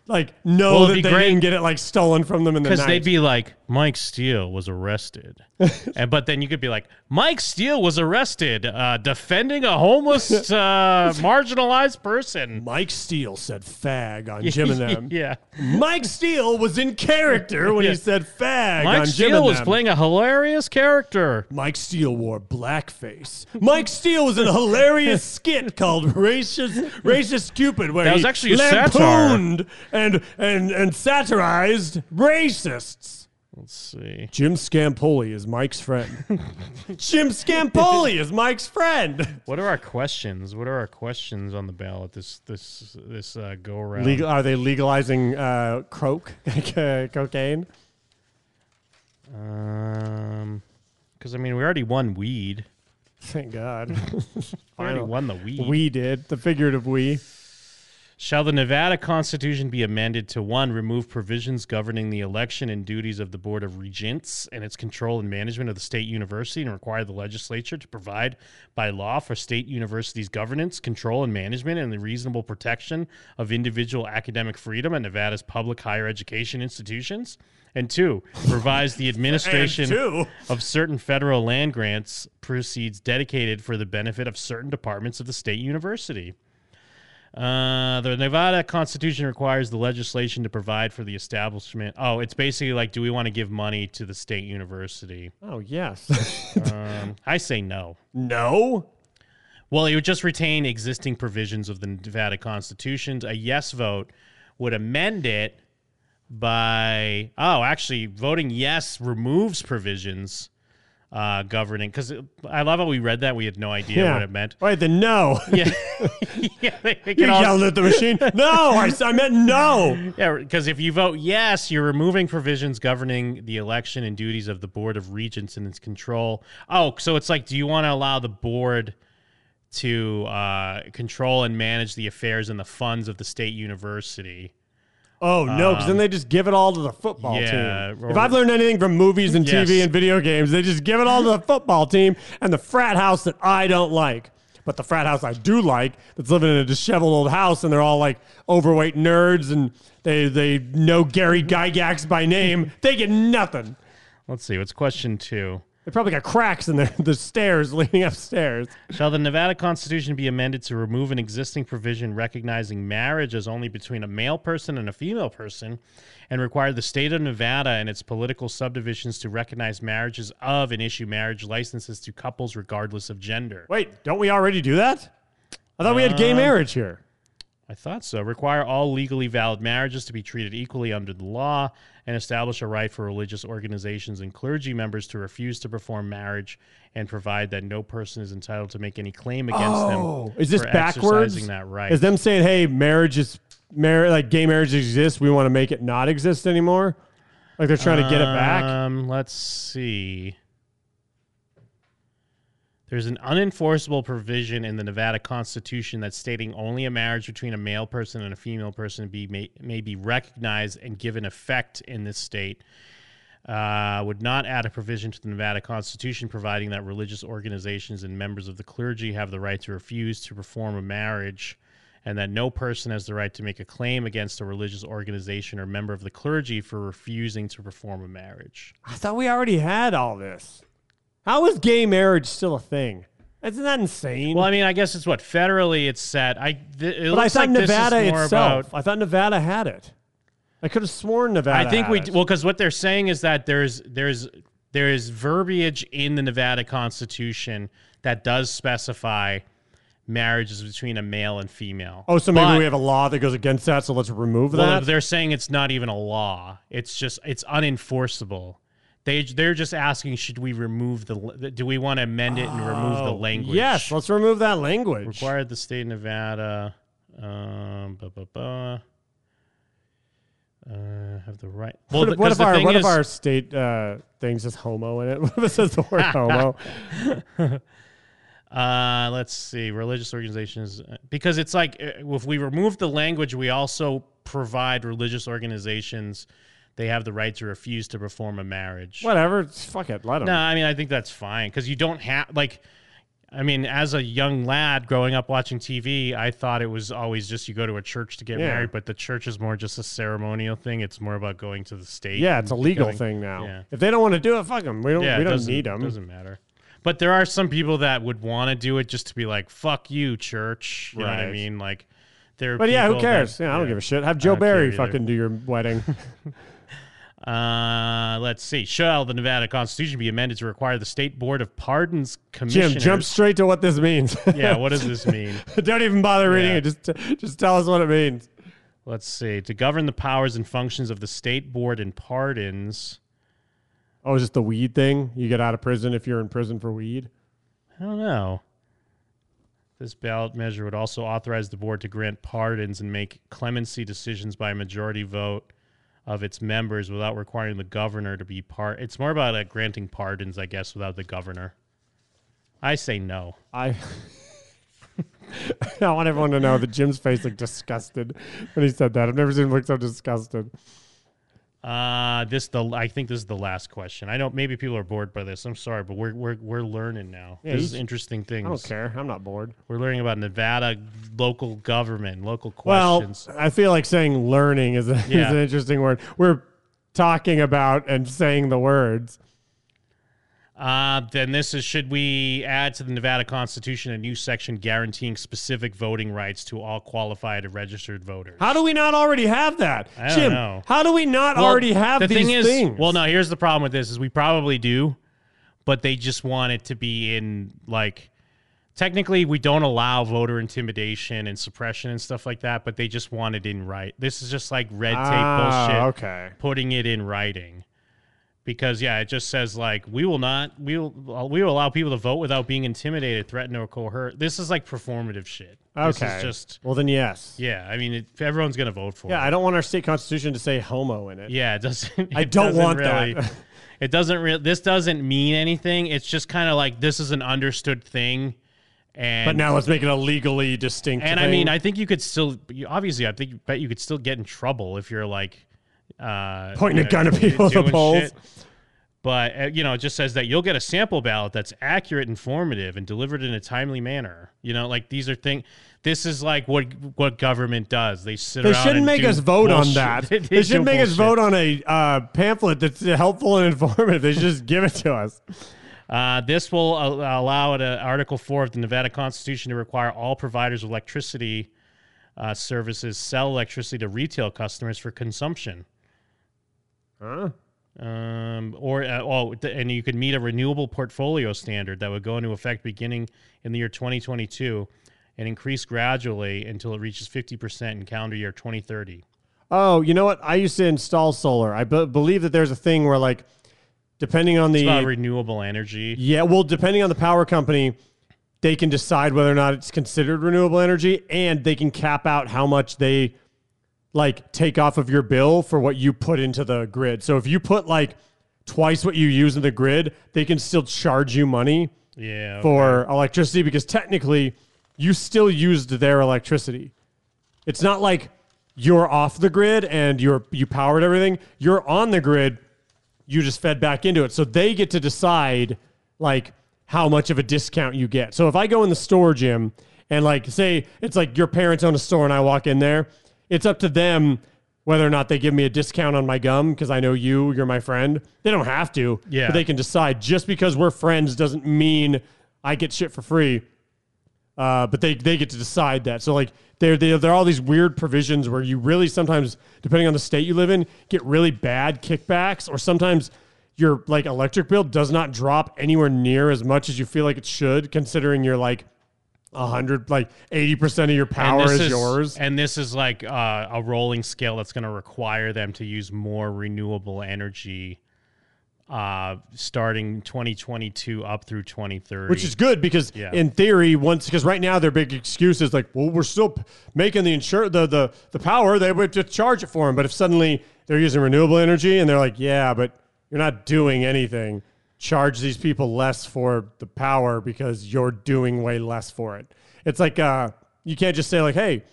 Speaker 9: like know
Speaker 8: Well, it'd
Speaker 9: that
Speaker 8: be
Speaker 9: they
Speaker 8: great-
Speaker 9: didn't get it like stolen from them in the night.
Speaker 8: because they'd be like, Mike Steele was arrested, and but then you could be like, Mike Steele was arrested uh, defending a homeless, uh, marginalized person.
Speaker 9: Mike Steele said fag on Jim and them.
Speaker 8: yeah,
Speaker 9: Mike Steele was in character when
Speaker 8: Yeah.
Speaker 9: he said fag
Speaker 8: Mike
Speaker 9: on Jim
Speaker 8: Steele
Speaker 9: and
Speaker 8: was
Speaker 9: them.
Speaker 8: playing a hilarious character.
Speaker 9: Mike Steele wore blackface. Mike Steele was in a hilarious skit called "Racist Racist Cupid," where
Speaker 8: That was
Speaker 9: he
Speaker 8: actually a
Speaker 9: lampooned and and and satirized racists.
Speaker 8: Let's see.
Speaker 9: Jim Scampoli is Mike's friend. Jim Scampoli is Mike's friend.
Speaker 8: What are our questions? What are our questions on the ballot this this this uh, go around?
Speaker 9: Legal, are they legalizing uh, croak cocaine?
Speaker 8: Um, because I mean, we already won weed.
Speaker 9: Thank God.
Speaker 8: We already won the weed.
Speaker 9: We did the figurative we.
Speaker 8: Shall the Nevada Constitution be amended to one, remove provisions governing the election and duties of the Board of Regents and its control and management of the state university, and require the legislature to provide by law for state universities' governance, control, and management, and the reasonable protection of individual academic freedom at Nevada's public higher education institutions? And two, revise the administration
Speaker 9: two.
Speaker 8: of certain federal land grants proceeds dedicated for the benefit of certain departments of the state university. Uh, the Nevada Constitution requires the legislation to provide for the establishment. Oh, it's basically like, do we want to give money to the state university?
Speaker 9: Oh yes.
Speaker 8: Um, I say no.
Speaker 9: no.
Speaker 8: Well, it would just retain existing provisions of the Nevada Constitution. A yes vote would amend it by, oh, actually, voting yes removes provisions uh, governing. Because I love how we read that. We had no idea
Speaker 9: Yeah.
Speaker 8: what it meant.
Speaker 9: Wait, then no.
Speaker 8: Yeah. yeah they, they
Speaker 9: You
Speaker 8: can all-
Speaker 9: yelled at the machine. No, I, s- I meant no.
Speaker 8: Yeah, because if you vote yes, you're removing provisions governing the election and duties of the Board of Regents and its control. Oh, so it's like, do you want to allow the board to uh, control and manage the affairs and the funds of the state university?
Speaker 9: Oh no, because
Speaker 8: Um,
Speaker 9: then they just give it all to the football
Speaker 8: yeah,
Speaker 9: team.
Speaker 8: or-
Speaker 9: if I've learned anything from movies and TV
Speaker 8: Yes.
Speaker 9: and video games, they just give it all to the football team and the frat house that I don't like. But the frat house I do like, that's living in a disheveled old house, and they're all like overweight nerds, and they they know Gary Gygax by name. they get nothing.
Speaker 8: Let's see. What's question two?
Speaker 9: They probably got cracks in their the stairs leading upstairs.
Speaker 8: Shall the Nevada Constitution be amended to remove an existing provision recognizing marriage as only between a male person and a female person and require the state of Nevada and its political subdivisions to recognize marriages of and issue marriage licenses to couples regardless of gender?
Speaker 9: Wait, don't we already do that? I thought we had gay
Speaker 8: Um,
Speaker 9: marriage here.
Speaker 8: I thought so. Require all legally valid marriages to be treated equally under the law and establish a right for religious organizations and clergy members to refuse to perform marriage and provide that no person is entitled to make any claim against
Speaker 9: Oh,
Speaker 8: them.
Speaker 9: Is this
Speaker 8: for
Speaker 9: backwards?
Speaker 8: Exercising that right.
Speaker 9: Is them saying, "Hey, marriage is mar- like gay marriage exists. We want to make it not exist anymore." Like they're trying to get it back.
Speaker 8: Um, let's see. There's an unenforceable provision in the Nevada Constitution that's stating only a marriage between a male person and a female person be may, may be recognized and given effect in this state. Uh, would not add a provision to the Nevada Constitution providing that religious organizations and members of the clergy have the right to refuse to perform a marriage and that no person has the right to make a claim against a religious organization or member of the clergy for refusing to perform a marriage.
Speaker 9: I thought we already had all this. How is gay marriage still a thing? Isn't that insane?
Speaker 8: Well, I mean, I guess it's what federally it's set. I th- it
Speaker 9: but I
Speaker 8: looks
Speaker 9: thought
Speaker 8: like this is
Speaker 9: Nevada
Speaker 8: more
Speaker 9: itself.
Speaker 8: about-
Speaker 9: I thought Nevada had it. I could have sworn Nevada.
Speaker 8: I think
Speaker 9: had
Speaker 8: we
Speaker 9: it.
Speaker 8: well because what they're saying is that there's there's there is verbiage in the Nevada Constitution that does specify marriages between a male and female.
Speaker 9: Oh, so maybe
Speaker 8: But-
Speaker 9: we have a law that goes against that. So let's remove
Speaker 8: Well,
Speaker 9: that.
Speaker 8: they're saying it's not even a law. It's just it's unenforceable. They they're just asking should we remove the l- do we want to amend it and remove the
Speaker 9: Oh,
Speaker 8: language?
Speaker 9: Yes, let's remove that language.
Speaker 8: Required the state of Nevada um blah, blah, blah. Uh, have the right. Well,
Speaker 9: what if, what
Speaker 8: because
Speaker 9: if
Speaker 8: the
Speaker 9: our
Speaker 8: thing
Speaker 9: what
Speaker 8: is-
Speaker 9: if our state uh, things is homo in it? What if it says the word homo?
Speaker 8: uh, let's see, religious organizations, because it's like uh, if we remove the language, we also provide religious organizations they have the right to refuse to perform a marriage.
Speaker 9: Whatever, fuck it, let them.
Speaker 8: No, I mean I think that's fine because you don't have like, I mean, as a young lad growing up watching TV, I thought it was always just you go to a church to get
Speaker 9: Yeah.
Speaker 8: married, but the church is more just a ceremonial thing. It's more about going to the state.
Speaker 9: Yeah, it's a
Speaker 8: and
Speaker 9: legal
Speaker 8: going-
Speaker 9: thing now.
Speaker 8: Yeah.
Speaker 9: If they don't want to do it, fuck them. We don't.
Speaker 8: Yeah,
Speaker 9: we
Speaker 8: it
Speaker 9: don't
Speaker 8: doesn't-
Speaker 9: need them.
Speaker 8: Doesn't matter. But there are some people that would want to do it just to be like, "Fuck you, church." You know what I
Speaker 9: Right.
Speaker 8: mean? Like, there. are
Speaker 9: But yeah, who
Speaker 8: people that-
Speaker 9: cares? yeah, I don't
Speaker 8: yeah.
Speaker 9: give a shit. Have
Speaker 8: I
Speaker 9: Joe
Speaker 8: don't care
Speaker 9: Barry
Speaker 8: either.
Speaker 9: fucking do your wedding.
Speaker 8: Uh, let's see. Shall the Nevada Constitution be amended to require the state board of pardons commissioners?
Speaker 9: Jim, jump straight to what this means.
Speaker 8: Yeah, what does this mean?
Speaker 9: don't even bother reading
Speaker 8: Yeah.
Speaker 9: it. Just just tell us what it means.
Speaker 8: Let's see. To govern the powers and functions of the state board and pardons.
Speaker 9: Oh, is this the weed thing? You get out of prison if you're in prison for weed.
Speaker 8: I don't know. This ballot measure would also authorize the board to grant pardons and make clemency decisions by a majority vote of its members without requiring the governor to be part. It's more about uh, granting pardons, I guess, without the governor. I say no.
Speaker 9: I I want everyone to know that Jim's face looked disgusted when he said that. I've never seen him look so disgusted.
Speaker 8: Uh this the I think this is the last question. I know maybe people are bored by this. I'm sorry, but we're we're we're learning now.
Speaker 9: Yeah,
Speaker 8: this
Speaker 9: you
Speaker 8: is
Speaker 9: sh-
Speaker 8: interesting
Speaker 9: I
Speaker 8: things.
Speaker 9: don't care. I'm not bored.
Speaker 8: We're learning about Nevada local government, local
Speaker 9: Well,
Speaker 8: questions.
Speaker 9: I feel like saying learning is, a,
Speaker 8: Yeah.
Speaker 9: is an interesting word. We're talking about and saying the words.
Speaker 8: Uh, then this is should we add to the Nevada Constitution a new section guaranteeing specific voting rights to all qualified and registered voters?
Speaker 9: How do we not already have that?
Speaker 8: I don't
Speaker 9: Jim,
Speaker 8: know.
Speaker 9: how do we not
Speaker 8: Well,
Speaker 9: already have
Speaker 8: the
Speaker 9: these
Speaker 8: thing is,
Speaker 9: things?
Speaker 8: Well, no, here's the problem with this is we probably do, but they just want it to be in like technically we don't allow voter intimidation and suppression and stuff like that, but they just want it in right. This is just like red tape
Speaker 9: Ah,
Speaker 8: bullshit
Speaker 9: okay.
Speaker 8: putting it in writing. because yeah, it just says like we will not we will uh, we will allow people to vote without being intimidated, threatened, or coerced. This is like performative shit. This
Speaker 9: Okay.
Speaker 8: is just
Speaker 9: Well, then yes.
Speaker 8: yeah. I mean, it, everyone's gonna vote for.
Speaker 9: Yeah,
Speaker 8: it.
Speaker 9: I don't want our state constitution to say homo in it.
Speaker 8: Yeah, it doesn't.
Speaker 9: I
Speaker 8: it
Speaker 9: don't
Speaker 8: doesn't
Speaker 9: want
Speaker 8: really,
Speaker 9: that.
Speaker 8: It doesn't really. This doesn't mean anything. It's just kind of like this is an understood thing, and
Speaker 9: but now let's make it a legally distinct.
Speaker 8: And I
Speaker 9: thing.
Speaker 8: mean, I think you could still you- obviously. I think bet you could still get in trouble if you're like uh,
Speaker 9: Pointing a
Speaker 8: uh,
Speaker 9: gun at people at the
Speaker 8: doing
Speaker 9: polls.
Speaker 8: shit. But uh, you know, it just says that you'll get a sample ballot that's accurate, informative, and delivered in a timely manner. You know, like these are things. This is like what what government does. They sit.
Speaker 9: They
Speaker 8: around
Speaker 9: shouldn't
Speaker 8: and
Speaker 9: make
Speaker 8: do
Speaker 9: us vote
Speaker 8: bullshit.
Speaker 9: on that.
Speaker 8: They
Speaker 9: They
Speaker 8: do
Speaker 9: shouldn't make us
Speaker 8: bullshit.
Speaker 9: vote on a uh, pamphlet that's helpful and informative. They should just give it to us.
Speaker 8: Uh, this will al- allow it, uh, Article 4 of the Nevada Constitution to require all providers of electricity uh, services sell electricity to retail customers for consumption.
Speaker 9: Huh?
Speaker 8: Um, or uh, oh, th- and you could meet a renewable portfolio standard that would go into effect beginning in the year 2022 and increase gradually until it reaches 50% in calendar year 2030.
Speaker 9: Oh, you know what? I used to install solar. I be- believe that there's a thing where, like, depending on
Speaker 8: It's
Speaker 9: the
Speaker 8: about renewable energy.
Speaker 9: yeah, well, depending on the power company, they can decide whether or not it's considered renewable energy, and they can cap out how much they like take off of your bill for what you put into the grid. So if you put like twice what you use in the grid, they can still charge you money.
Speaker 8: Yeah. okay.
Speaker 9: for electricity because technically you still used their electricity. It's not like you're off the grid and you're you powered everything. You're on the grid. You just fed back into it. So they get to decide like how much of a discount you get. So if I go in the store gym and like say it's like your parents own a store and I walk in there, it's up to them whether or not they give me a discount on my gum because I know you, you're my friend. They don't have to.
Speaker 8: Yeah.
Speaker 9: But they can decide just because we're friends doesn't mean I get shit for free. Uh, but they, they get to decide that. So like there there there are all these weird provisions where you really sometimes, depending on the state you live in, get really bad kickbacks, or sometimes your like electric bill does not drop anywhere near as much as you feel like it should, considering you're like a hundred like eighty percent of your power
Speaker 8: this
Speaker 9: is, yours.
Speaker 8: And this is like uh, a rolling scale that's going to require them to use more renewable energy uh, starting 2022 up through 2030.
Speaker 9: Which is good because
Speaker 8: Yeah.
Speaker 9: in theory, once because right now their big excuse is like, well, we're still p- making the insure the the the power they would just charge it for them. But if suddenly they're using renewable energy and they're like, yeah, but you're not doing anything. Charge these people less for the power because you're doing way less for it. It's like uh, you can't just say like, hey,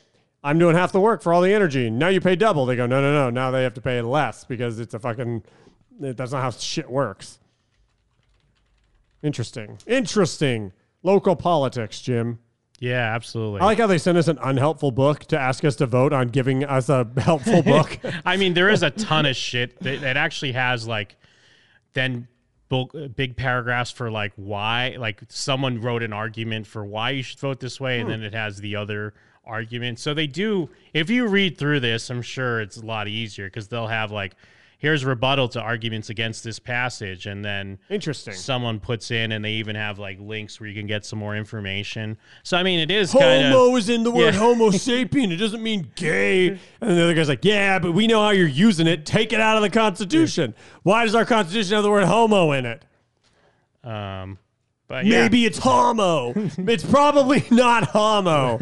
Speaker 9: I'm doing half the work for all the energy. Now you pay double. They go, no, no, no. Now they have to pay less because it's a fucking. That's not how shit works. Interesting. Interesting. Local politics, Jim.
Speaker 8: Yeah, absolutely.
Speaker 9: I like how they sent us an unhelpful book to ask us to vote on giving us a helpful book.
Speaker 8: I mean, there is a ton of shit that, that actually has like then bulk, big paragraphs for like why, like someone wrote an argument for why you should vote this way, and
Speaker 9: Hmm.
Speaker 8: then it has the other argument. So they do. If you read through this, I'm sure it's a lot easier because they'll have like here's rebuttal to arguments against this passage, and then
Speaker 9: Interesting.
Speaker 8: someone puts in, and they even have like links where you can get some more information. So I mean, it is kind
Speaker 9: homo
Speaker 8: of
Speaker 9: is in the word
Speaker 8: Yeah.
Speaker 9: homo sapien. It doesn't mean gay. And the other guy's like, yeah, but we know how you're using it. Take it out of the Constitution. Why does our Constitution have the word homo in it?
Speaker 8: um, but yeah.
Speaker 9: Maybe it's homo. it's probably not homo.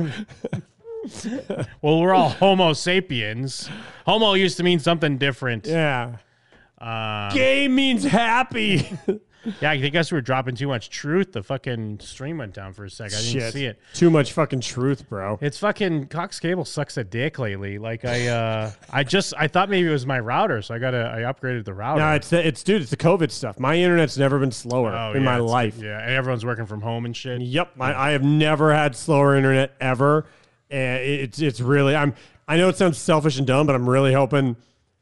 Speaker 8: Well, we're all Homo sapiens. Homo used to mean something different.
Speaker 9: Yeah.
Speaker 8: Um,
Speaker 9: Gay means happy.
Speaker 8: yeah, I think us we were dropping too much truth. The fucking stream went down for a sec. I didn't see it.
Speaker 9: Too much fucking truth, bro.
Speaker 8: It's fucking Cox Cable sucks a dick lately. Like I, uh, I just I thought maybe it was my router, so I got to I upgraded the router.
Speaker 9: No, it's the, it's dude, it's the COVID stuff. My internet's never been slower
Speaker 8: Oh,
Speaker 9: in
Speaker 8: yeah,
Speaker 9: my
Speaker 8: it's-
Speaker 9: life.
Speaker 8: Yeah, and everyone's working from home and shit.
Speaker 9: Yep, I, I have never had slower internet ever, and it- it's it's really I'm I know it sounds selfish and dumb, but I'm really hoping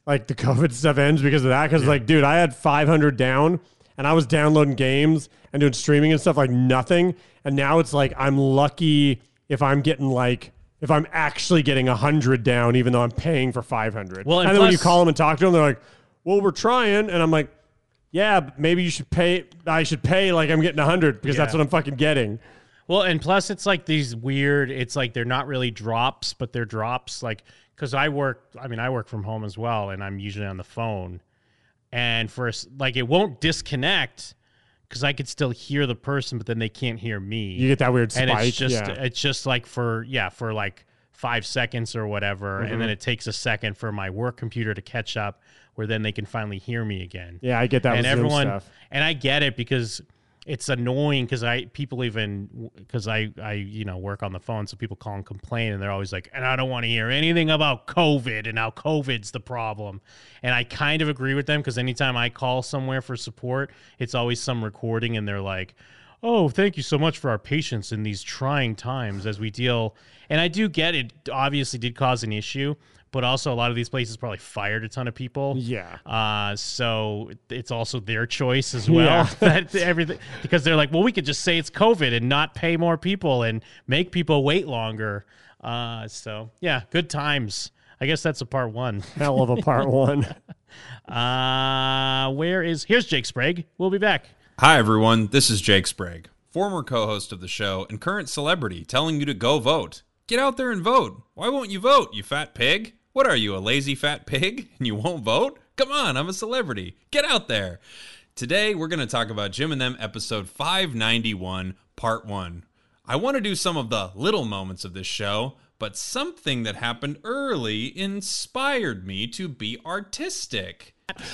Speaker 9: like the COVID stuff ends because of that. Because like, dude, I had 500 down, and I was downloading games and doing streaming and stuff like nothing, and now it's like I'm lucky if I'm getting like. If I'm actually getting 100 down, even though I'm paying for 500.
Speaker 8: Well, and
Speaker 9: then when you
Speaker 8: plus-
Speaker 9: call them and talk to them, they're like, well, we're trying. And I'm like, yeah, but maybe you should pay. I should pay like I'm getting 100 because that's
Speaker 8: Yeah.
Speaker 9: what I'm fucking getting.
Speaker 8: Well, and plus it's like these weird. It's like they're not really drops, but they're drops. Like because I work. I mean, I work from home as well, and I'm usually on the phone. and for s- like it won't disconnect because I could still hear the person, but then they can't hear me.
Speaker 17: You get that weird
Speaker 8: and
Speaker 17: spike,
Speaker 8: it's just
Speaker 17: yeah.
Speaker 8: it's just like for yeah for like five seconds or whatever,
Speaker 17: Mhm.
Speaker 8: and then it takes a second for my work computer to catch up, where then they can finally hear me again.
Speaker 17: Yeah, I get that
Speaker 8: And
Speaker 17: with Zoom
Speaker 8: everyone
Speaker 17: stuff.
Speaker 8: and I get it because it's annoying because I people even because I I you know work on the phone, so people call and complain, and they're always like, and I don't want to hear anything about COVID and how COVID's the problem, and I kind of agree with them because anytime I call somewhere for support, it's always some recording, and they're like. Oh, thank you so much for our patience in these trying times as we deal. And I do get it, obviously, did cause an issue, but also a lot of these places probably fired a ton of people.
Speaker 17: Yeah.
Speaker 8: Uh, so it's also their choice as well.
Speaker 17: Yeah.
Speaker 8: that everything because they're like, well, we could just say it's COVID and not pay more people and make people wait longer. Uh, so yeah, good times. I guess that's a part one.
Speaker 17: Hell of a part one.
Speaker 8: uh, where is here's Jake Sprague? We'll be back.
Speaker 9: Hi, everyone. This is Jake Sprague, former co host of the show and current celebrity, telling you to go vote. Get out there and vote. Why won't you vote, you fat pig? What are you, a lazy fat pig? And you won't vote? Come on, I'm a celebrity. Get out there. Today, we're going to talk about Jim and Them episode 591, part one. I want to do some of the little moments of this show, but something that happened early inspired me to be artistic.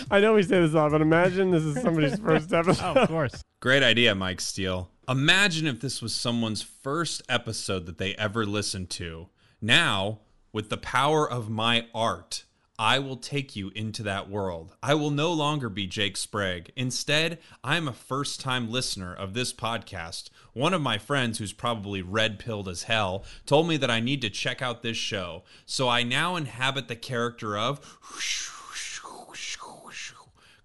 Speaker 17: I know we say this a lot, but imagine this is somebody's first episode.
Speaker 8: Oh, course.
Speaker 9: Great idea, Mike Steele. Imagine if this was someone's first episode that they ever listened to. Now, with the power of my art, I will take you into that world. I will no longer be Jake Sprague. Instead, I'm a first time listener of this podcast. One of my friends, who's probably red pilled as hell, told me that I need to check out this show. So I now inhabit the character of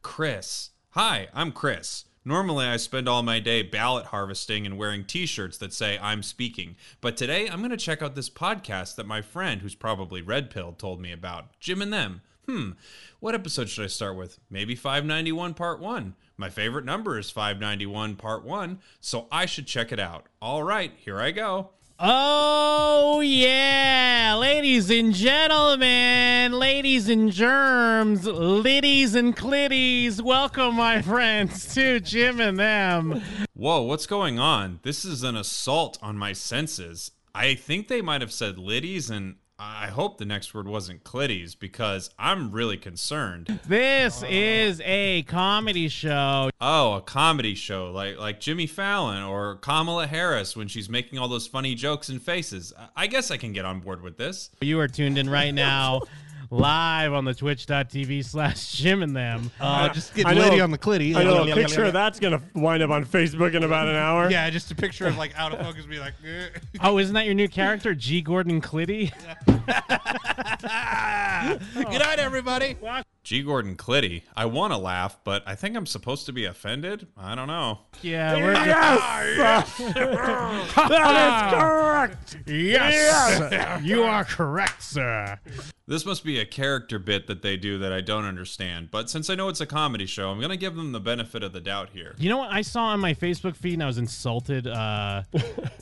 Speaker 9: Chris. Hi, I'm Chris. Normally, I spend all my day ballot harvesting and wearing t shirts that say I'm speaking. But today, I'm going to check out this podcast that my friend, who's probably red pilled, told me about Jim and Them. Hmm, what episode should I start with? Maybe 591 Part 1. My favorite number is 591 Part 1, so I should check it out. All right, here I go.
Speaker 8: Oh yeah, ladies and gentlemen, ladies and germs, liddies and clitties, welcome my friends to Jim and them.
Speaker 9: Whoa, what's going on? This is an assault on my senses. I think they might have said Liddies, and I hope the next word wasn't Clitties because I'm really concerned.
Speaker 8: This is a comedy show.
Speaker 9: Oh, a comedy show like like Jimmy Fallon or Kamala Harris when she's making all those funny jokes and faces. I- I guess I can get on board with this.
Speaker 8: You are tuned in right now, live on the twitch.tv slash Jim and them.
Speaker 17: Uh, just get I know- Liddy on the clitty. I know, a picture of that's gonna wind up on Facebook in about an hour.
Speaker 14: Yeah, just a picture of like out of focus, be like, eh.
Speaker 8: Oh, isn't that your new character, G. Gordon Clitty?
Speaker 14: good night, everybody.
Speaker 9: G. Gordon Clitty. I want to laugh, but I think I'm supposed to be offended. I don't know.
Speaker 8: Yeah, we're
Speaker 17: Yes! that is correct.
Speaker 8: Ah, Yes, you are correct, sir.
Speaker 9: This must be a character bit that they do that I don't understand. But since I know it's a comedy show, I'm going to give them the benefit of the doubt here.
Speaker 8: You know what I saw on my Facebook feed, and I was insulted. Uh,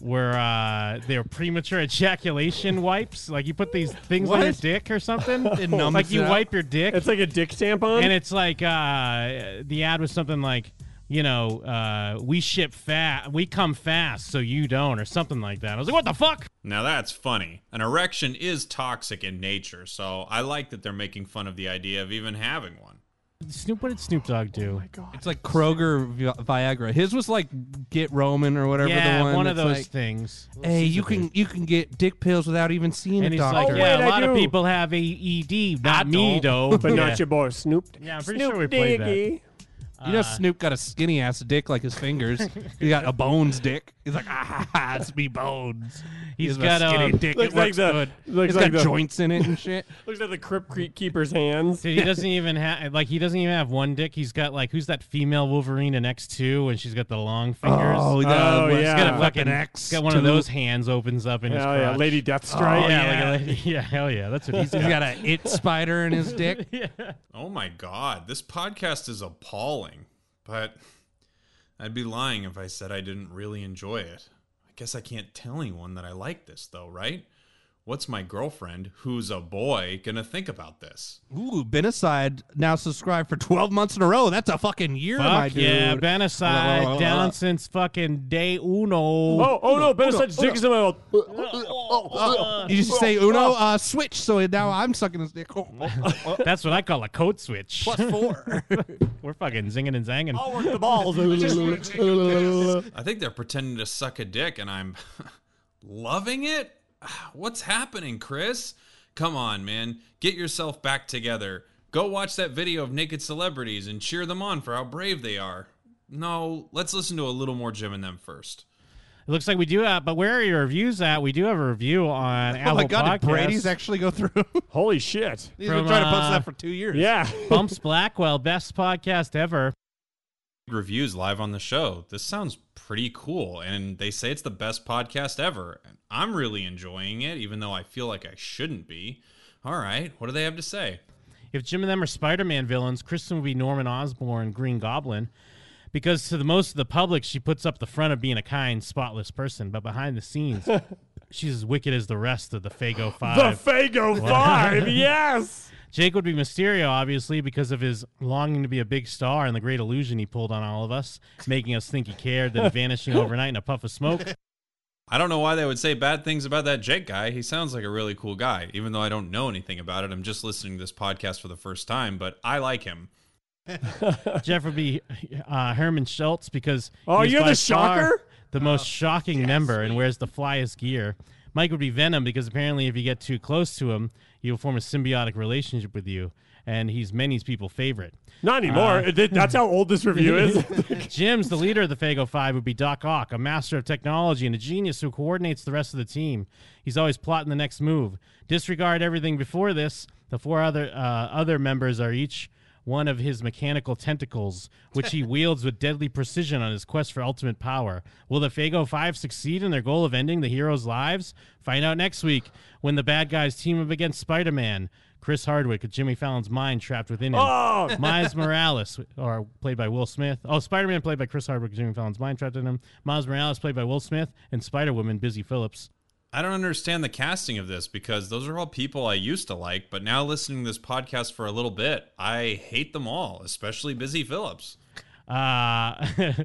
Speaker 8: where uh, they're premature ejaculation wipes. Like you put these things on your
Speaker 17: What?
Speaker 8: dick or something.
Speaker 17: It numbs
Speaker 8: Like you
Speaker 17: it out.
Speaker 8: wipe your dick.
Speaker 17: It's like a dick tampon.
Speaker 8: And it's like uh, the ad was something like, you know, uh, we ship fat, we come fast, so you don't, or something like that. I was like, what the fuck?
Speaker 9: Now that's funny. An erection is toxic in nature, so I like that they're making fun of the idea of even having one.
Speaker 8: Snoop, what did Snoop Dogg do?
Speaker 14: It's like Kroger Vi- Viagra. His was like Get Roman or whatever.
Speaker 8: Yeah,
Speaker 14: the one,
Speaker 8: one of
Speaker 14: that's
Speaker 8: those
Speaker 14: like,
Speaker 8: things.
Speaker 14: Hey, you can Oh, you can get dick pills without even seeing
Speaker 8: And
Speaker 14: a
Speaker 8: he's
Speaker 14: doctor.
Speaker 8: like, yeah, a lot of people have AED, not me though,
Speaker 17: but
Speaker 8: Yeah.
Speaker 17: not your boy Snoop.
Speaker 8: Yeah, I'm pretty sure we played that.
Speaker 14: You know, Snoop got a skinny ass dick like his fingers. he got a bones dick. He's like, ah, it's me bones. He
Speaker 8: He's
Speaker 14: has
Speaker 8: got,
Speaker 14: a skinny
Speaker 8: um,
Speaker 14: dick.
Speaker 8: looks
Speaker 14: it
Speaker 8: like
Speaker 14: works
Speaker 8: the-
Speaker 14: good.
Speaker 8: looks
Speaker 14: It's
Speaker 8: like
Speaker 14: got
Speaker 8: the-
Speaker 14: joints in it and shit.
Speaker 17: Looks at the Crypt Creek Keeper's hands.
Speaker 8: Dude, he doesn't even have like he doesn't even have one dick. He's got like who's that female Wolverine in X two and she's got the long fingers.
Speaker 14: Oh, the- Oh,
Speaker 8: He's got
Speaker 14: yeah.
Speaker 8: a fucking
Speaker 14: fucking
Speaker 8: X. Got one of
Speaker 14: X2.
Speaker 8: those hands opens up in his.
Speaker 17: Oh,
Speaker 14: Hell yeah,
Speaker 8: crotch.
Speaker 14: Lady Deathstrike.
Speaker 8: Oh, yeah,
Speaker 14: Yeah.
Speaker 8: Like a lady, yeah, hell yeah, that's what
Speaker 14: He's
Speaker 8: he's got.
Speaker 14: got an it spider in his dick.
Speaker 9: Oh my god, this podcast is appalling. But I'd be lying if I said I didn't really enjoy it. I guess I can't tell anyone that I like this, though, right?
Speaker 17: What's my girlfriend, who's a boy, gonna think about this?
Speaker 14: Ooh, Benicide now subscribed for 12 months in a row. That's a fucking year, my
Speaker 8: Fuck
Speaker 14: dude.
Speaker 8: yeah, Benicide
Speaker 14: Uh,
Speaker 8: down since fucking day uno. Oh,
Speaker 9: oh no, Benicide's dick is in my mouth.
Speaker 14: Oh, You just say Uno uh, switch, so now I'm sucking his dick. Oh, oh, oh.
Speaker 8: That's what I call a code switch. Plus
Speaker 14: four.
Speaker 8: We're fucking zinging and zanging. I'll
Speaker 9: work the balls.
Speaker 17: I think they're pretending to suck a dick and I'm loving it? What's happening, Chris? Come on, man. Get yourself back together. Go watch that video of naked celebrities and cheer them on for how brave they are. No, let's listen to a little more Jim and them first.
Speaker 8: It looks like we do have, but where are your reviews at? We do have a review on Apple
Speaker 14: Oh my god,
Speaker 8: Podcasts
Speaker 14: did Brady's actually go through?
Speaker 9: Holy shit.
Speaker 14: He's been
Speaker 8: From,
Speaker 14: trying to post
Speaker 8: uh,
Speaker 14: that for two years.
Speaker 8: Bumps Blackwell, best podcast ever.
Speaker 17: Reviews live on the show. This sounds pretty cool, and they say it's the best podcast ever. And I'm really enjoying it, even though I feel like I shouldn't be. All right, what do they have to say?
Speaker 8: If Jim and them are Spider-Man villains, Kristen would be Norman Osborn, Green Goblin, because to the most of the public, she puts up the front of being a kind, spotless person, but behind the scenes, she's as wicked as the rest of the Fago Five.
Speaker 9: Fago
Speaker 8: Wow.
Speaker 9: Five, yes!
Speaker 8: Jake would be Mysterio, obviously, because of his longing to be a big star and the great illusion he pulled on all of us, making us think he cared, then vanishing overnight in a puff of smoke.
Speaker 17: I don't know why they would say bad things about that Jake guy. He sounds like a really cool guy, even though I don't know anything about it. I'm just listening to this podcast for the first time, but I like him.
Speaker 8: Jeff would be uh, Herman Schultz because
Speaker 9: Oh,
Speaker 8: he's
Speaker 9: you're
Speaker 8: by far
Speaker 9: the shocker? Oh,
Speaker 8: the most shocking member, and wears the flyest gear. Mike would be Venom because apparently, if you get too close to him, you'll form a symbiotic relationship with you, and he's many people's favorite.
Speaker 9: Not anymore.
Speaker 8: Uh,
Speaker 9: Th- That's how old this review is.
Speaker 8: Jim's the leader of the Fago Five would be Doc Ock, a master of technology and a genius who coordinates the rest of the team. He's always plotting the next move. Disregard everything before this. The four other uh, other members are each one of his mechanical tentacles, which he wields with deadly precision on his quest for ultimate power. Will the Fago Five succeed in their goal of ending the heroes' lives? Find out next week when the bad guys team up against Spider-Man. Chris Hardwick with Jimmy Fallon's mind trapped within him.
Speaker 9: Oh!
Speaker 8: Miles Morales, or played by Will Smith. Oh, Spider Man, played by Chris Hardwick, Jimmy Fallon's mind trapped in him. Miles Morales, played by Will Smith, and Spider Woman, Busy Phillips.
Speaker 17: I don't understand the casting of this because those are all people I used to like, but now listening to this podcast for a little bit, I hate them all, especially Busy Phillips.
Speaker 8: Uh,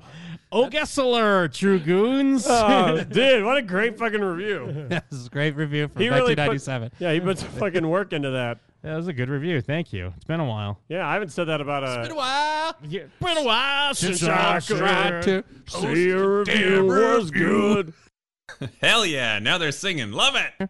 Speaker 8: oh, Gessler, True Goons.
Speaker 9: Oh, dude, what a great fucking review.
Speaker 14: this is a great review from
Speaker 9: He really put-
Speaker 14: 1997.
Speaker 9: yeah, he put some fucking work into that.
Speaker 8: That was a good review. Thank you. It's been a while.
Speaker 9: Yeah, I haven't said that about uh, a. It's been a
Speaker 14: while.
Speaker 8: Yeah, been a while
Speaker 9: since,
Speaker 8: since
Speaker 9: I
Speaker 8: I've
Speaker 9: tried
Speaker 8: tried
Speaker 9: to
Speaker 8: to
Speaker 9: see a review
Speaker 8: damn
Speaker 9: was
Speaker 8: review.
Speaker 9: good.
Speaker 17: Hell yeah, now they're singing. Love it.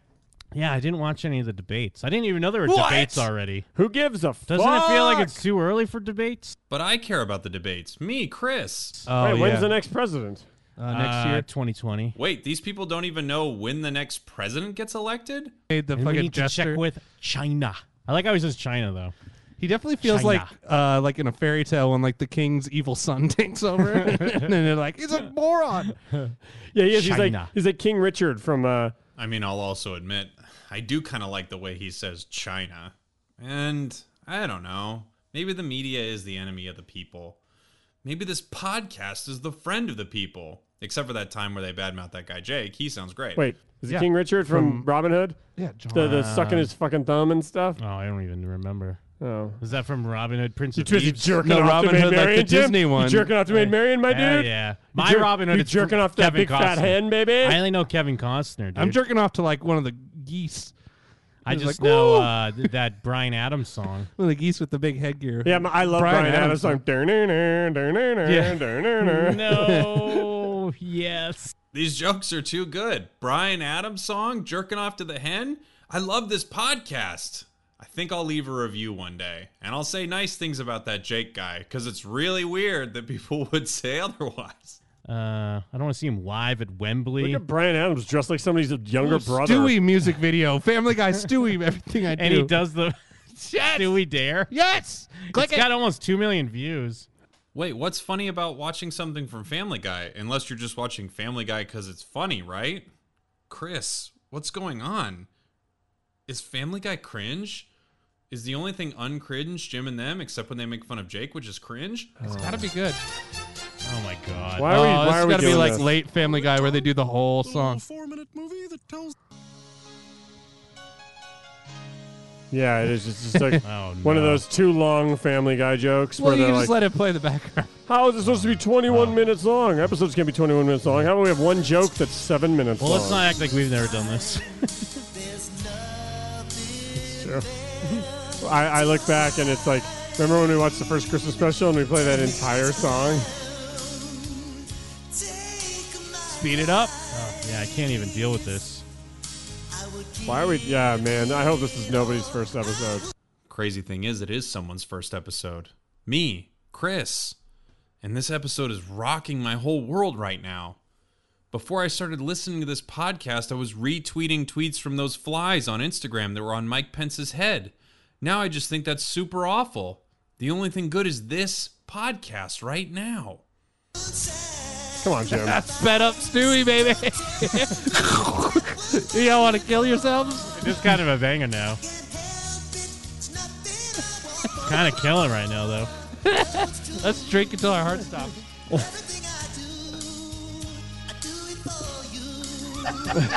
Speaker 8: Yeah, I didn't watch any of the debates. I didn't even know there were
Speaker 17: What?
Speaker 8: debates already.
Speaker 9: Who gives a fuck?
Speaker 8: Doesn't it feel like it's too early for debates?
Speaker 17: But I care about the debates. Me, Chris.
Speaker 9: Wait,
Speaker 8: Oh,
Speaker 9: when's the next president?
Speaker 8: Uh, 2020.
Speaker 17: Wait, these people don't even know when the next president gets elected?
Speaker 14: Made the
Speaker 8: And we
Speaker 14: fucking
Speaker 8: need to check
Speaker 14: gesture.
Speaker 8: with China. I like how he says China though.
Speaker 14: He definitely feels
Speaker 8: China.
Speaker 14: like uh, like in a fairy tale when like the king's evil son takes over, and they're like, "He's a moron."
Speaker 9: Yeah, he is. He's like
Speaker 17: China.
Speaker 9: he's like King Richard from. Uh,
Speaker 17: I mean, I'll also admit, I do kind of like the way he says China. And I don't know. Maybe the media is the enemy of the people. Maybe this podcast is the friend of the people. Except for that time where they badmouth that guy Jake. He sounds great.
Speaker 9: wait, is it King Richard from, Robin Hood?
Speaker 14: Yeah,
Speaker 9: The, the sucking his fucking thumb and stuff.
Speaker 8: Oh, I don't even remember.
Speaker 9: Oh.
Speaker 8: Is that from Robin Hood, Prince
Speaker 9: You
Speaker 8: of
Speaker 9: twisty
Speaker 8: Thieves?
Speaker 9: jerking off to Maid Marian, Jim? You jerking off to Maid Marian, my
Speaker 8: Hell
Speaker 9: dude?
Speaker 8: yeah.
Speaker 9: You
Speaker 8: My
Speaker 9: jerk-
Speaker 8: Robin Hood
Speaker 9: You
Speaker 8: is
Speaker 9: jerking off to that
Speaker 8: Kevin
Speaker 9: big fat
Speaker 8: Costner.
Speaker 9: hen, baby?
Speaker 8: I only know Kevin Costner, dude.
Speaker 14: I'm jerking off to like one of the geese.
Speaker 8: I
Speaker 14: He's
Speaker 8: just
Speaker 14: like,
Speaker 8: know
Speaker 14: "Woo!"
Speaker 8: uh, th- that Brian Adams song.
Speaker 14: one of the geese with the big headgear.
Speaker 9: Yeah, I love Brian, Adams' song.
Speaker 14: Yeah.
Speaker 8: No. yes.
Speaker 17: These jokes are too good. Brian Adams song, Jerking Off to the Hen. I love this podcast. I think I'll leave a review one day and I'll say nice things about that Jake guy because it's really weird that people would say otherwise.
Speaker 8: Uh, I don't want to see him live at Wembley.
Speaker 9: Look at Brian Adams dressed like somebody's younger brother.
Speaker 14: Stewie music video, Family Guy Stewie, everything I do.
Speaker 8: And he does the Do We Dare.
Speaker 14: Yes.
Speaker 8: Click got almost 2 million views.
Speaker 17: Wait, what's funny about watching something from Family Guy? Unless you're just watching Family Guy because it's funny, right? Chris, what's going on? Is Family Guy cringe? Is the only thing uncringe Jim and them except when they make fun of Jake, which is cringe?
Speaker 14: It's gotta be good.
Speaker 8: Oh my god.
Speaker 14: oh,
Speaker 9: why
Speaker 14: this
Speaker 9: are
Speaker 14: has
Speaker 9: we
Speaker 14: gotta be
Speaker 9: doing
Speaker 14: like
Speaker 9: this?
Speaker 14: late Family Guy where they do the whole song.
Speaker 2: Four minute movie that tells
Speaker 9: Yeah, it is. It's just like
Speaker 14: Oh,
Speaker 9: one of
Speaker 14: no.
Speaker 9: those too long Family Guy jokes
Speaker 14: Well,
Speaker 9: where
Speaker 14: you
Speaker 9: they're
Speaker 14: can
Speaker 9: like,
Speaker 14: just let it play in the background.
Speaker 9: "How is it supposed to be 21 minutes long? Episodes can't be 21 minutes long. How do we have one joke that's seven minutes
Speaker 8: Well,
Speaker 9: long?"
Speaker 8: let's not act like we've never done this.
Speaker 9: Sure. I, I look back and it's like, remember when we watched the first Christmas special and we play that entire song?
Speaker 14: Speed it up.
Speaker 8: Oh, yeah, I can't even deal with this.
Speaker 9: Why are we? Yeah, man. I hope this is nobody's first episode.
Speaker 17: Crazy thing is, it is someone's first episode. Me, Chris. And this episode is rocking my whole world right now. Before I started listening to this podcast, I was retweeting tweets from those flies on Instagram that were on Mike Pence's head. Now I just think that's super awful. The only thing good is this podcast right now.
Speaker 9: Come on, Jim.
Speaker 14: Sped up Stewie, baby. you all want to kill yourselves?
Speaker 8: It's kind of a banger now. kind of killing right now, though.
Speaker 14: Let's drink until our heart stops.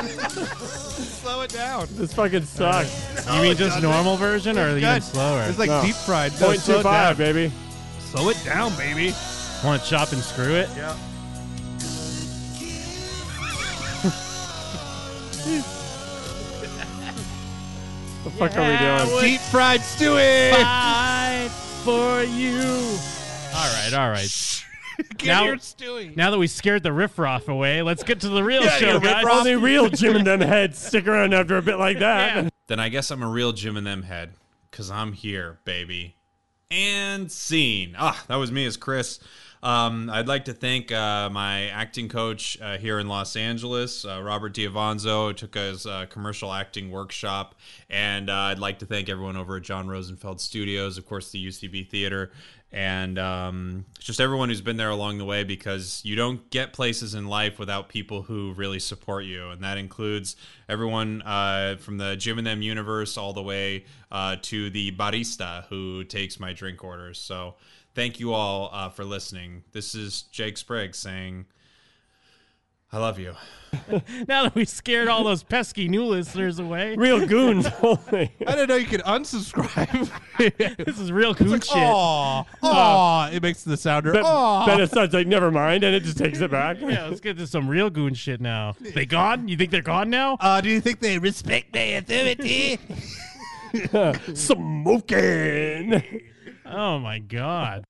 Speaker 3: Slow it down.
Speaker 9: This fucking sucks.
Speaker 8: You mean just normal version, or even slower?
Speaker 9: No. Point two five, baby.
Speaker 14: Slow it down, baby.
Speaker 8: Want to chop and screw it?
Speaker 14: Yeah.
Speaker 9: The fuck
Speaker 8: Yeah,
Speaker 9: are we doing?
Speaker 8: what-
Speaker 14: Deep fried Stewie.
Speaker 8: Fight for you. All right, all right.
Speaker 14: Get your Stewie.
Speaker 8: now that we scared the riffraff away, let's get to the real show, guys.
Speaker 9: Only real Jim and them heads stick around after a bit like that.
Speaker 17: Then I guess I'm a real Jim and them head, because I'm here, baby. And scene. Ah, that was me as Chris. Um, I'd like to thank uh, my acting coach uh, here in Los Angeles, uh, Robert D'Avanzo, took his uh, commercial acting workshop. And uh, I'd like to thank everyone over at John Rosenfeld Studios, of course, the UCB Theater, and um, just everyone who's been there along the way because you don't get places in life without people who really support you. And that includes everyone uh, from the Jim and Them universe all the way uh, to the barista who takes my drink orders. So thank you all uh, for listening. This is Jake Sprague saying, I love you.
Speaker 8: now that we scared all those pesky new listeners away,
Speaker 9: Real goons. only.
Speaker 14: I didn't know you could unsubscribe.
Speaker 8: this is real goon shit.
Speaker 14: Aw, aw. It makes the sounder.
Speaker 9: Then,
Speaker 14: Aw.
Speaker 9: then it sounds like never mind, and it just takes it back.
Speaker 8: Yeah, let's get to some real goon shit now. They gone? You think they're gone now?
Speaker 14: Uh, do you think they respect my authority?
Speaker 9: Smoking.
Speaker 8: Oh my god.